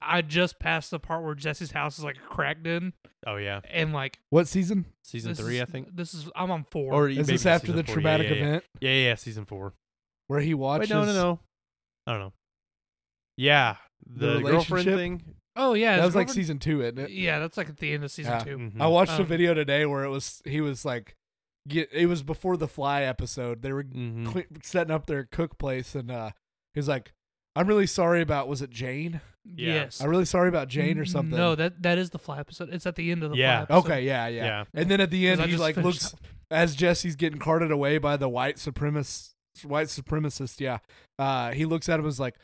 S3: I just passed the part where Jesse's house is like a crack den,
S2: Oh yeah,
S3: and like
S1: What season?
S2: season
S3: this
S2: three,
S3: is-
S2: I think.
S3: This is I'm on four.
S2: Or
S1: Is
S2: maybe
S1: this after
S2: season
S1: the
S2: four, yeah,
S1: traumatic
S2: yeah, yeah.
S1: event
S2: Yeah, yeah, yeah, season four.
S1: where he watches?
S2: Wait, no, no, no. I don't know. Yeah, the, girlfriend
S1: relationship?
S2: thing.
S3: oh yeah,
S1: That
S3: his
S1: was like
S3: girlfriend-
S1: season two, isn't it?
S3: Yeah, that's like at the end of season
S1: Yeah.
S3: two.
S2: Mhm.
S1: I watched a
S3: Um,
S1: video today where it was he was like, get, it was before the fly episode. They were
S2: Mhm.
S1: cle setting up their cook place, and uh, he was like, "I'm really sorry about was it Jane?
S2: Yeah.
S3: Yes.
S1: I'm really sorry about Jane
S2: Mm,
S1: or something."
S3: No, that that is the fly episode. It's at the end of the
S2: Yeah.
S3: fly episode.
S1: Okay, yeah, yeah,
S2: Yeah.
S1: And then at the end,
S3: I
S1: he
S3: just
S1: like
S3: finished
S1: looks
S3: up.
S1: as Jesse's getting carted away by the white supremacist. White supremacist, yeah. Uh, he looks at him and is like,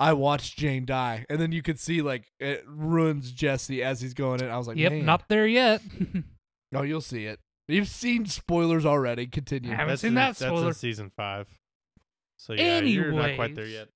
S1: "I watched Jane die," and then you could see like it ruins Jesse as he's going in. I was like,
S3: Yep,
S1: "Man."
S3: not there yet.
S1: No, you'll see it. You've seen spoilers already. Continue.
S3: I haven't
S2: That's
S3: seen
S2: in-
S3: that
S2: That's in
S3: spoiler.
S2: season five. So yeah, you're not quite there
S3: Anyways.
S2: yet.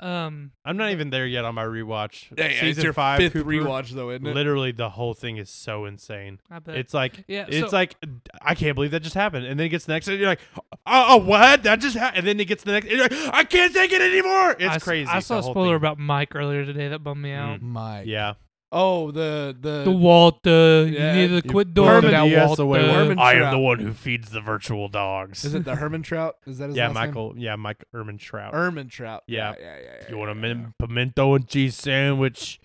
S3: um,
S2: I'm not even there yet on my rewatch.
S1: Yeah, yeah,
S2: season
S1: it's your
S2: five
S1: fifth
S2: Cooper,
S1: rewatch though, isn't it?
S2: Literally, the whole thing is so insane.
S3: I bet
S2: It's like
S3: Yeah,
S2: it's
S3: so-
S2: like I can't believe that just happened. And then it gets the next, and you're like, oh, oh, what? That just happened. And then it gets the next, and you're like, I can't take it anymore. It's
S3: I s-
S2: crazy.
S3: I
S2: the
S3: saw a
S2: whole
S3: spoiler
S2: thing.
S3: about Mike earlier today that bummed me out.
S1: Mike.
S2: Yeah,
S1: Oh, the the,
S3: The Walter,
S1: Yeah,
S3: you need
S1: you
S3: to quit doing
S2: Herman
S3: that,
S2: Diaz
S3: Walter.
S2: away with,
S1: Herman
S2: I am
S1: Trout.
S2: the one who feeds the virtual dogs.
S1: is it the Hermantraut? Is that his
S2: yeah,
S1: last Er
S2: Michael. Yeah, Mike Erman Trout.
S1: name? Hermantraut.
S2: Yeah.
S1: yeah, yeah. yeah,
S2: you want a
S1: yeah,
S2: min- pimento and cheese sandwich?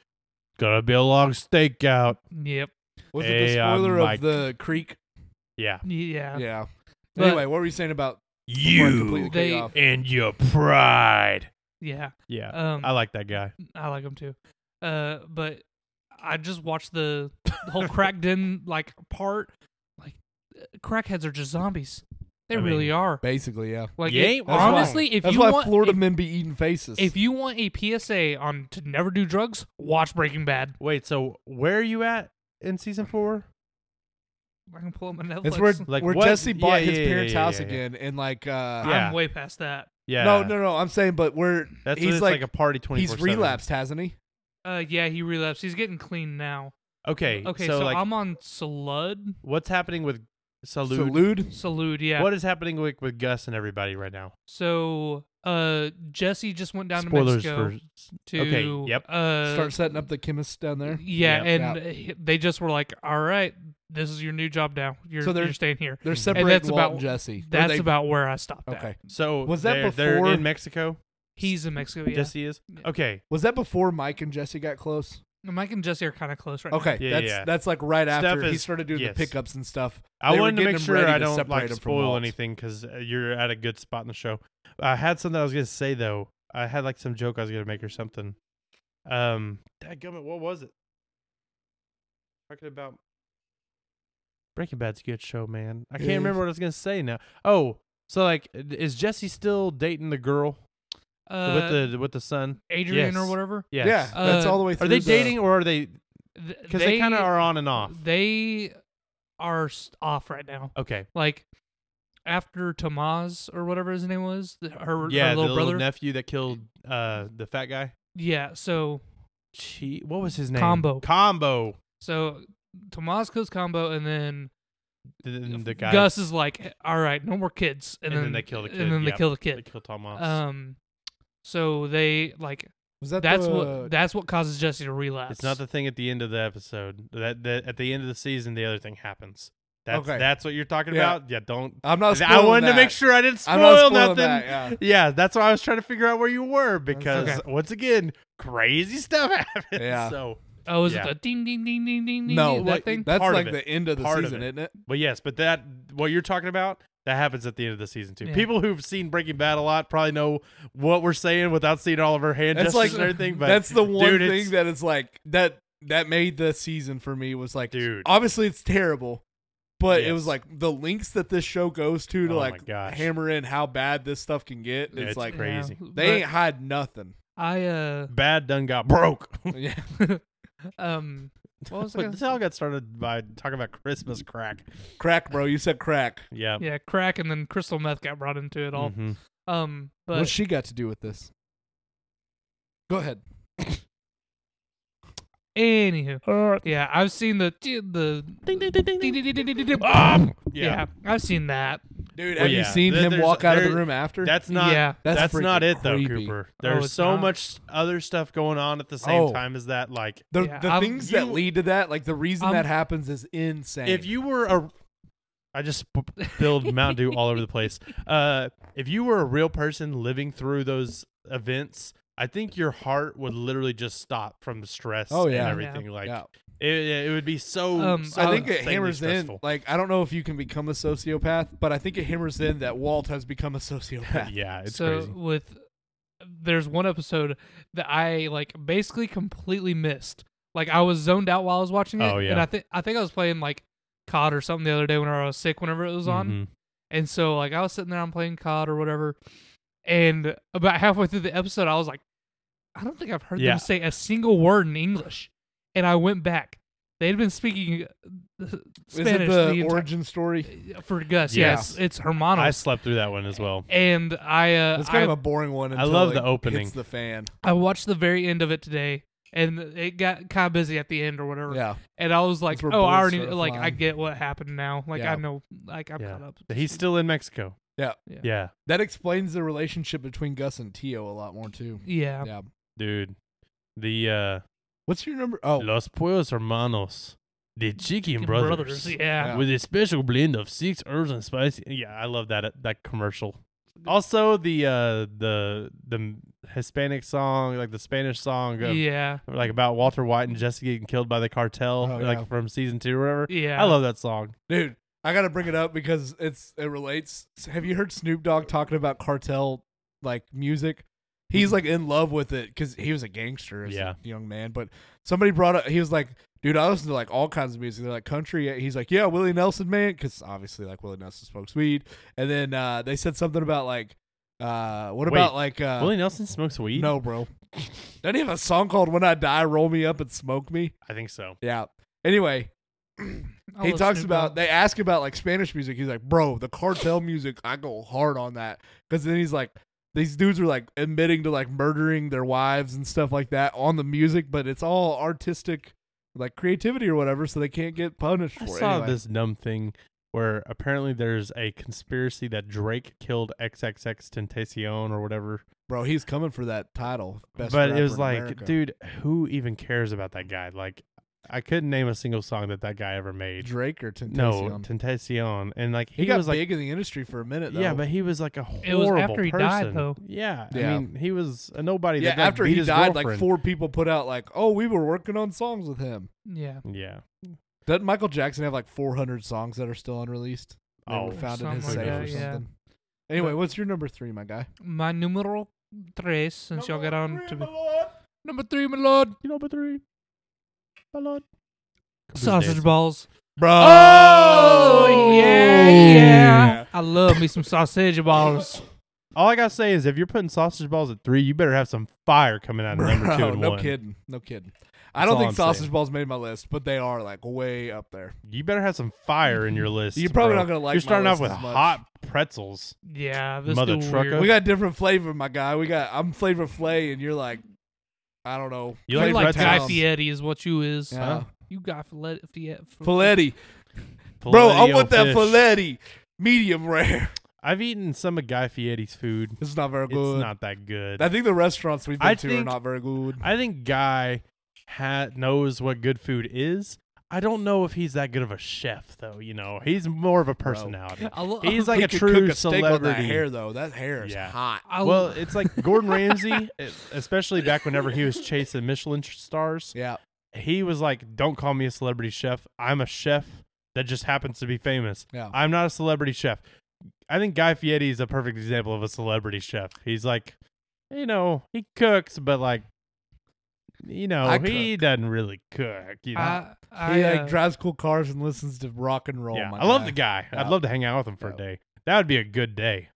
S2: Gonna be a long stakeout.
S3: Yep.
S1: yeah. Was it the
S2: Hey, I'm
S1: spoiler
S2: Mike.
S1: of the creek?
S2: Yeah,
S3: Yeah.
S1: Yeah.
S3: But-
S1: anyway, what were you saying about before I completely
S2: you
S1: cut you
S3: They-
S1: off?
S2: and your pride.
S3: Yeah.
S2: Yeah,
S3: Um,
S2: uh, I like that guy.
S3: I like him too. Uh, but I just watched the, the whole crack den like part. Like, uh, crackheads are just zombies.
S2: I
S3: They
S2: mean,
S3: really are.
S1: Basically, yeah.
S3: Like,
S2: you
S3: it-
S2: ain't wrong.
S3: honestly, if
S1: That's
S3: you
S1: why
S3: want
S1: Florida
S3: if,
S1: men be eating faces.
S3: if you want a PSA on to never do drugs, watch Breaking Bad.
S2: Wait, so where are you at in season four?
S3: I can pull up my Netflix.
S1: it's where,
S2: Like
S1: where
S2: what-
S1: Jesse
S2: yeah,
S1: bought
S2: yeah,
S1: his
S2: yeah,
S1: parents'
S2: yeah,
S1: house
S2: yeah, yeah.
S1: again, and like, uh,
S2: Yeah.
S3: I'm way past that.
S2: Yeah,
S1: no, no, no. I'm saying, but we're
S2: That's when
S1: he's
S2: it's like, a party twenty.
S1: he's relapsed, hasn't he?
S3: Uh, yeah, he relapsed. He's getting clean now.
S2: Okay,
S3: Okay,
S2: So,
S3: so,
S2: like,
S3: I'm on Salud.
S2: what's happening with Salud?
S1: Salute.
S3: Salud, yeah.
S2: What is happening with, with Gus and everybody right now?
S3: So, uh, Jesse just went down
S2: Spoilers
S3: to Mexico
S2: for
S3: to
S2: okay, yep.
S3: uh,
S1: Start setting up the chemists down there.
S3: Yeah,
S2: Yep.
S3: and he- they just were like, "All right, this is your new job now. You're,
S1: So they're-
S3: you're staying here."
S1: They're
S3: And
S1: separating
S3: that's
S1: Walt
S3: about
S1: and Jesse. Or
S3: that's
S1: they-
S3: about where I stopped. at.
S1: okay.
S2: So
S1: Was that
S2: they're, they're
S1: before-
S2: in Mexico?
S3: he's in Mexico. Yeah.
S2: Jesse is
S3: Yeah.
S2: okay.
S1: Was that before Mike and Jesse got close?
S3: Mike and Jesse are kind of close right
S1: Okay,
S2: Yeah,
S1: that's
S2: yeah.
S1: that's like right
S2: Stuff
S1: after he
S2: is-
S1: started doing
S2: yes.
S1: the pickups and stuff.
S2: I
S1: They were
S2: wanted to
S1: getting
S2: make
S1: him
S2: sure
S1: ready
S2: I
S1: to
S2: don't
S1: separate
S2: like
S1: him from
S2: spoil
S1: Walt.
S2: anything because you're at a good spot in the show. I had something I was gonna say though. I had like some joke I was gonna make or something. Um, dadgummit, what was it? Talking about Breaking Bad's a good show, man. I
S1: It
S2: can't
S1: is.
S2: remember what I was gonna say now. Oh, so like, is Jesse still dating the girl
S3: now. Uh,
S2: with the with the son?
S3: Adrian or
S2: yes.
S3: whatever.
S2: Yes.
S1: Yeah, that's
S3: Uh,
S1: all the way.
S2: Are
S1: through
S2: they
S1: the-
S2: dating or are they?
S3: Because
S2: Because they, kind of are on and off.
S3: They are s- off right now.
S2: Okay.
S3: Like after Tomas or whatever his name was, the, her,
S2: Yeah,
S3: her
S2: the little
S3: little brother.
S2: nephew that killed uh the fat guy.
S3: yeah. So
S2: She, what was his name?
S3: Combo.
S2: Combo.
S3: so Tomas kills combo, and then
S2: The, the- the guy.
S3: Gus is like, "All right, no more kids," and,
S2: And then they kill the kid,
S3: and then
S2: yep.
S3: they kill the
S2: They
S3: kid.
S2: killed Tom Moss.
S3: Um, so they like
S1: Was that
S3: that's
S1: the-
S3: what that's what causes Jesse to relapse.
S2: it's not the thing at the end of the episode. That, that at the end of the season, the other thing happens. That's
S1: Okay.
S2: that's what you're talking
S1: Yeah.
S2: about. Yeah, don't.
S1: I'm not.
S2: I
S1: spoiling
S2: wanted to
S1: that.
S2: make sure I didn't spoil
S1: I'm not spoiling
S2: nothing.
S1: that, yeah.
S2: that's why I was trying to figure out where you were because
S3: okay.
S2: once again, crazy stuff happens.
S1: Yeah.
S2: So,
S3: oh, is
S2: yeah.
S3: it the ding ding ding ding ding ding?
S1: No,
S3: ding,
S2: like,
S3: that thing.
S1: That's
S2: Part of
S1: like
S2: it.
S1: the end of the
S2: Part of
S1: season,
S2: it.
S1: isn't it?
S2: but yes, but that what you're talking about that happens at the end of the season too.
S3: Yeah.
S2: People who've seen Breaking Bad a lot probably know what we're saying without seeing all of her hand
S1: That's
S2: gestures
S1: like-
S2: and everything. But
S1: That's the one
S2: dude, it's-
S1: thing that is like that that made the season for me was like
S2: Dude.
S1: obviously it's terrible but it
S2: Yes.
S1: was like the links that this show goes to to
S2: Oh my
S1: like
S2: gosh.
S1: hammer in how bad this stuff can get
S2: Yeah,
S1: it's,
S2: it's
S1: like
S2: crazy.
S1: they ain't hide nothing
S3: I uh
S2: Bad done got broke.
S1: yeah
S3: um what was I
S2: Wait,
S3: gonna
S2: this all got started by talking about Christmas crack.
S1: crack bro you said crack
S2: Yeah.
S3: yeah crack and then crystal meth got brought into it all.
S2: Mhm.
S3: Um, but
S1: what's she got to do with this go ahead
S3: anywho, yeah, I've seen the the
S2: Yeah.
S3: yeah, I've seen that.
S1: dude
S2: Well,
S1: have you
S2: yeah.
S1: seen
S2: There-
S1: him
S2: there's-
S1: walk out of the
S2: there-
S1: room after
S2: That's not
S3: Yeah.
S2: that's,
S1: That's
S2: not
S1: freaking
S2: it though,
S1: creepy.
S2: Cooper.
S3: Oh,
S2: There's
S3: it's
S2: so
S3: not.
S2: much other stuff going on at the same
S1: Oh.
S2: time as that like
S1: the,
S3: Yeah,
S1: the
S3: I'm-
S1: things that
S3: you- um,
S1: lead to that like the reason
S3: I'm-
S1: that happens is insane
S2: if you were a I just sp- spilled Mountain Dew all over the place. Uh, if you were a real person living through those events, I think your heart would literally just stop from the stress
S1: Oh, yeah.
S2: and
S1: Yeah.
S2: everything. Like
S1: Yeah.
S2: it, it would be so.
S3: Um,
S2: so
S3: I
S1: I think it
S2: insanely
S1: hammers in.
S2: stressful.
S1: Like I don't know if you can become a sociopath, but I think it hammers in that Walt has become a sociopath.
S2: yeah, it's
S3: so
S2: crazy.
S3: with there's one episode that I like basically completely missed. Like I was zoned out while I was watching it.
S2: Oh, yeah.
S3: and I think I think I was playing like COD or something the other day whenever I was sick. Whenever it was on,
S2: Mhm.
S3: And so like I was sitting there, I'm playing COD or whatever, and about halfway through the episode, I was like, I don't think I've heard
S2: Yeah.
S3: them say a single word in English. And I went back; they'd been speaking uh, Spanish
S1: Is it the,
S3: the entire-
S1: origin story?
S3: for Gus.
S2: Yeah.
S3: Yes, it's
S2: I
S3: Hermanos.
S2: slept through that one as well.
S3: and I, uh,
S1: It's
S3: I,
S1: kind of a boring one.
S2: I
S1: until
S2: love
S1: it
S2: the opening.
S1: Hits the fan.
S3: I watched the very end of it today, and it got kind of busy at the end or whatever.
S1: Yeah,
S3: And I was like,
S1: That's where
S3: "Oh, I
S1: bullets
S3: already
S1: start
S3: like I
S1: flying.
S3: get what happened now. Like
S1: Yeah.
S3: I know, like I'm
S2: Yeah.
S3: caught up."
S2: He's still in Mexico.
S1: Yeah.
S2: yeah,
S3: Yeah.
S1: that explains the relationship between Gus and Tio a lot more too.
S3: yeah.
S1: Yeah.
S2: dude. The uh,
S1: What's your number? Oh,
S2: Los Pueblos Hermanos, the Chicken Brothers,
S3: Yeah.
S1: Yeah.
S2: with a special blend of six herbs and spices. Yeah, I love that that commercial. Also, the uh, the the Hispanic song, like the Spanish song, of,
S3: Yeah.
S2: like about Walter White and Jesse getting killed by the cartel,
S1: Oh,
S2: like
S1: yeah.
S2: from season two or whatever.
S3: Yeah.
S2: I love that song.
S1: dude, I gotta bring it up because it's it relates. Have you heard Snoop Dogg talking about cartel like music? He's like in love with it because he was a gangster as
S2: Yeah.
S1: a young man. But somebody brought up, he was like, dude, I listen to like all kinds of music. They're like country. He's like, yeah, Willie Nelson, man. Because obviously, like, Willie Nelson smokes weed. And then uh, they said something about like, uh, what
S2: Wait,
S1: about like, uh,
S2: Willie Nelson smokes weed.
S1: no, bro. Doesn't he have a song called When I Die, Roll Me Up and Smoke Me?
S2: I think so.
S1: Yeah. Anyway,
S3: I
S1: he
S3: love
S1: talks
S3: Snoop
S1: about
S3: Dogg.
S1: they ask about like Spanish music. He's like, bro, the cartel music. I go hard on that because then he's like, these dudes are like admitting to like murdering their wives and stuff like that on the music, but it's all artistic, like creativity or whatever, so they can't get punished
S2: I
S1: for it.
S2: saw
S1: Anyway.
S2: this dumb thing where apparently there's a conspiracy that Drake killed XXX Tentacion or whatever.
S1: bro. He's coming for that title, best
S2: but it
S1: rapper
S2: was
S1: in
S2: like,
S1: America.
S2: dude, who even cares about that guy? Like, I couldn't name a single song that that guy ever made.
S1: Drake or Temptation.
S2: No, Tentacion, and like
S1: he,
S2: he,
S1: got
S2: was like,
S1: big in the industry for a minute. Though.
S2: yeah, but he was like a
S3: It was
S2: horrible
S3: after he died,
S2: person.
S3: though.
S2: Yeah, I
S1: Yeah.
S2: mean, he was a nobody.
S1: yeah,
S2: that, like,
S1: after
S2: beat
S1: he
S2: his
S1: died, like
S2: girlfriend.
S1: four people put out like, oh, we were working on songs with him.
S3: Yeah.
S2: Yeah,
S1: Doesn't Michael Jackson have like 400 songs that are still unreleased? They
S2: Oh,
S1: were found in his
S2: something
S1: safe
S2: like
S1: or
S2: that,
S3: yeah.
S1: something. Anyway, what's your number three, my guy?
S3: My numero tres, since y'all got on to me. Number three, my lord.
S2: you know, but three, my lord, Cooper's
S3: Sausage
S2: dancing.
S3: balls.
S1: Bro.
S3: Oh, yeah, yeah. I love me some sausage balls.
S2: All I gotta say is, if you're putting sausage balls at three, you better have some fire coming out of number two
S1: Bro,
S2: and
S1: no
S2: one.
S1: kidding. No kidding. I
S2: That's
S1: don't
S2: all
S1: think
S2: I'm
S1: sausage
S2: saying.
S1: balls made my list, but they are like way up there.
S2: You better have some fire in your list.
S1: You're probably
S2: bro.
S1: not gonna like my
S2: You're starting off
S1: list
S2: with
S1: as much.
S2: hot pretzels.
S3: Yeah, this
S2: Mother
S3: dude
S2: trucker.
S3: weird.
S1: We got different flavor, my guy. We got I'm flavor flay, and you're like, I don't know.
S2: You
S3: You
S2: like
S1: Flavor
S3: like
S2: pretzels?
S3: Guy
S1: Town.
S3: Fieri is what you is.
S1: Yeah.
S3: You got filet, filet,
S1: Filetti. Bro, I want that
S2: fish.
S1: filetti. Medium rare.
S2: I've eaten some of Guy Fieri's food.
S1: It's not very
S2: It's
S1: good.
S2: not that good.
S1: I think the restaurants we've been
S2: I
S1: to are
S2: think-
S1: not very good.
S2: I think Guy ha- knows what good food is. I don't know if he's that good of a chef, though. You know, he's more of a personality.
S3: I lo-
S2: He's like
S1: He
S2: a
S1: could
S2: true
S1: cook a steak on that
S2: celebrity.
S1: hair though. That hair is
S2: Yeah.
S1: hot.
S3: I,
S2: well,
S3: well,
S2: it's like Gordon Ramsay, e- especially back whenever he was chasing Michelin tr- stars.
S1: Yeah.
S2: He was like, "Don't call me a celebrity chef. I'm a chef that just happens to be famous.
S1: Yeah.
S2: I'm not a celebrity chef." I think Guy Fieri is a perfect example of a celebrity chef. He's like, you know, he cooks, but like, you know,
S1: I
S2: he doesn't really cook. You know?
S3: I, I,
S1: He
S3: uh,
S1: like drives cool cars and listens to rock and roll.
S2: yeah,
S1: my
S2: I love the guy. I'd
S1: Yeah.
S2: love to hang out with him for
S1: Yeah.
S2: a day. That would be a good day.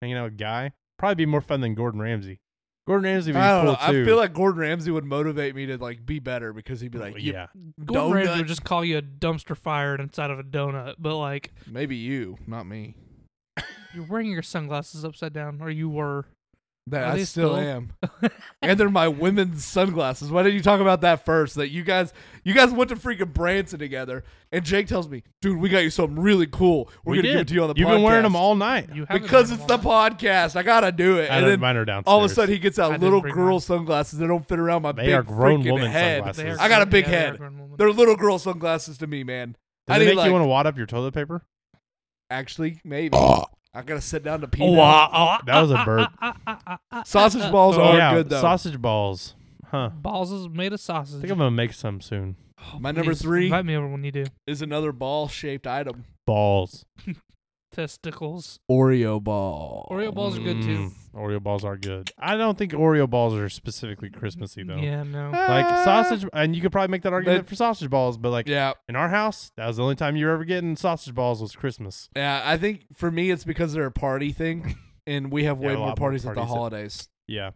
S2: Hanging out with Guy probably be more fun than Gordon Ramsay. Gordon Ramsay would be
S1: I don't
S2: cool
S1: know.
S2: too. Oh,
S1: I feel like Gordon Ramsay would motivate me to like be better because he'd be like, yeah,
S2: yeah,
S3: Gordon Ramsay
S1: donut.
S3: would just call you a dumpster fire inside of a donut, but like
S1: maybe you, not me.
S3: you're wearing your sunglasses upside down, or you were.
S1: That
S3: Are
S1: I
S3: they
S1: still,
S3: still-
S1: am. and they're my women's sunglasses. Why didn't you talk about that first? That you guys you guys went to freaking Branson together and Jake tells me, dude, we got you something really cool. We're
S2: we
S1: gonna
S2: did.
S1: give it to you on the
S2: You've
S1: podcast.
S2: been wearing them all night.
S3: You haven't
S1: because
S3: worn
S1: it's
S3: them
S1: the
S3: all.
S1: podcast. I gotta do it.
S2: I
S1: and
S2: don't
S1: then
S2: mind her downstairs.
S1: all of a sudden he gets
S3: I
S1: out
S3: didn't
S1: little
S3: bring
S1: girl
S3: mine.
S1: sunglasses that don't fit around my
S2: they
S1: big
S2: are grown
S1: freaking
S2: woman
S1: head.
S3: They
S2: sunglasses.
S3: are
S1: I got a
S3: grown-
S1: big
S3: yeah, they are
S1: head.
S3: grown women.
S1: They're little girl sunglasses to me, man.
S2: Does
S1: I
S2: it
S1: need
S2: make
S1: like
S2: you want to wad up your toilet paper?
S1: actually maybe. I gotta sit down to pee.
S3: Oh,
S1: now.
S3: ah, ah,
S2: That was a
S3: ah,
S2: burp.
S3: ah, ah, ah, ah,
S1: Sausage
S3: ah,
S1: balls
S2: oh
S1: are
S2: yeah,
S1: good though.
S2: sausage balls. Huh.
S3: ah. Balls is made of sausage.
S2: I think I'm gonna make some soon.
S3: Oh,
S1: My number
S3: please,
S1: three-
S3: Invite me over when you do.
S1: Is another ball shaped item.
S2: Balls.
S3: Testicles.
S1: Oreo ball.
S3: Oreo balls are good too.
S2: Mm, Oreo balls are good. I don't think Oreo balls are specifically Christmassy though.
S3: Yeah, no.
S2: Like sausage, and you could probably make that argument
S1: But-
S2: for sausage balls, but like
S1: Ah. Yeah,
S2: in our house, that was the only time you were ever getting sausage balls was Christmas.
S1: yeah. I think for me, it's because they're a party thing, and we have
S2: Yeah,
S1: way
S2: a lot
S1: more
S2: more
S1: parties at the
S2: parties at-
S1: holidays.
S2: Yeah,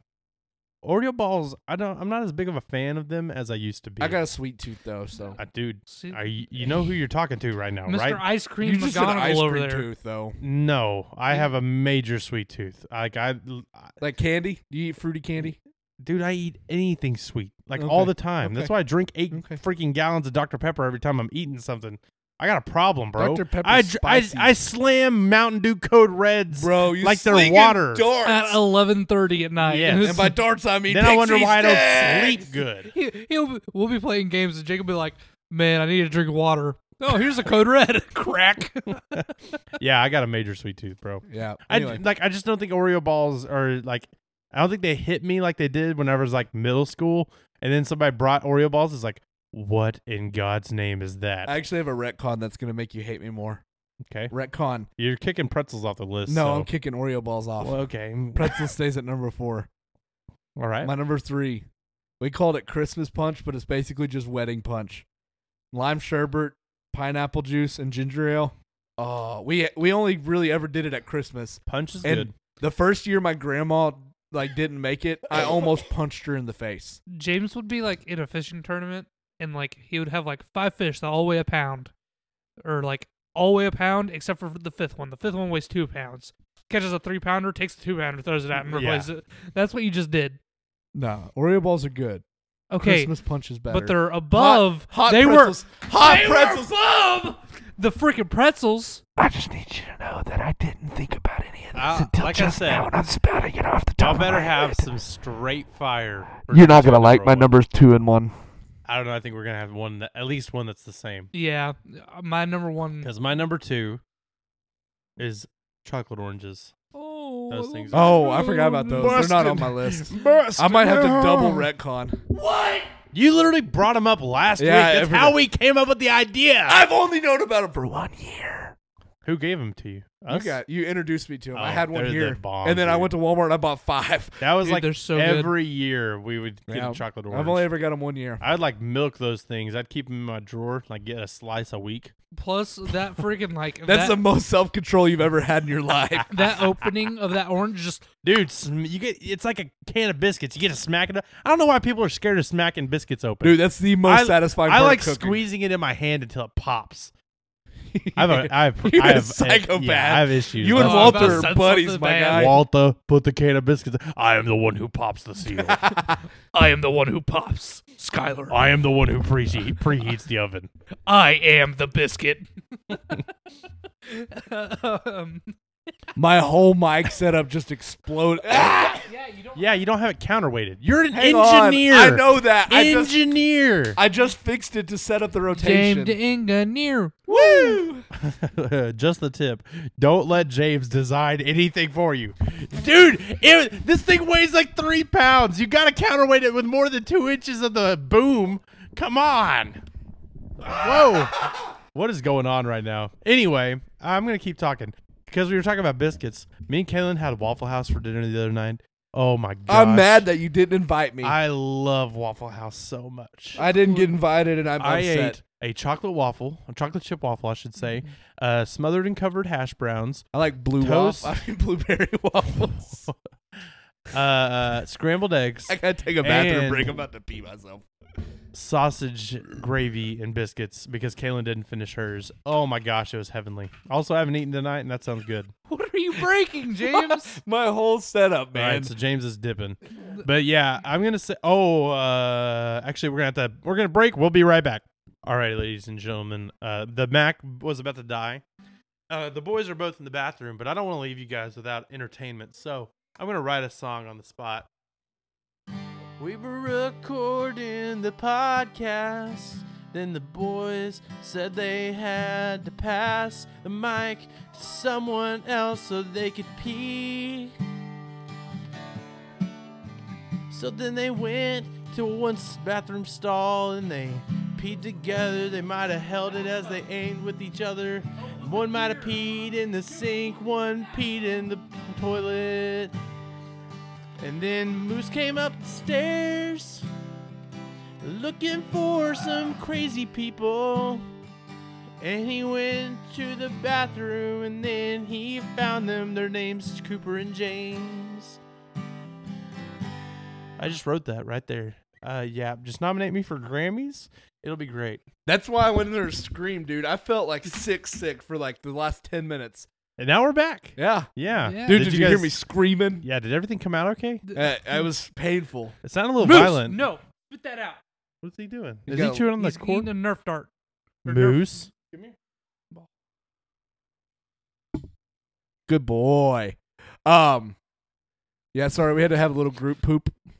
S2: Oreo balls. I don't. I'm not as big of a fan of them as I used to be.
S1: I got a sweet tooth though, so
S2: Uh, dude.
S3: See,
S2: Are you, you know who you're talking to right now,
S3: Mr.
S2: right?
S3: Ice Cream
S1: you just an ice
S3: McGonagall over
S1: cream
S3: there.
S1: tooth though.
S2: no, I have a major sweet tooth. Like I, I-
S1: Like candy? Do you eat fruity candy?
S2: dude, I eat anything sweet like all
S1: Okay.
S2: the time. That's
S1: Okay.
S2: why I drink eight
S1: Okay.
S2: freaking gallons of Dr Pepper every time I'm eating something. I got a problem, bro.
S1: Dr. Pepper's
S2: I, dr- I
S1: spicy.
S2: I slam Mountain Dew Code Reds.
S1: Bro, you
S2: Like they're
S1: slinging
S2: water.
S1: darts.
S3: At 11:30 at night.
S2: Yes.
S3: And
S1: and by darts I mean
S2: then I wonder
S1: pixie
S2: why I don't
S1: sticks.
S2: sleep good.
S3: he, he'll be, we'll be playing games and Jake will be like, "Man, I need to drink water." Oh, here's a code red. Crack.
S2: yeah, I got a major sweet tooth, bro.
S1: Yeah.
S2: I j-
S1: anyway.
S2: like I just don't think Oreo balls are like I don't think they hit me like they did when I was like middle school and then somebody brought Oreo balls it's like what in God's name is that?
S1: I actually have a retcon that's gonna make you hate me more.
S2: okay.
S1: Retcon.
S2: You're kicking pretzels off the list.
S1: No,
S2: so-
S1: I'm kicking Oreo balls off.
S2: Well, okay.
S1: Pretzel stays at number four.
S2: All right.
S1: My number three. We called it Christmas punch, but it's basically just wedding punch. Lime sherbet, pineapple juice, and ginger ale. Oh, we we only really ever did it at Christmas.
S2: Punch is
S1: and
S2: good.
S1: the first year my grandma like didn't make it, I almost punched her in the face.
S3: James would be like in a fishing tournament, and like he would have like five fish that all weigh a pound, or like all weigh a pound except for the fifth one. The fifth one weighs two pounds. Catches a three pounder, takes the two pounder, throws it out, and
S2: Yeah.
S3: replaces it. That's what you just did.
S1: No, Oreo balls are good.
S3: Okay,
S1: Christmas punch is better.
S3: but they're above.
S1: hot
S3: they
S1: pretzels.
S3: were
S1: hot
S3: they were
S1: pretzels.
S3: above the freaking pretzels.
S6: I just need you to know that I didn't think about any of this
S2: Uh,
S6: until
S2: like I
S6: just
S2: said,
S6: now, and I'm spouting it off the top. of my head.
S2: some straight fire.
S6: You're not gonna like my numbers two and one.
S2: I don't know. I think we're gonna have one that, at least one that's the same.
S3: Yeah, uh, my number one.
S1: Mm.
S2: Because my number two is chocolate oranges.
S3: Oh,
S2: Those things are-
S1: Oh, I forgot about those. They're not on my list. I might have to double retcon.
S2: You literally brought him up last
S1: Yeah, I
S2: week. That's
S1: forgot.
S2: how we came up with the idea.
S1: I've only known about them for one year.
S2: Who gave him to you? Us?
S1: You got you introduced me to them. I
S2: Oh,
S1: had one
S2: they're the
S1: here,
S2: bomb,
S1: and then I
S2: dude.
S1: went to Walmart and I bought five.
S2: that was
S3: Dude, they're
S2: like
S3: so good.
S2: every year we would get
S1: Yeah.
S2: a chocolate orange.
S1: I've only ever got them one
S3: Uh,
S1: year.
S2: I'd like milk those things. I'd keep them in my drawer, like get a slice a week.
S3: Plus that freaking like
S1: That's
S3: that,
S1: the most self control you've ever had in your life.
S3: that opening of that orange just
S2: Dude, sm- you get it's like a can of biscuits. You get to smack it up. I don't know why people are scared of smacking biscuits open.
S1: Dude, that's the most
S2: I,
S1: satisfying
S2: I
S1: part
S2: like
S1: of cooking.
S2: squeezing it in my hand until it pops. I have a, I have,
S1: You're
S2: I
S1: a
S2: have eh,
S1: psychopath.
S2: yeah, I have issues.
S1: you and
S2: That's-
S3: Oh, I was about
S1: Walter
S3: to
S1: are
S3: say
S1: buddies,
S3: something
S1: my
S3: bad.
S1: guy.
S2: Walter, put the can of biscuits. I am the one who pops the seal.
S3: I am the one who pops. Skylar.
S2: I am the one who preheat, preheats the oven.
S3: I am the biscuit. um,
S1: my whole mic setup just exploded. Ah!
S2: Yeah, you don't have it counterweighted. You're an
S1: Hang on.
S2: engineer.
S1: I know that. I just
S2: Engineer.
S1: I just fixed it to set up the rotation.
S3: James the engineer.
S1: Woo!
S2: just the tip. Don't let James design anything for you, dude. It, this thing weighs like three pounds. You got to counterweight it with more than two inches of the boom. Come on. Whoa. what is going on right now? Anyway, I'm gonna keep talking because we were talking about biscuits. Me and Kaylin had a Waffle House for dinner the other night, Oh my god.
S1: I'm mad that you didn't invite me. I,
S2: I love Waffle House so much.
S1: didn't get invited, and I'm
S2: I
S1: upset.
S2: ate a chocolate waffle, a chocolate chip waffle, I should say, uh, smothered in covered hash browns,
S1: I like blue
S2: Toast.
S1: waffles. I mean blueberry waffles.
S2: uh, scrambled eggs,
S1: I gotta take a bathroom
S2: And-
S1: break. I'm about to pee myself.
S2: sausage gravy, and biscuits because Kaylin didn't finish hers. Oh my gosh, it was heavenly. Also, I haven't eaten tonight, and that sounds good.
S3: What are you breaking, James?
S1: My whole setup,
S2: All
S1: man.
S2: right, so James is dipping, but yeah, I'm gonna say. Oh, uh, actually, we're gonna have to. We're gonna break. We'll be right back. All right, ladies and gentlemen, uh, the Mac was about to die. Uh, the boys are both in the bathroom, but I don't want to leave you guys without entertainment, so I'm gonna write a song on the spot. We were recording the podcast. Then the boys said they had to pass the mic to someone else so they could pee. So then they went to one s- bathroom stall and they peed together. They might have held it as they aimed with each other. One might have peed in the sink, one peed in the toilet. And then Moose came up the stairs looking for some crazy people. And he went to the bathroom and then he found them. Their names Cooper and James. I just wrote that right there. Uh, yeah, just nominate me for Grammys. It'll be great.
S1: That's why I went in there and screamed, dude. I felt like sick, sick for like the last ten minutes.
S2: And now we're back.
S1: Yeah,
S2: Yeah,
S3: Yeah.
S1: dude. Did, you, hear
S2: guys-
S1: me screaming?
S2: Yeah, did everything come out okay?
S1: Uh, it was painful.
S2: It sounded a little
S3: Moose,
S2: violent.
S3: No, put that out.
S2: What's he doing?
S1: You
S2: Is
S1: got-
S2: he chewing on the
S3: He's
S2: cord?
S3: eating a Nerf dart. Or Nerf-
S2: Moose.
S1: Good boy. Um, yeah. Sorry, we had to have a little group poop.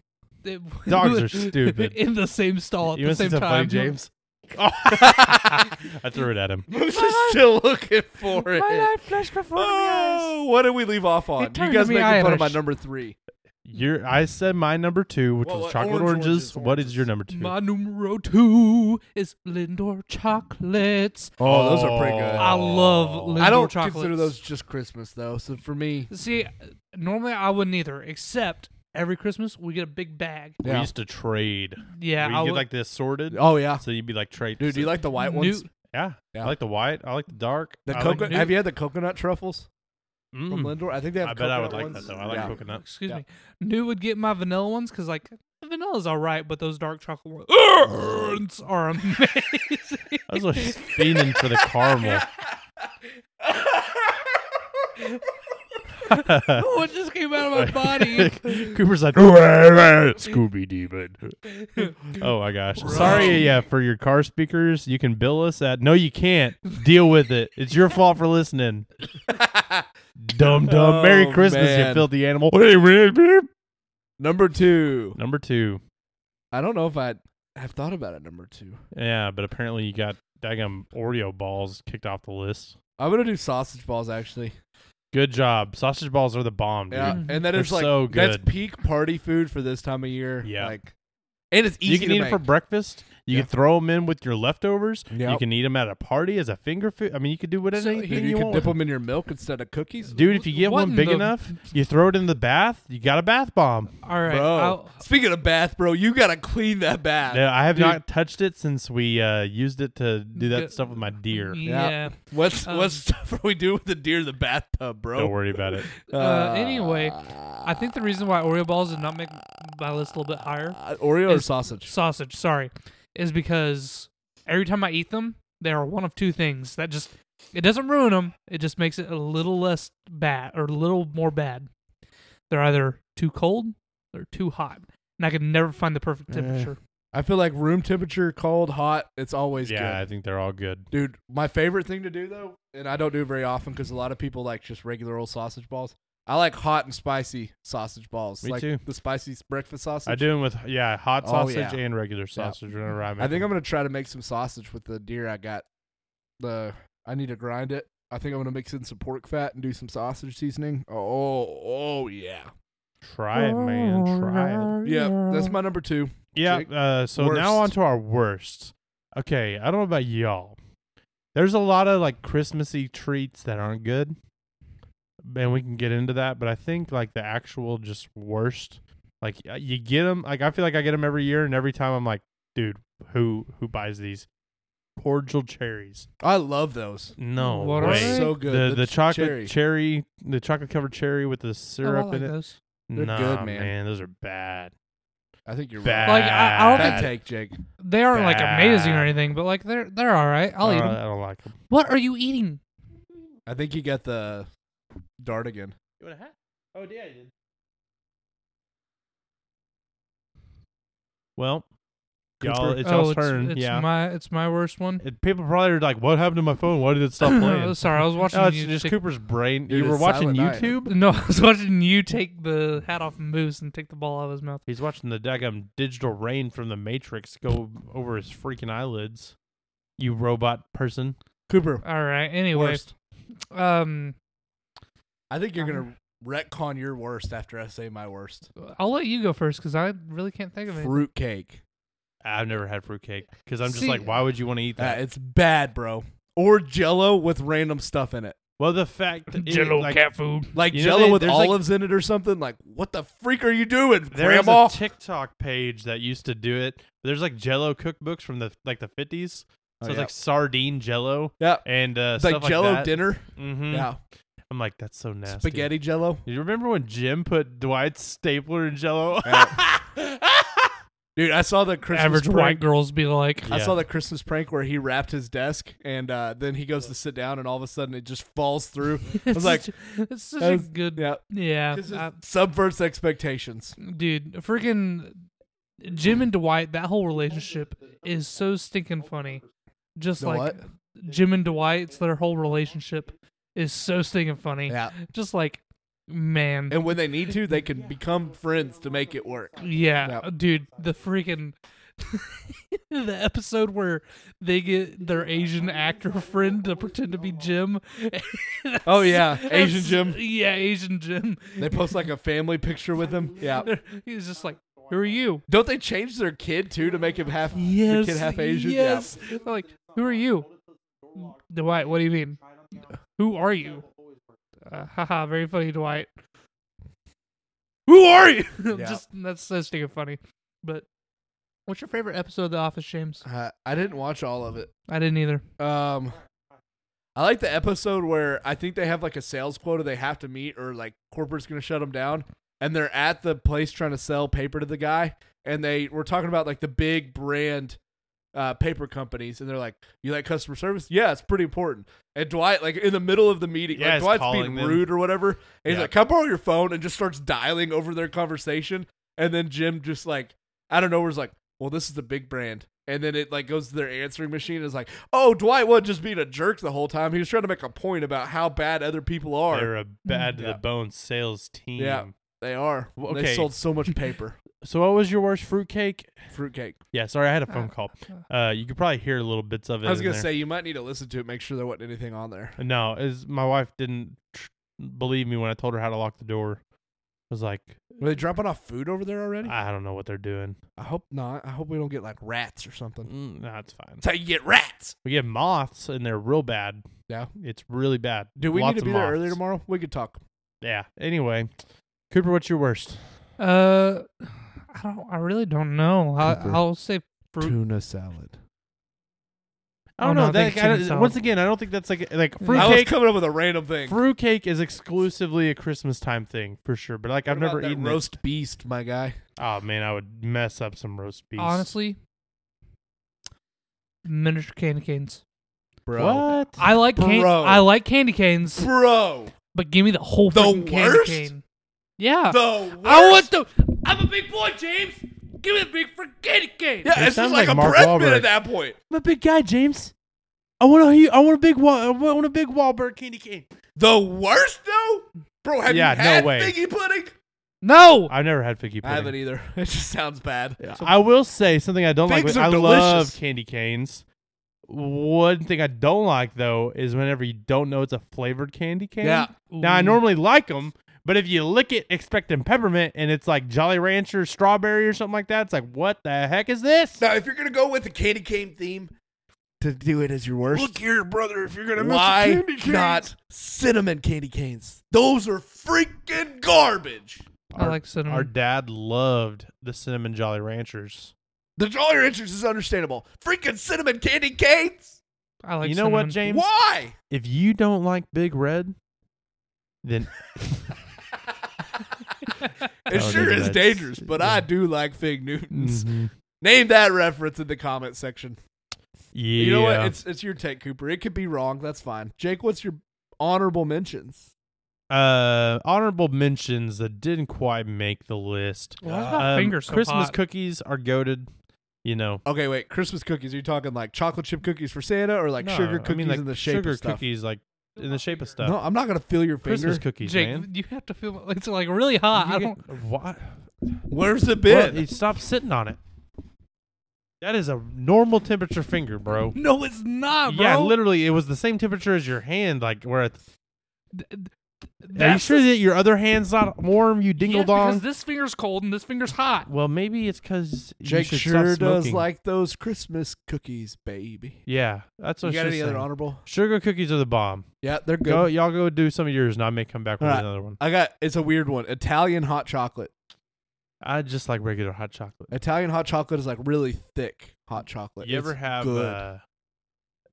S3: It-
S2: Dogs are stupid.
S3: In the same stall at
S2: You
S3: the
S2: want to see
S3: same
S2: something funny,
S3: time.
S2: James? Oh. I threw it at him.
S1: Moose is still looking for it.
S3: My life flashed before my eyes.
S1: Oh, what did we leave off on?
S3: It
S1: You
S3: turned
S1: guys
S3: me
S1: making fun of my
S3: Irish.
S1: number three.
S2: Your, I said my number two, which
S1: Well,
S2: was
S1: uh,
S2: chocolate
S1: orange, oranges,
S2: oranges. What is your
S1: oranges.
S2: number two?
S3: My numero two is Lindor chocolates.
S1: Oh, those are pretty good.
S3: I love
S2: Oh.
S3: Lindor
S1: I don't
S3: chocolates.
S1: consider those just Christmas though. So for me,
S3: See, normally I wouldn't either, except every Christmas we get a big bag.
S2: We used to trade.
S3: Yeah,
S2: we
S3: I
S2: get
S3: would-
S2: like the assorted.
S1: Oh yeah,
S2: So you'd be like trade.
S1: dude. Do you like the white
S3: New-
S1: ones?
S2: Yeah.
S1: Yeah.
S2: I like the white. I like the dark.
S1: The
S2: I like-
S1: coconut. have you had the coconut truffles from
S2: Mm.
S1: Lindor? I think they have.
S2: I bet I would
S1: coconut
S2: like
S1: ones.
S2: that though. I like
S1: Yeah.
S2: coconut.
S3: excuse
S1: Yeah.
S3: me. New would get my vanilla ones because like vanilla's all right, but those dark chocolate ones are amazing.
S2: I was like fiending for the caramel.
S3: what just came out of my body?
S2: Cooper's like Scooby Demon. oh my gosh! Sorry, yeah, for your car speakers, you can bill us at. No, you can't. Deal with it. It's your fault for listening. Dumb dumb. Merry
S1: Oh,
S2: Christmas, you
S1: man.
S2: filthy animal. Hey, red beep.
S1: Number two.
S2: Number two.
S1: I don't know if I have thought about it. Number two.
S2: Yeah, but apparently you got daggum Oreo balls kicked off the list.
S1: I'm gonna do sausage balls actually.
S2: Good job. Sausage balls are the bomb, dude.
S3: Mm-hmm.
S1: Yeah, and that
S2: They're
S1: is like
S2: so
S1: that's
S2: good.
S1: peak party food for this time of year.
S2: Yeah.
S1: like and it's easy
S2: you can
S1: to
S2: eat
S1: make.
S2: it for breakfast. You
S1: Yeah.
S2: can throw them in with your leftovers. You
S1: Yep.
S2: can eat them at a party as a finger food. I mean, you could do whatever
S3: So
S2: anything
S1: Dude,
S2: you,
S1: you, can
S2: want.
S1: dip them in your milk instead of cookies.
S2: Dude, if you get
S3: What
S2: one
S3: in
S2: big
S3: the-
S2: enough, you throw it in the bath. You got a bath bomb.
S3: All right,
S1: bro.
S3: I'll-
S1: Speaking of bath, bro, you gotta clean that bath.
S2: Yeah, I have
S1: Dude.
S2: not touched it since we uh, used it to do that
S3: Good.
S2: stuff with my deer.
S3: yeah.
S1: What's
S3: Um,
S1: what stuff are we doing with the deer in the bathtub,
S2: Don't
S1: bro?
S2: worry about it.
S3: Uh, anyway, I think the reason why Oreo balls did not make my list a little bit higher
S1: Uh, Oreo or
S3: It's-
S1: sausage?
S3: sausage, sorry, is because every time I eat them, they are one of two things that just it doesn't ruin them. It just makes it a little less bad or a little more bad. They're either too cold or too hot, and I can never find the
S2: Eh,
S3: perfect temperature.
S1: I feel like room temperature, cold, hot, it's always
S2: yeah, I
S1: good.
S2: think they're all good.
S1: Dude, my favorite thing to do though, and I don't do it very often because a lot of people like just regular old sausage balls. I like hot and spicy sausage balls.
S2: Me
S1: like
S2: too.
S1: the spicy breakfast sausage.
S2: I do them with yeah, hot
S1: Oh,
S2: sausage
S1: yeah.
S2: and regular sausage. Whenever I, make
S1: I think I'm
S2: 'em.
S1: gonna try to make some sausage with the deer I got. The I need to grind it. I think I'm gonna mix in some pork fat and do some sausage seasoning. Oh, oh yeah,
S2: try it, man. Try it.
S1: yeah. That's my number two.
S2: Yeah.
S1: Jake?
S2: Uh, so now on
S1: Worst.
S2: to our worst. Okay, I don't know about y'all. There's a lot of like Christmassy treats that aren't good. and we can get into that. But I think like the actual just worst, like y- you get them. Like I feel like I get them every year, and every time I'm like, dude, who who buys these cordial cherries?
S1: I love those.
S2: No
S3: What are
S2: way.
S3: they?
S1: So good.
S2: The, the
S1: The ch-
S2: chocolate
S1: cherry.
S2: cherry. the chocolate covered cherry with the syrup
S3: oh, I like
S2: in it.
S3: those.
S1: They're
S2: nah,
S1: good, man.
S2: Those are bad.
S1: I think you're
S2: Bad.
S1: right.
S3: Like, I- I don't
S1: Bad
S3: Bad.
S1: take, Jake.
S3: They aren't like amazing or
S2: Bad.
S3: anything, but like they're they're all right. I'll eat
S2: Uh,
S3: them.
S2: I don't like them.
S3: What are you eating?
S1: I think you got the dart again.
S2: You want a hat? Oh yeah, I did. Well, y'all,
S1: Cooper?
S2: it's
S3: oh,
S2: y'all's turn.
S3: It's
S2: yeah.
S3: my it's my worst one.
S2: It- people probably are like, "What happened to my phone? Why did it stop playing?"
S3: Sorry, I was watching
S2: no, Oh, it's
S3: you
S2: just
S3: take-
S2: Cooper's brain.
S1: Dude,
S2: you were
S1: it's
S2: watching
S1: Silent Night.
S2: YouTube.
S3: No, I was watching you take the hat off Moose and take the ball out of his mouth.
S2: He's watching the daggum digital rain from the Matrix go over his freaking eyelids. You robot person.
S1: Cooper.
S3: All right. Anyway,
S1: Worst.
S3: um,
S1: I think you're gonna retcon your worst after I say my worst.
S3: I'll let you go first because I really can't think of it.
S1: Fruitcake.
S2: I've never had fruitcake because I'm just
S3: See-
S2: like, why would you want to eat
S1: Uh,
S2: that?
S1: it's bad, bro. Or Jello with random stuff in it,
S2: well, the fact that it-
S3: Jello
S2: like,
S3: cat food.
S1: like
S2: You know,
S1: Jello
S2: they-
S1: with
S2: there's, like-
S1: olives in it or something. Like, what the freak are you doing,
S2: There's
S1: Grandma?
S2: a TikTok page that used to do it. There's like Jello cookbooks from the like the 50s. So
S1: Oh,
S2: it's
S1: yeah.
S2: like sardine Jello
S1: yeah,
S2: and uh,
S1: it's like
S2: stuff
S1: Jello
S2: like that.
S1: dinner.
S2: hmm
S1: Yeah,
S2: I'm like, that's so nasty.
S1: spaghetti Jello.
S2: You remember when Jim put Dwight's stapler in Jello?
S1: Dude, I saw the Christmas
S3: Average
S1: prank.
S3: white girls be like,
S1: I
S2: Yeah.
S1: saw the Christmas prank where he wrapped his desk and uh, then he goes to sit down and all of a sudden it just falls through. I was like,
S3: such- it's such
S1: that
S3: a
S1: was-
S3: good,
S1: yeah,
S3: yeah,
S1: this is-
S3: I-
S1: subverts expectations.
S3: dude. Freaking Jim and Dwight. That whole relationship is so stinking funny. Just
S1: The
S3: like Jim and Dwight's, their whole relationship is so stinking funny.
S1: Yeah,
S3: Just like, man,
S1: and when they need to, they can become friends to make it work.
S3: Yeah, uh,
S1: Yeah.
S3: dude, the freaking the episode where they get their Asian actor friend to pretend to be Jim.
S1: Oh yeah, Asian
S3: That's-
S1: Jim.
S3: Yeah, Asian Jim.
S1: They post like a family picture with him. Yeah.
S3: He's just like, "Who are you?"
S1: Don't they change their kid too to make him half
S3: Yes.
S1: the kid half Asian? Yeah.
S3: Yes. They're like, "Who are you?" Dwight, what do you mean? Who are you? Uh, haha, very funny, Dwight. Who are you?
S1: Yeah.
S3: just that's so stinking funny. But what's your favorite episode of The Office, James?
S1: Uh, I didn't watch all of it.
S3: I didn't either.
S1: Um, I like the episode where I think they have like a sales quota they have to meet, or like corporate's gonna shut them down, and they're at the place trying to sell paper to the guy, and they were talking about like the big brand. Uh, paper companies and they're like, "You like customer service? Yeah, it's pretty important." And Dwight, like in the middle of the meeting,
S2: Yeah,
S1: like
S2: he's
S1: Dwight's
S2: calling
S1: being
S2: them.
S1: rude or whatever, and he's
S2: Yeah.
S1: like, "Can I borrow your phone?" and just starts dialing over their conversation. And then Jim just like I don't know. Where it's like, well, this is the big brand, and then it like goes to their answering machine. And it's like, oh, Dwight wasn't just being a jerk the whole time. He was trying to make a point about how bad other people are.
S2: They're a bad to
S1: Yeah.
S2: the bone sales team.
S1: Yeah. They are.
S2: Well,
S1: They
S2: okay.
S1: sold so much paper,
S2: So what was your worst fruitcake?
S1: fruitcake.
S2: Yeah, sorry, I had a phone
S3: Uh,
S2: call. Uh, you could probably hear little bits of it.
S1: I was
S2: in
S1: gonna
S2: there.
S1: say you might need to listen to it, make sure there wasn't anything on there.
S2: no. Is my wife didn't tr- believe me when I told her how to lock the door. I was like,
S1: Were they dropping off food over there already? I,
S2: I don't know what they're doing.
S1: hope not. I hope we don't get like rats or something.
S2: Mm, nah, it's fine.
S1: That's how you get rats.
S2: We get moths and they're real bad.
S1: Yeah.
S2: it's really bad.
S1: Do we
S2: Lots
S1: need to
S2: of
S1: be there early
S2: moths.
S1: tomorrow? We could talk.
S2: Yeah. Anyway, Cooper, what's your worst?
S3: Uh, I don't. I really don't know. I,
S1: Cooper.
S3: I'll say fruit.
S1: Tuna salad.
S2: I don't
S3: Oh, no,
S2: know. that,
S3: I think
S2: I don't-
S3: chicken salad.
S2: once again, I don't think that's like like
S1: I was
S2: fruitcake.
S1: coming up with a random thing.
S2: Fruitcake is exclusively a Christmas time thing for sure. But like, I've
S1: What about
S2: never
S1: that
S2: eaten it.
S1: roast beast, my guy.
S2: Oh man, I would mess up some roast beef.
S3: Honestly, miniature candy canes.
S1: Bro,
S2: what?
S3: I like can-
S1: Bro.
S3: I like candy canes,
S1: bro.
S3: but give me the whole
S1: The
S3: freaking candy
S1: worst?
S3: cane. Yeah,
S1: The worst.
S3: I want the. I'm a big boy, James. Give me the big freaking candy cane.
S1: Yeah,
S2: It
S1: it's just
S2: sounds
S1: like, a
S2: like Mark
S1: breath mint
S2: Wahlberg.
S1: at that point.
S2: I'm a big guy, James. I want a, I want a big, I want a big Wahlberg candy cane.
S1: The worst though, bro. Have
S2: Yeah,
S1: you
S2: no
S1: had
S2: way.
S1: figgy pudding?
S3: No.
S2: I've never had figgy pudding.
S1: I haven't either. It just sounds bad.
S2: Yeah. I will say something I don't like.
S1: Figs
S2: but
S1: are
S2: I love
S1: delicious.
S2: candy canes. One thing I don't like though is whenever you don't know it's a flavored candy cane.
S1: Yeah.
S2: Now I normally like them, but if you lick it expecting peppermint and it's like Jolly Rancher strawberry or something like that, it's like what the heck is this?
S1: Now, if you're gonna go with the candy cane theme, to do it as your worst.
S2: here, brother. If you're gonna
S1: Why not cinnamon candy canes? Those are freaking garbage.
S3: I like cinnamon.
S2: Our dad loved the cinnamon Jolly Ranchers.
S1: The Jolly Ranchers is understandable. Freaking cinnamon candy canes?
S3: I like
S2: you know what,
S3: cinnamon.
S2: James?
S1: Why?
S2: If you don't like Big Red, then
S1: It
S2: Oh,
S1: sure
S2: dude,
S1: is
S2: that's-
S1: dangerous, but I
S2: yeah. Mm-hmm.
S1: do like Fig Newtons. Name that reference in the comment section.
S2: yeah,
S1: You
S2: mm-hmm.
S1: know what? It's it's your take, Cooper. It could be wrong. That's fine. Jake, what's your honorable mentions?
S2: uh, honorable mentions that didn't quite make the list.
S3: Why is my
S2: Um,
S3: finger so
S2: Christmas
S3: hot?
S2: cookies are goaded. You know,
S1: Okay, wait. Christmas cookies. Are you talking like chocolate chip cookies for Santa or like
S2: No,
S1: sugar cookies
S2: I mean, like
S1: in the shape
S2: sugar
S1: of stuff?
S2: cookies, like in the shape of stuff.
S1: No, I'm not gonna feel your finger.
S2: Christmas cookies,
S3: Jake,
S2: man.
S3: you have to feel it's like really hot. Ah, I
S2: You
S3: don't.
S2: get- What?
S1: Where's the
S2: Well,
S1: bit?
S2: you stop sitting on it. That is a normal temperature finger, bro.
S3: No, it's not, bro.
S2: Yeah, literally, it was the same temperature as your hand. Like, we're at.
S3: D- d-
S2: Are you
S3: that's
S2: sure that your other hand's not warm? You
S3: the-
S2: dingle
S3: yes,
S2: dong.
S3: because this finger's cold and this finger's hot.
S2: well, maybe it's because
S1: Jake
S2: you should
S1: sure
S2: stop
S1: does
S2: smoking.
S1: like those Christmas cookies, baby.
S2: Yeah, that's what
S1: you got
S2: she's
S1: any other
S2: saying.
S1: honorable?
S2: Sugar cookies are the bomb.
S1: Yeah, they're good.
S2: Go, y'all go do some of yours, and I may come back with
S1: All right.
S2: another one.
S1: I got it's a weird one. Italian hot chocolate.
S2: I just like regular hot chocolate.
S1: Italian hot chocolate is like really thick hot chocolate.
S2: you
S1: It's
S2: ever have
S1: good.
S2: uh,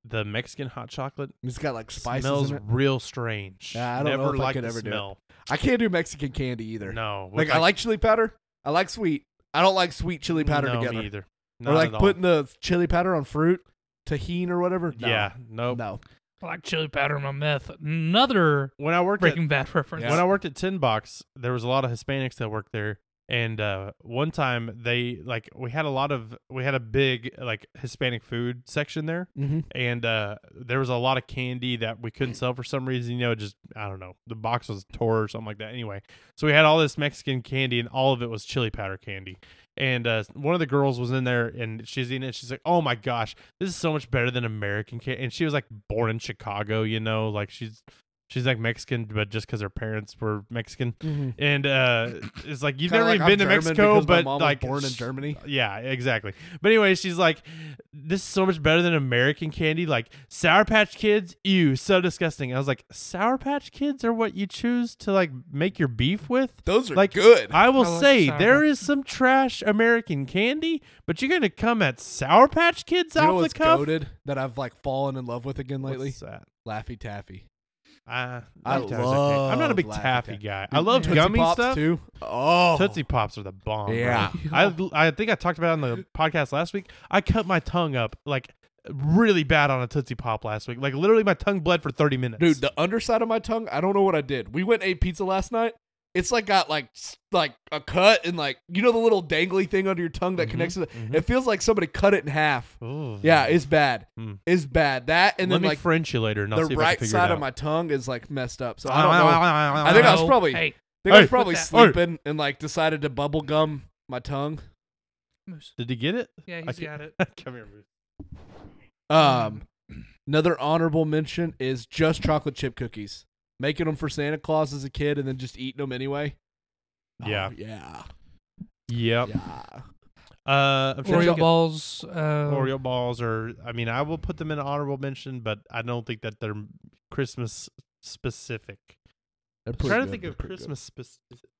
S2: the Mexican hot chocolate?
S1: it's got like spices
S2: smells
S1: in it.
S2: real strange.
S1: Yeah, I don't know
S2: Never
S1: if I
S2: liked
S1: could
S2: the
S1: ever do it.
S2: smell.
S1: I can't do Mexican candy either.
S2: No, with,
S1: like, I like chili powder. I like sweet. I don't like sweet chili powder
S2: no,
S1: together.
S2: Me either.
S1: or
S2: Not
S1: like
S2: at all.
S1: putting the chili powder on fruit, tahine or whatever. No.
S2: Yeah, no.
S1: No.
S3: I like chili powder in my meth. Another
S2: When I worked at,
S3: Breaking Bad reference.
S1: Yeah.
S2: when I worked at Tin Box, there was a lot of Hispanics that worked there, and uh, one time they like we had a lot of we had a big like Hispanic food section there,
S1: Mhm.
S2: and uh, there was a lot of candy that we couldn't sell for some reason. You know, it just I don't know, the box was tore or something like that. Anyway, so we had all this Mexican candy, and all of it was chili powder candy. And uh, one of the girls was in there, and she's eating it. She's like, "Oh my gosh, this is so much better than American candy." And she was like born in Chicago, you know, like she's she's like Mexican, but just because her parents were Mexican. And uh, it's like you've
S1: Kinda
S2: never
S1: like I'm German
S2: even been to Mexico,
S1: because my
S2: but
S1: mom was
S2: like
S1: born in
S2: sh-
S1: Germany.
S2: yeah, exactly. But anyway, she's like, "This is so much better than American candy. Like Sour Patch Kids, ew, so disgusting." I was like, "Sour Patch Kids are what you choose to like make your beef with."
S1: Those are
S2: Like,
S1: good.
S2: I will
S3: I like
S2: say
S3: Sour
S2: there
S3: Patch.
S2: is some trash American candy, but you're gonna come at Sour Patch Kids
S1: you know
S2: off the
S1: what's
S2: cuff.
S1: goaded that I've like fallen in love with again lately?
S2: What's that?
S1: Laffy Taffy.
S2: Uh,
S1: I
S2: Laffy Taffy's okay. I'm not a
S1: love
S2: big
S1: Laffy
S2: taffy
S1: Taffy.
S2: guy. I love
S1: Tootsie
S2: gummy
S1: Pops
S2: stuff.
S1: too. Oh,
S2: Tootsie Pops are the bomb. bro.
S1: Yeah.
S2: I, I think I talked about it on the podcast last week. I cut my tongue up like really bad on a Tootsie Pop last week. Like literally my tongue bled for 30 minutes.
S1: dude, the underside of my tongue. I don't know what I did. We went and ate pizza last night. It's like got like s- like a cut and like you know the little dangly thing under your tongue that
S2: Mhm,
S1: connects to it.
S2: mhm.
S1: It feels like somebody cut it in half.
S2: Ooh.
S1: Yeah, it's bad.
S2: Mm.
S1: It's bad. That and
S2: Let
S1: then
S2: me
S1: like
S2: French you later and I'll
S1: the
S2: see if I
S1: right
S2: can figure
S1: side
S2: it
S1: of
S2: out.
S1: my tongue is like messed up. So I don't know.
S2: I
S1: I think I was
S3: No.
S1: probably-
S3: Hey,
S1: think I was
S2: Hey,
S1: probably
S3: put that-
S1: sleeping and like decided to bubble gum my tongue.
S3: Moose.
S2: Did you get it?
S3: Yeah,
S2: I
S3: he's
S2: can't-
S3: got it.
S2: Come here. Bruce. Hmm.
S1: Um, another honorable mention is just chocolate chip cookies. Making them for Santa Claus as a kid and then just eating them anyway. Oh,
S2: Yeah.
S1: yeah,
S2: Yep.
S1: yeah.
S2: Uh, I'm trying to
S3: Oreo
S2: think of-
S3: balls. Uh,
S2: Oreo balls are. I mean, I will put them in honorable mention, but I don't think that they're Christmas specific.
S1: They're
S2: I'm
S1: pretty
S2: trying to
S1: good,
S2: think
S1: they're
S2: of
S1: pretty good.
S2: Christmas specific.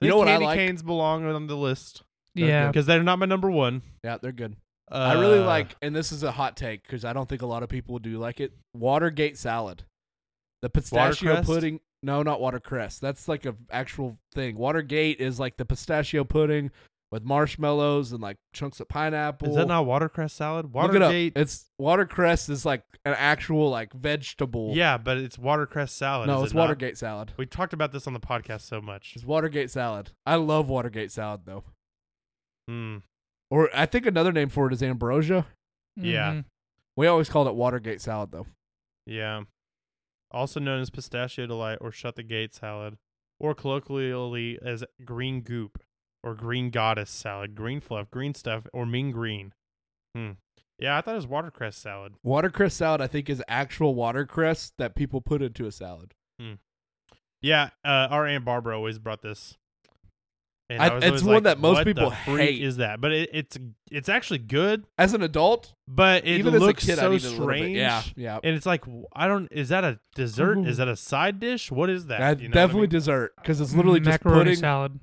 S1: You know what I
S2: candy
S1: like?
S2: canes belong on the list.
S3: Yeah.
S2: because they're not my number one.
S1: Yeah, they're good.
S2: Uh,
S1: I really like, and this is a hot take because I don't think a lot of people do like it. Watergate salad, the pistachio
S2: Watercress?
S1: pudding. No, not watercress. That's like a actual thing. Watergate is like the pistachio pudding with marshmallows and like chunks of pineapple.
S2: Is that not watercress salad?
S1: Look it up.
S2: Watergate.
S1: It's watercress is like an actual like vegetable.
S2: Yeah, but it's watercress salad.
S1: No,
S2: is
S1: it's
S2: it not?
S1: Watergate salad.
S2: We talked about this on the podcast so much.
S1: It's Watergate salad. I love Watergate salad though.
S2: Mm.
S1: Or I think another name for it is ambrosia.
S2: yeah.
S3: Mhm.
S1: We always called it Watergate salad though.
S2: Yeah. Also known as pistachio delight or shut the gate salad, or colloquially as green goop or green goddess salad, green fluff, green stuff, or mean green. Hmm. Yeah, I thought it was watercress salad.
S1: Watercress salad, I think, is actual watercress that people put into a salad.
S2: Yeah, uh, our aunt Barbara always brought this. And
S1: I-
S2: was
S1: it's
S2: always
S1: one
S2: like,
S1: that most
S2: "What the
S1: people
S2: freak
S1: hate."
S2: Is that? But it, it's it's actually good,
S1: As an adult,
S2: but it
S1: even
S2: looks
S1: as a kid, I
S2: so
S1: needed a little bit.
S2: strange.
S1: Yeah, yeah.
S2: And it's like w- I don't. Is that a dessert? Is that a side dish? What is that?
S1: I-
S2: You know what I
S1: definitely
S2: mean?
S1: dessert because it's literally just
S3: macaroni
S1: pudding.
S3: salad.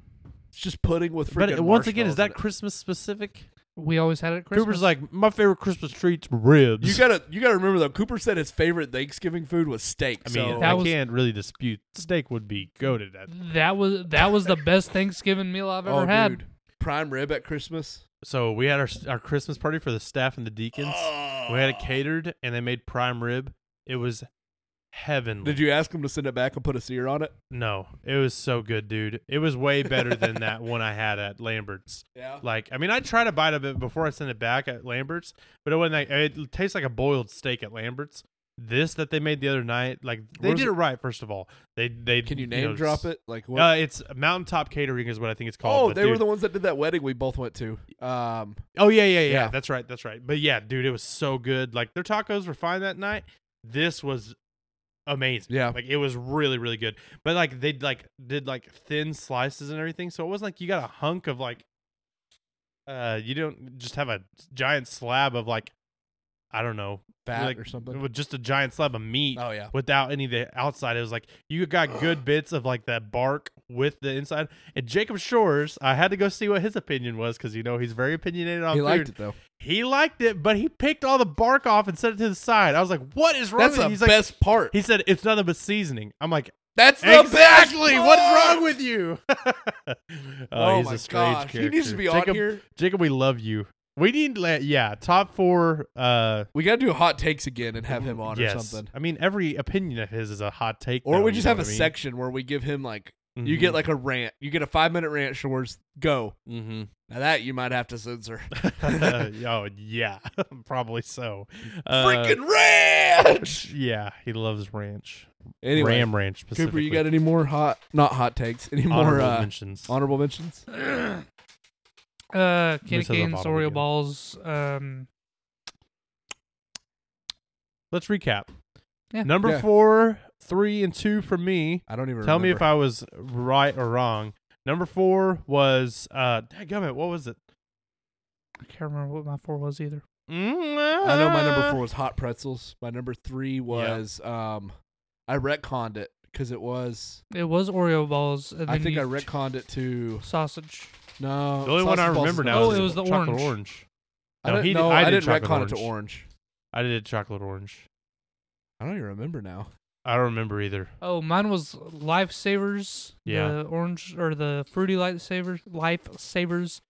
S1: It's just pudding with freaking.
S2: But it- once again, is that
S1: marshmallows
S2: Christmas specific?
S3: We always had it at Christmas.
S2: Cooper's like my favorite Christmas treat's ribs.
S1: in it. you gotta you gotta remember though. Cooper said his favorite Thanksgiving food was steak.
S2: I mean,
S1: so-
S2: I
S3: That was-
S2: can't really dispute steak would be goaded at.
S3: that was that was the best Thanksgiving meal I've ever
S1: oh,
S3: had.
S1: dude, prime rib at Christmas.
S2: So we had our our Christmas party for the staff and the deacons. We had it
S1: Uh.
S2: catered, and they made prime rib. It was heavenly.
S1: Did you ask him to send it back and put a sear on it?
S2: No, it was so good, dude. It was way better than that one I had at Lambert's.
S1: Yeah.
S2: Like, I mean, I tried to bite of it before I sent it back at Lambert's, but it wasn't like it tastes like a boiled steak at Lambert's. This that they made the other night, like they
S1: Where's
S2: did
S1: it-
S2: it right. First of all, they they
S1: Can you
S2: know,
S1: name drop
S2: s-
S1: it? Like what?
S2: Uh, it's Mountaintop Catering is what I think it's called.
S1: oh,
S2: but
S1: they were
S2: dude-
S1: the ones that did that wedding we both went to. Um,
S2: Oh yeah, yeah, yeah,
S1: Yeah.
S2: That's right, that's right. But yeah, dude, it was so good. Like their tacos were fine that night. This was amazing.
S1: Yeah.
S2: like it was really, really good. But like they like did like thin slices and everything, so it wasn't like you got a hunk of like. Uh, you don't just have a giant slab of like, I don't know,
S1: fat
S2: like,
S1: or something.
S2: with just a giant slab of meat
S1: oh yeah.
S2: without any of the outside. It was like you got good bits of like that bark with the inside. And Jacob Shores, I had to go see what his opinion was because you know he's very opinionated on
S1: He
S2: food.
S1: liked it though.
S2: He liked it, but he picked all the bark off and set it to the side. I was like, "What is wrong?"
S1: That's
S2: with
S1: the
S2: you? He's like,
S1: best part.
S2: he said it's nothing but seasoning. I'm like,
S1: That's the best.
S2: exactly. What's wrong with you?
S1: Oh,
S2: he's
S1: my
S2: a strange
S1: gosh.
S2: character.
S1: He needs to be
S2: Jacob,
S1: on here.
S2: Jacob, we love you. We need, la- yeah, top four. Uh,
S1: We gotta do hot takes again and have him on or
S2: yes.
S1: something.
S2: I mean, every opinion of his is a hot take.
S1: Or
S2: though,
S1: we
S2: you
S1: just
S2: know
S1: have a
S2: what I mean?
S1: section where we give him like you get
S2: Mhm.
S1: like a rant. You get a five minute rant shores. Go.
S2: Mm-hmm.
S1: Now that you might have to censor.
S2: oh yeah, probably so. Uh,
S1: mm-hmm. Freaking ranch.
S2: yeah, he loves ranch.
S1: Anyway,
S2: Ram ranch
S1: Cooper,
S2: specifically.
S1: you got any more hot not hot takes? Any more
S2: honorable
S1: uh,
S2: mentions?
S1: honorable mentions?
S3: Uh, candy
S2: This has a
S3: canes,
S2: bottle
S3: Oreo
S2: again.
S3: balls. Um,
S2: Let's recap.
S3: Yeah.
S2: Number
S1: Yeah.
S2: four, three, and two for me.
S1: I don't even
S2: Tell me if I was right or wrong. Number four was uh, dadgummit, what was it?
S3: I can't remember what my four was either.
S1: I know my
S2: Uh.
S1: number four was hot pretzels. My number three was um, I retconned it because it was.
S3: It was Oreo balls. And
S1: I
S3: then
S1: think
S3: you
S1: I
S3: ch-
S1: retconned it to
S3: sausage.
S1: no.
S2: The only one I
S1: sausage balls
S2: remember
S1: is
S2: now
S1: number
S3: Oh,
S2: is
S3: it
S1: two.
S3: was the
S2: chocolate
S3: orange.
S2: orange.
S1: I
S2: no,
S1: didn't,
S2: he did-
S1: no,
S2: I
S1: I
S2: did
S1: didn't retcon
S2: chocolate
S1: it to
S2: orange.
S1: orange.
S2: I did chocolate orange.
S1: I don't even remember now.
S2: I don't remember either.
S3: Oh, mine was lifesavers.
S2: Yeah.
S3: The orange or the fruity lifesavers, lifesavers,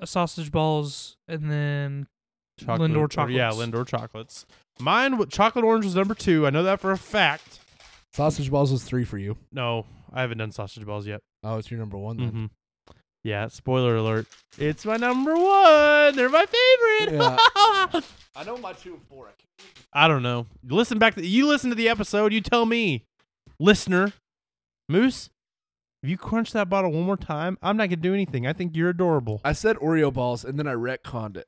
S3: uh, sausage balls, and then
S2: Chocolate,
S3: Lindor
S2: or- Yeah,
S3: chocolates.
S2: Lindor chocolates. Mine, wa- chocolate orange was number two. I know that for a fact.
S1: Sausage balls was three for you.
S2: No, I haven't done sausage balls yet.
S1: Oh, it's your number one then.
S2: hmm Yeah, spoiler alert. It's my number one. They're my favorite.
S1: I know my two and four. I can't-
S2: I don't know. Listen back. To, you listen to the episode. You tell me, listener, Moose. If you crunch that bottle one more time, I'm not gonna do anything. I think you're adorable.
S1: I said Oreo balls and then I retconned it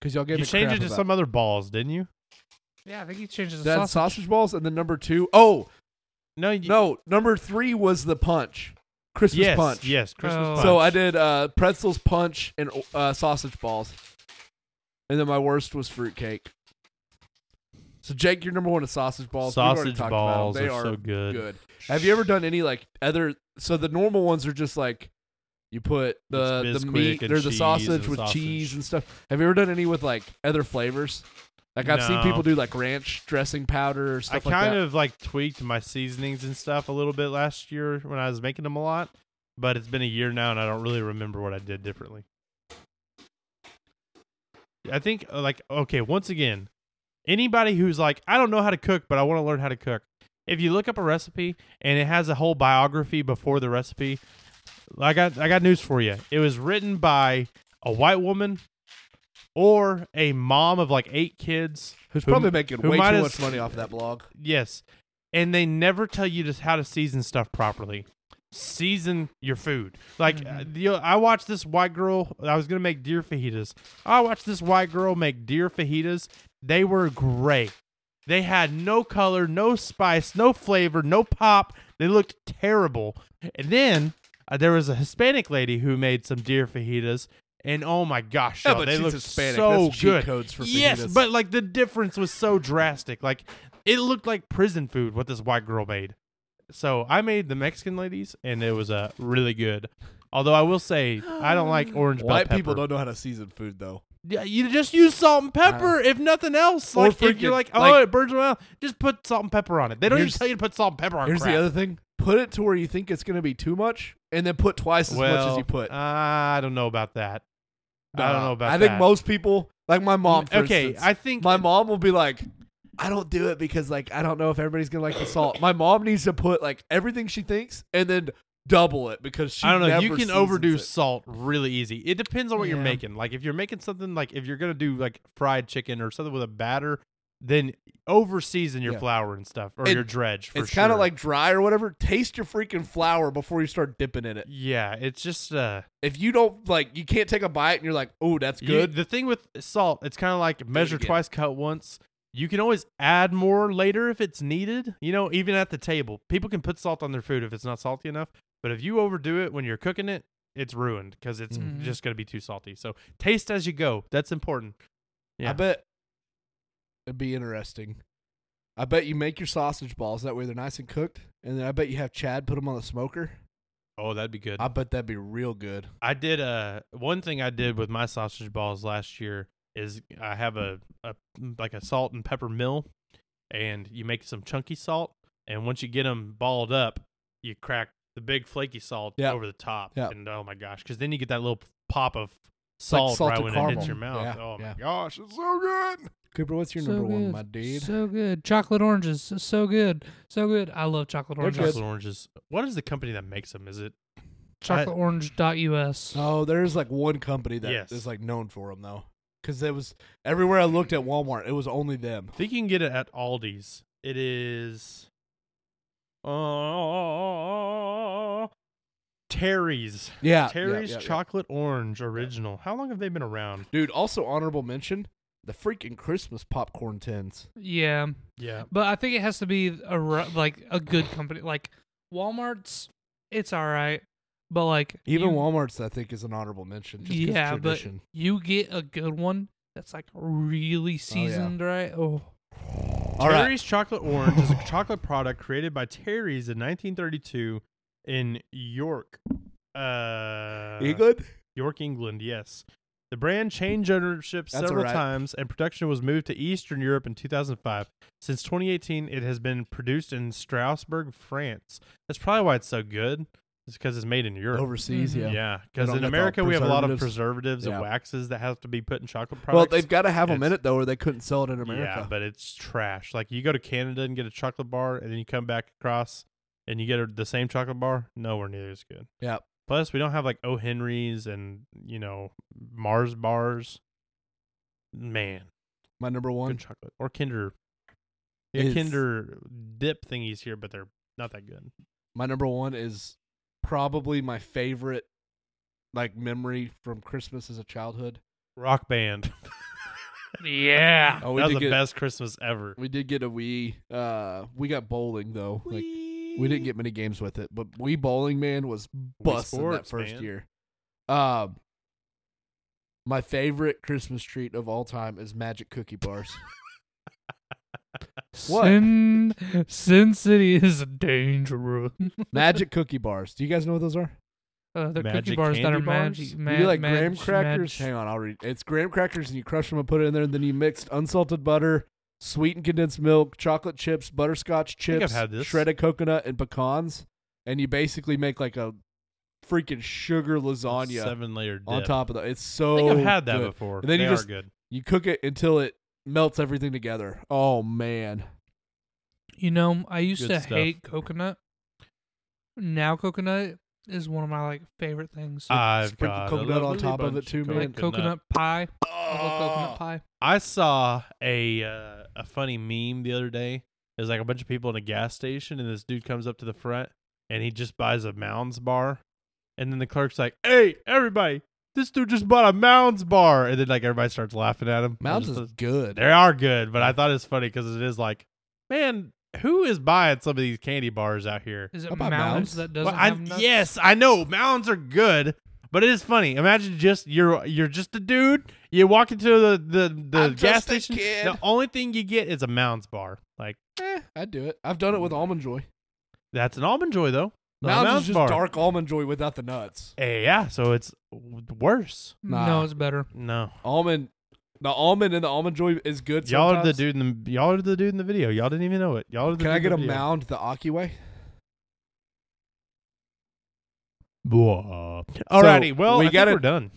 S1: because y'all gave
S2: you
S1: me
S2: changed
S1: crap
S2: it to
S1: about
S2: some other balls, didn't you?
S3: Yeah, I think he changes the
S1: Then
S3: sausage.
S1: sausage. balls and then number two oh
S2: No. You,
S1: no, number three was the punch, Christmas
S2: Yes.
S1: punch.
S2: Yes. Christmas
S3: Oh.
S2: punch.
S1: So I did uh, pretzels, punch, and uh, sausage balls, and then my worst was fruitcake. So Jake, your number one is sausage balls. We've already
S2: Sausage
S1: talked about them.
S2: balls
S1: They
S2: are, so good.
S1: good. Have you ever done any like other? So the normal ones are just like you put the
S2: It's
S1: the
S2: Bisquick
S1: meat
S2: and
S1: or the
S2: cheese
S1: sausage
S2: and
S1: with
S2: sausage.
S1: cheese and stuff. Have you ever done any with like other flavors? Like I've seen
S2: No.
S1: people do like ranch dressing powder or stuff
S2: I
S1: like
S2: kind
S1: that.
S2: of like tweaked my seasonings and stuff a little bit last year when I was making them a lot, but it's been a year now and I don't really remember what I did differently. I think uh, like okay, once again, anybody who's like I don't know how to cook, but I want to learn how to cook. If you look up a recipe and it has a whole biography before the recipe, I got I got news for you. It was written by a white woman or a mom of like eight kids
S1: Who's
S2: who-
S1: probably making
S2: who
S1: way
S2: might
S1: too
S2: have-
S1: much money off that blog.
S2: Yes. And they never tell you just how to season stuff properly. Season your food. Like uh,
S1: Mm-hmm.
S2: you know, I watched this white girl. I was gonna make deer fajitas. I watched this white girl make deer fajitas. They were gray. They had no color, no spice, no flavor, no pop. They looked terrible. And then Uh, there was a Hispanic lady who made some deer fajitas, and oh my gosh,
S1: Yeah,
S2: y'all,
S1: but
S2: they
S1: she's
S2: looked
S1: Hispanic.
S2: so
S1: That's cheat
S2: good.
S1: codes for
S2: yes,
S1: fajitas.
S2: but like the difference was so drastic. Like it looked like prison food what this white girl made. So I made the Mexican ladies, and it was uh, really good. Although I will say I don't like orange bell
S1: White
S2: pepper.
S1: people don't know how to season food though.
S2: Yeah, you just use salt and pepper if nothing else.
S1: Or
S2: Like if
S1: freaking,
S2: you're like, oh,
S1: like-
S2: it burns my mouth, just put salt and pepper on it. They don't even
S1: Here's-
S2: tell you to put salt and pepper on.
S1: Here's
S2: crap.
S1: the other thing: put it to where you think it's going to be too much, and then put twice as much as
S2: Well,
S1: you put.
S2: I don't know about that. I don't
S1: Nah,
S2: know about
S1: I
S2: that.
S1: think most people, like my mom, for
S2: okay,
S1: instance,
S2: I think
S1: my mom will be like, I don't do it because like I don't know if everybody's gonna like the salt. My mom needs to put like everything she thinks and then double it because she
S2: I don't know.
S1: Never
S2: You can
S1: seasons
S2: overdo
S1: it.
S2: salt really easy. It depends on what
S3: Yeah.
S2: you're making. Like if you're making something like if you're gonna do like fried chicken or something with a batter, then over season your
S1: Yeah.
S2: flour and stuff or
S1: And
S2: your dredge. For
S1: It's kind of
S2: sure.
S1: like dry or whatever. Taste your freaking flour before you start dipping in it.
S2: yeah, it's just uh
S1: If you don't like, you can't take a bite and you're like, oh, that's
S2: you-
S1: good.
S2: the thing with salt, it's kind of like measure
S1: again.
S2: twice, cut once. You can always add more later if it's needed. You know, even at the table, people can put salt on their food if it's not salty enough. But if you overdo it when you're cooking it, it's ruined because it's
S3: Mhm.
S1: Mm-hmm.
S2: just gonna be too salty. So taste as you go. That's important. Yeah.
S1: I bet it'd be interesting. I bet you make your sausage balls that way they're nice and cooked, and then I bet you have Chad put them on the smoker.
S2: Oh, that'd be good.
S1: I bet that'd be real good.
S2: I did uh one thing I did with my sausage balls last year is I have a, a like a salt and pepper mill and you make some chunky salt and once you get them balled up you crack the big flaky salt
S1: Yep.
S2: over the top
S1: Yep.
S2: and oh my gosh cuz then you get that little pop of
S1: like
S2: salt right
S1: salted
S2: when it
S1: caramel.
S2: hits your mouth.
S1: Yeah,
S2: oh my
S1: yeah.
S2: gosh, it's so good.
S1: Cooper, what's your number one, my dude?
S3: So good. Chocolate oranges. So good. So good. I love chocolate
S1: They're
S3: oranges.
S2: Chocolate oranges. What is the company that makes them? Is it
S3: Chocolateorange.us.
S1: Oh, there's like one company that is
S2: Yes.
S1: like known for them though, because it was everywhere I looked at Walmart, it was only them.
S2: I think you can get it at Aldi's. It is. Uh, Terry's.
S1: Yeah, yeah,
S2: Terry's
S1: yeah, yeah.
S2: Chocolate Orange Original. How long have they been around?
S1: Dude, also honorable mention the freaking Christmas popcorn tins.
S3: Yeah.
S2: Yeah.
S3: But I think it has to be a ru- like a good company. Like Walmart's, it's all right. But like
S1: Even
S3: you,
S1: Walmart's, I think, is an honorable mention. Just 'cause
S3: yeah, but
S1: tradition.
S3: you get a good one that's like really seasoned, right? Oh,
S1: All right.
S2: Terry's Chocolate Orange is a chocolate product created by Terry's in 1932 in York. Uh,
S1: you good?
S2: York, England, yes. The brand changed ownership
S1: That's
S2: several
S1: alright.
S2: times and production was moved to Eastern Europe in 2005. Since 2018, it has been produced in Strasbourg, France. That's probably why it's so good. It's because it's made in Europe.
S1: Overseas,
S3: Mhm.
S1: yeah.
S2: yeah,
S1: They
S2: because
S1: don't
S2: in
S1: got the
S2: America, we have a lot of preservatives
S1: Yeah.
S2: and waxes that have to be put in chocolate
S1: Well,
S2: products.
S1: they've got to have them in
S2: It's-
S1: it though, or they couldn't sell it in America.
S2: Yeah, but it's trash. Like you go to Canada and get a chocolate bar, and then you come back across and you get a, the same chocolate bar. Nowhere near as good.
S1: Yep.
S2: Plus, we don't have like O. Henry's and you know Mars bars. Man,
S1: My number one
S2: good chocolate or Kinder. Yeah,
S1: Is-
S2: Kinder dip thingies here, but they're not that good.
S1: my number one is probably my favorite like memory from Christmas as a childhood.
S2: Rock Band.
S3: yeah.
S1: Oh, we
S2: that was
S1: did
S2: the
S1: get
S2: best Christmas ever.
S1: we did get a Wii. Uh, we got bowling though. Like we didn't get many games with it, but Wii Bowling Man was busting that
S2: Sports,
S1: first
S2: man.
S1: year. Um, my favorite Christmas treat of all time is Magic Cookie Bars. What?
S3: Sin, Sin City is dangerous.
S1: magic Cookie Bars. Do you guys know what those are?
S3: Uh, they're cookie
S2: Magic
S3: bars that
S2: candy
S3: are
S2: bars?
S3: magic.
S2: You
S1: You
S3: Ma-
S1: do like
S3: mag-
S1: graham crackers?
S3: mag-
S1: Hang on, I'll read. It's graham crackers, and you crush them and put it in there, and then you mixed unsalted butter, sweetened condensed milk, chocolate chips, butterscotch
S2: think I've
S1: chips,
S2: had this.
S1: shredded coconut, and pecans, and you basically make like a freaking sugar lasagna
S2: Seven layer dip.
S1: on top of that. It's so
S2: I think I've had that
S1: good.
S2: before.
S1: And then
S2: they
S1: you just-
S2: are good.
S1: You cook it until it melts everything together. Oh man,
S3: You know, I used
S2: Good
S3: to
S2: stuff.
S3: hate coconut. Now coconut is one of my like favorite things.
S2: I've
S1: sprinkle
S2: got a
S1: coconut on
S2: lovely
S1: top of it
S2: bunch
S1: too, man.
S3: like coconut pie. I love Oh,
S2: Oh.
S3: coconut pie.
S2: I saw a uh, a funny meme the other day. It was like a bunch of people in a gas station, and this dude comes up to the front, and he just buys a Mounds bar, and then the clerk's like, "Hey, everybody, this dude just bought a Mounds bar," and then like everybody starts laughing at him.
S1: Mounds
S2: It was
S1: is
S2: just-
S1: good.
S2: they are good, but I thought it's funny because it is like, man, who is buying some of these candy bars out here?
S3: Is
S1: How
S3: it
S1: about
S3: mounds
S1: mounds?
S3: that
S2: Well,
S3: doesn't
S2: I-
S3: have nuts?
S2: yes, I know mounds are good, but it is funny. Imagine just you're you're just a dude. You walk into the the, the
S1: I'm
S2: gas
S1: just a
S2: station.
S1: kid.
S2: The only thing you get is a mounds bar. Like
S1: Eh, I'd do it. I've done it with almond joy.
S2: that's an almond joy though. The
S1: Mounds, is just
S2: bar.
S1: dark almond joy without the nuts.
S2: Eh, yeah, so it's w- worse.
S1: Nah.
S3: No, it's better.
S2: No,
S1: Almond, the almond and the almond joy is good.
S2: y'all are the
S1: sometimes.
S2: dude in the y'all are the dude in the video. Y'all didn't even know it. Y'all are the
S1: Can I
S2: dude
S1: get a
S2: in the video.
S1: mound the Aki way?
S2: Blah. Alrighty, well
S1: we
S2: we I think
S1: gotta-
S2: we're done.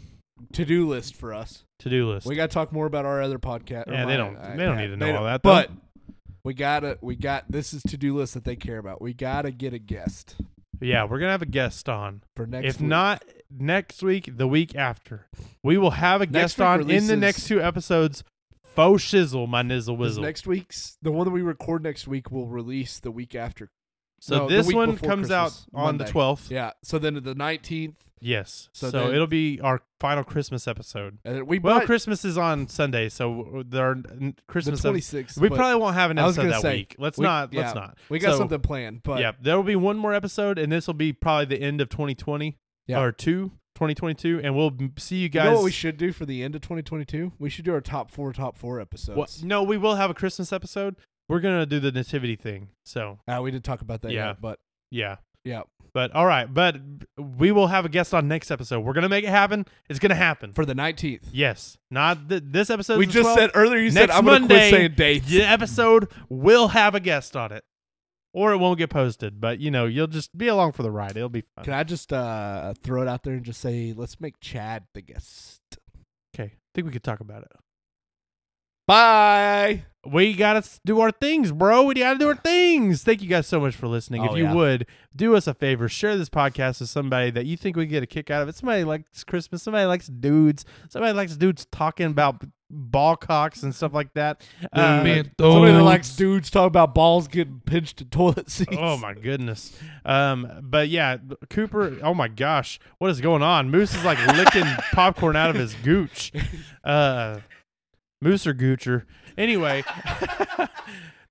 S1: To do list for us.
S2: To do list.
S1: We got to talk more about our other podcast. or
S2: yeah,
S1: my-
S2: they don't
S1: I-
S2: they don't
S1: yeah,
S2: need to
S1: they
S2: know all
S1: don't-
S2: that. Though.
S1: But we gotta. We got this is to do list that they care about. We gotta get a guest
S2: yeah, we're gonna have a guest on.
S1: for next.
S2: if
S1: week.
S2: not next week, the week after, we will have a guest
S1: week
S2: on in the
S1: releases-
S2: next two episodes. Faux shizzle, my nizzle
S1: Because
S2: wizzle.
S1: next week's the one that we record next week will release the week after.
S2: so
S1: no, the
S2: this
S1: week
S2: one
S1: before
S2: comes
S1: Christmas,
S2: out on the
S1: Monday.
S2: twelfth.
S1: Yeah. So then the nineteenth,
S2: Yes. So,
S1: So then-
S2: it'll be our final Christmas episode.
S1: and then we
S2: Well,
S1: might-
S2: Christmas is on Sunday, so there are
S1: the
S2: Christmas.
S1: twenty sixth.
S2: we probably won't have an
S1: I was
S2: episode
S1: gonna
S2: that
S1: say,
S2: week. Let's
S1: we-
S2: not. Let's
S1: yeah,
S2: not.
S1: we got
S2: So,
S1: something planned, but
S2: yeah, there will be one more episode, and this will be probably the end of 2020
S1: Yeah.
S2: or two 2022, and we'll m- see you
S1: you
S2: guys.
S1: know what we should do for the end of 2022? We should do our top four, top four episodes.
S2: Well, no, we will have a Christmas episode. We're gonna do the nativity thing. So
S1: Ah, we did talk about that.
S2: Yeah.
S1: Yeah, but
S2: yeah,
S1: yeah,
S2: but all right, but we will have a guest on next episode. We're gonna make it happen. It's gonna happen.
S1: for the 19th.
S2: yes, not th- this episode.
S1: we
S2: is
S1: just
S2: the 12th.
S1: said earlier. You said
S2: Next
S1: I'm gonna
S2: Monday,
S1: quit saying dates.
S2: the episode will have a guest on it, or it won't get posted. But you know, you'll just be along for the ride. It'll be fun.
S1: Can I just uh, throw it out there and just say, let's make Chad the guest.
S2: okay, I think we could talk about it.
S1: Bye.
S2: we gotta s- do our things, bro. We gotta do our things. Thank you guys so much for listening.
S1: Oh,
S2: if you
S1: yeah.
S2: would do us a favor, share this podcast with somebody that you think we get a kick out of it. Somebody likes Christmas. Somebody likes dudes. Somebody likes dudes talking about ball cocks and stuff like that. Uh,
S3: Man,
S1: Somebody that
S3: those-
S1: likes dudes talking about balls getting pinched in toilet seats.
S2: Oh my goodness. Um, but yeah, Cooper. Oh my gosh, what is going on? Moose is like licking popcorn out of his gooch. Uh, Moose or Goocher. Anyway,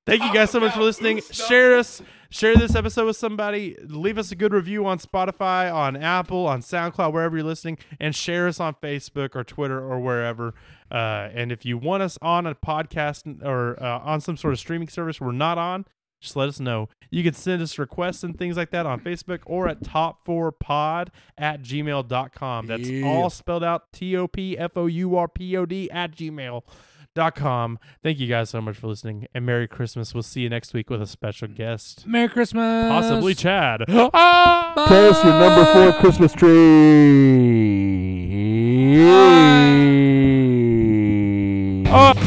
S2: thank you guys so much for listening. Share us. Share this episode with somebody. Leave us a good review on Spotify, on Apple, on SoundCloud, wherever you're listening, and share us on Facebook or Twitter or wherever. Uh, and if you want us on a podcast or uh, on some sort of streaming service we're not on, just let us know. You can send us requests and things like that on Facebook or at top4pod at gmail.com. That's
S1: Yeah.
S2: all spelled out T O P F O U R P O D at gmail.com. Thank you guys so much for listening and Merry Christmas. We'll see you next week with a special guest,
S3: Merry Christmas.
S2: possibly Chad.
S6: Press your number four Christmas tree.
S2: Oh.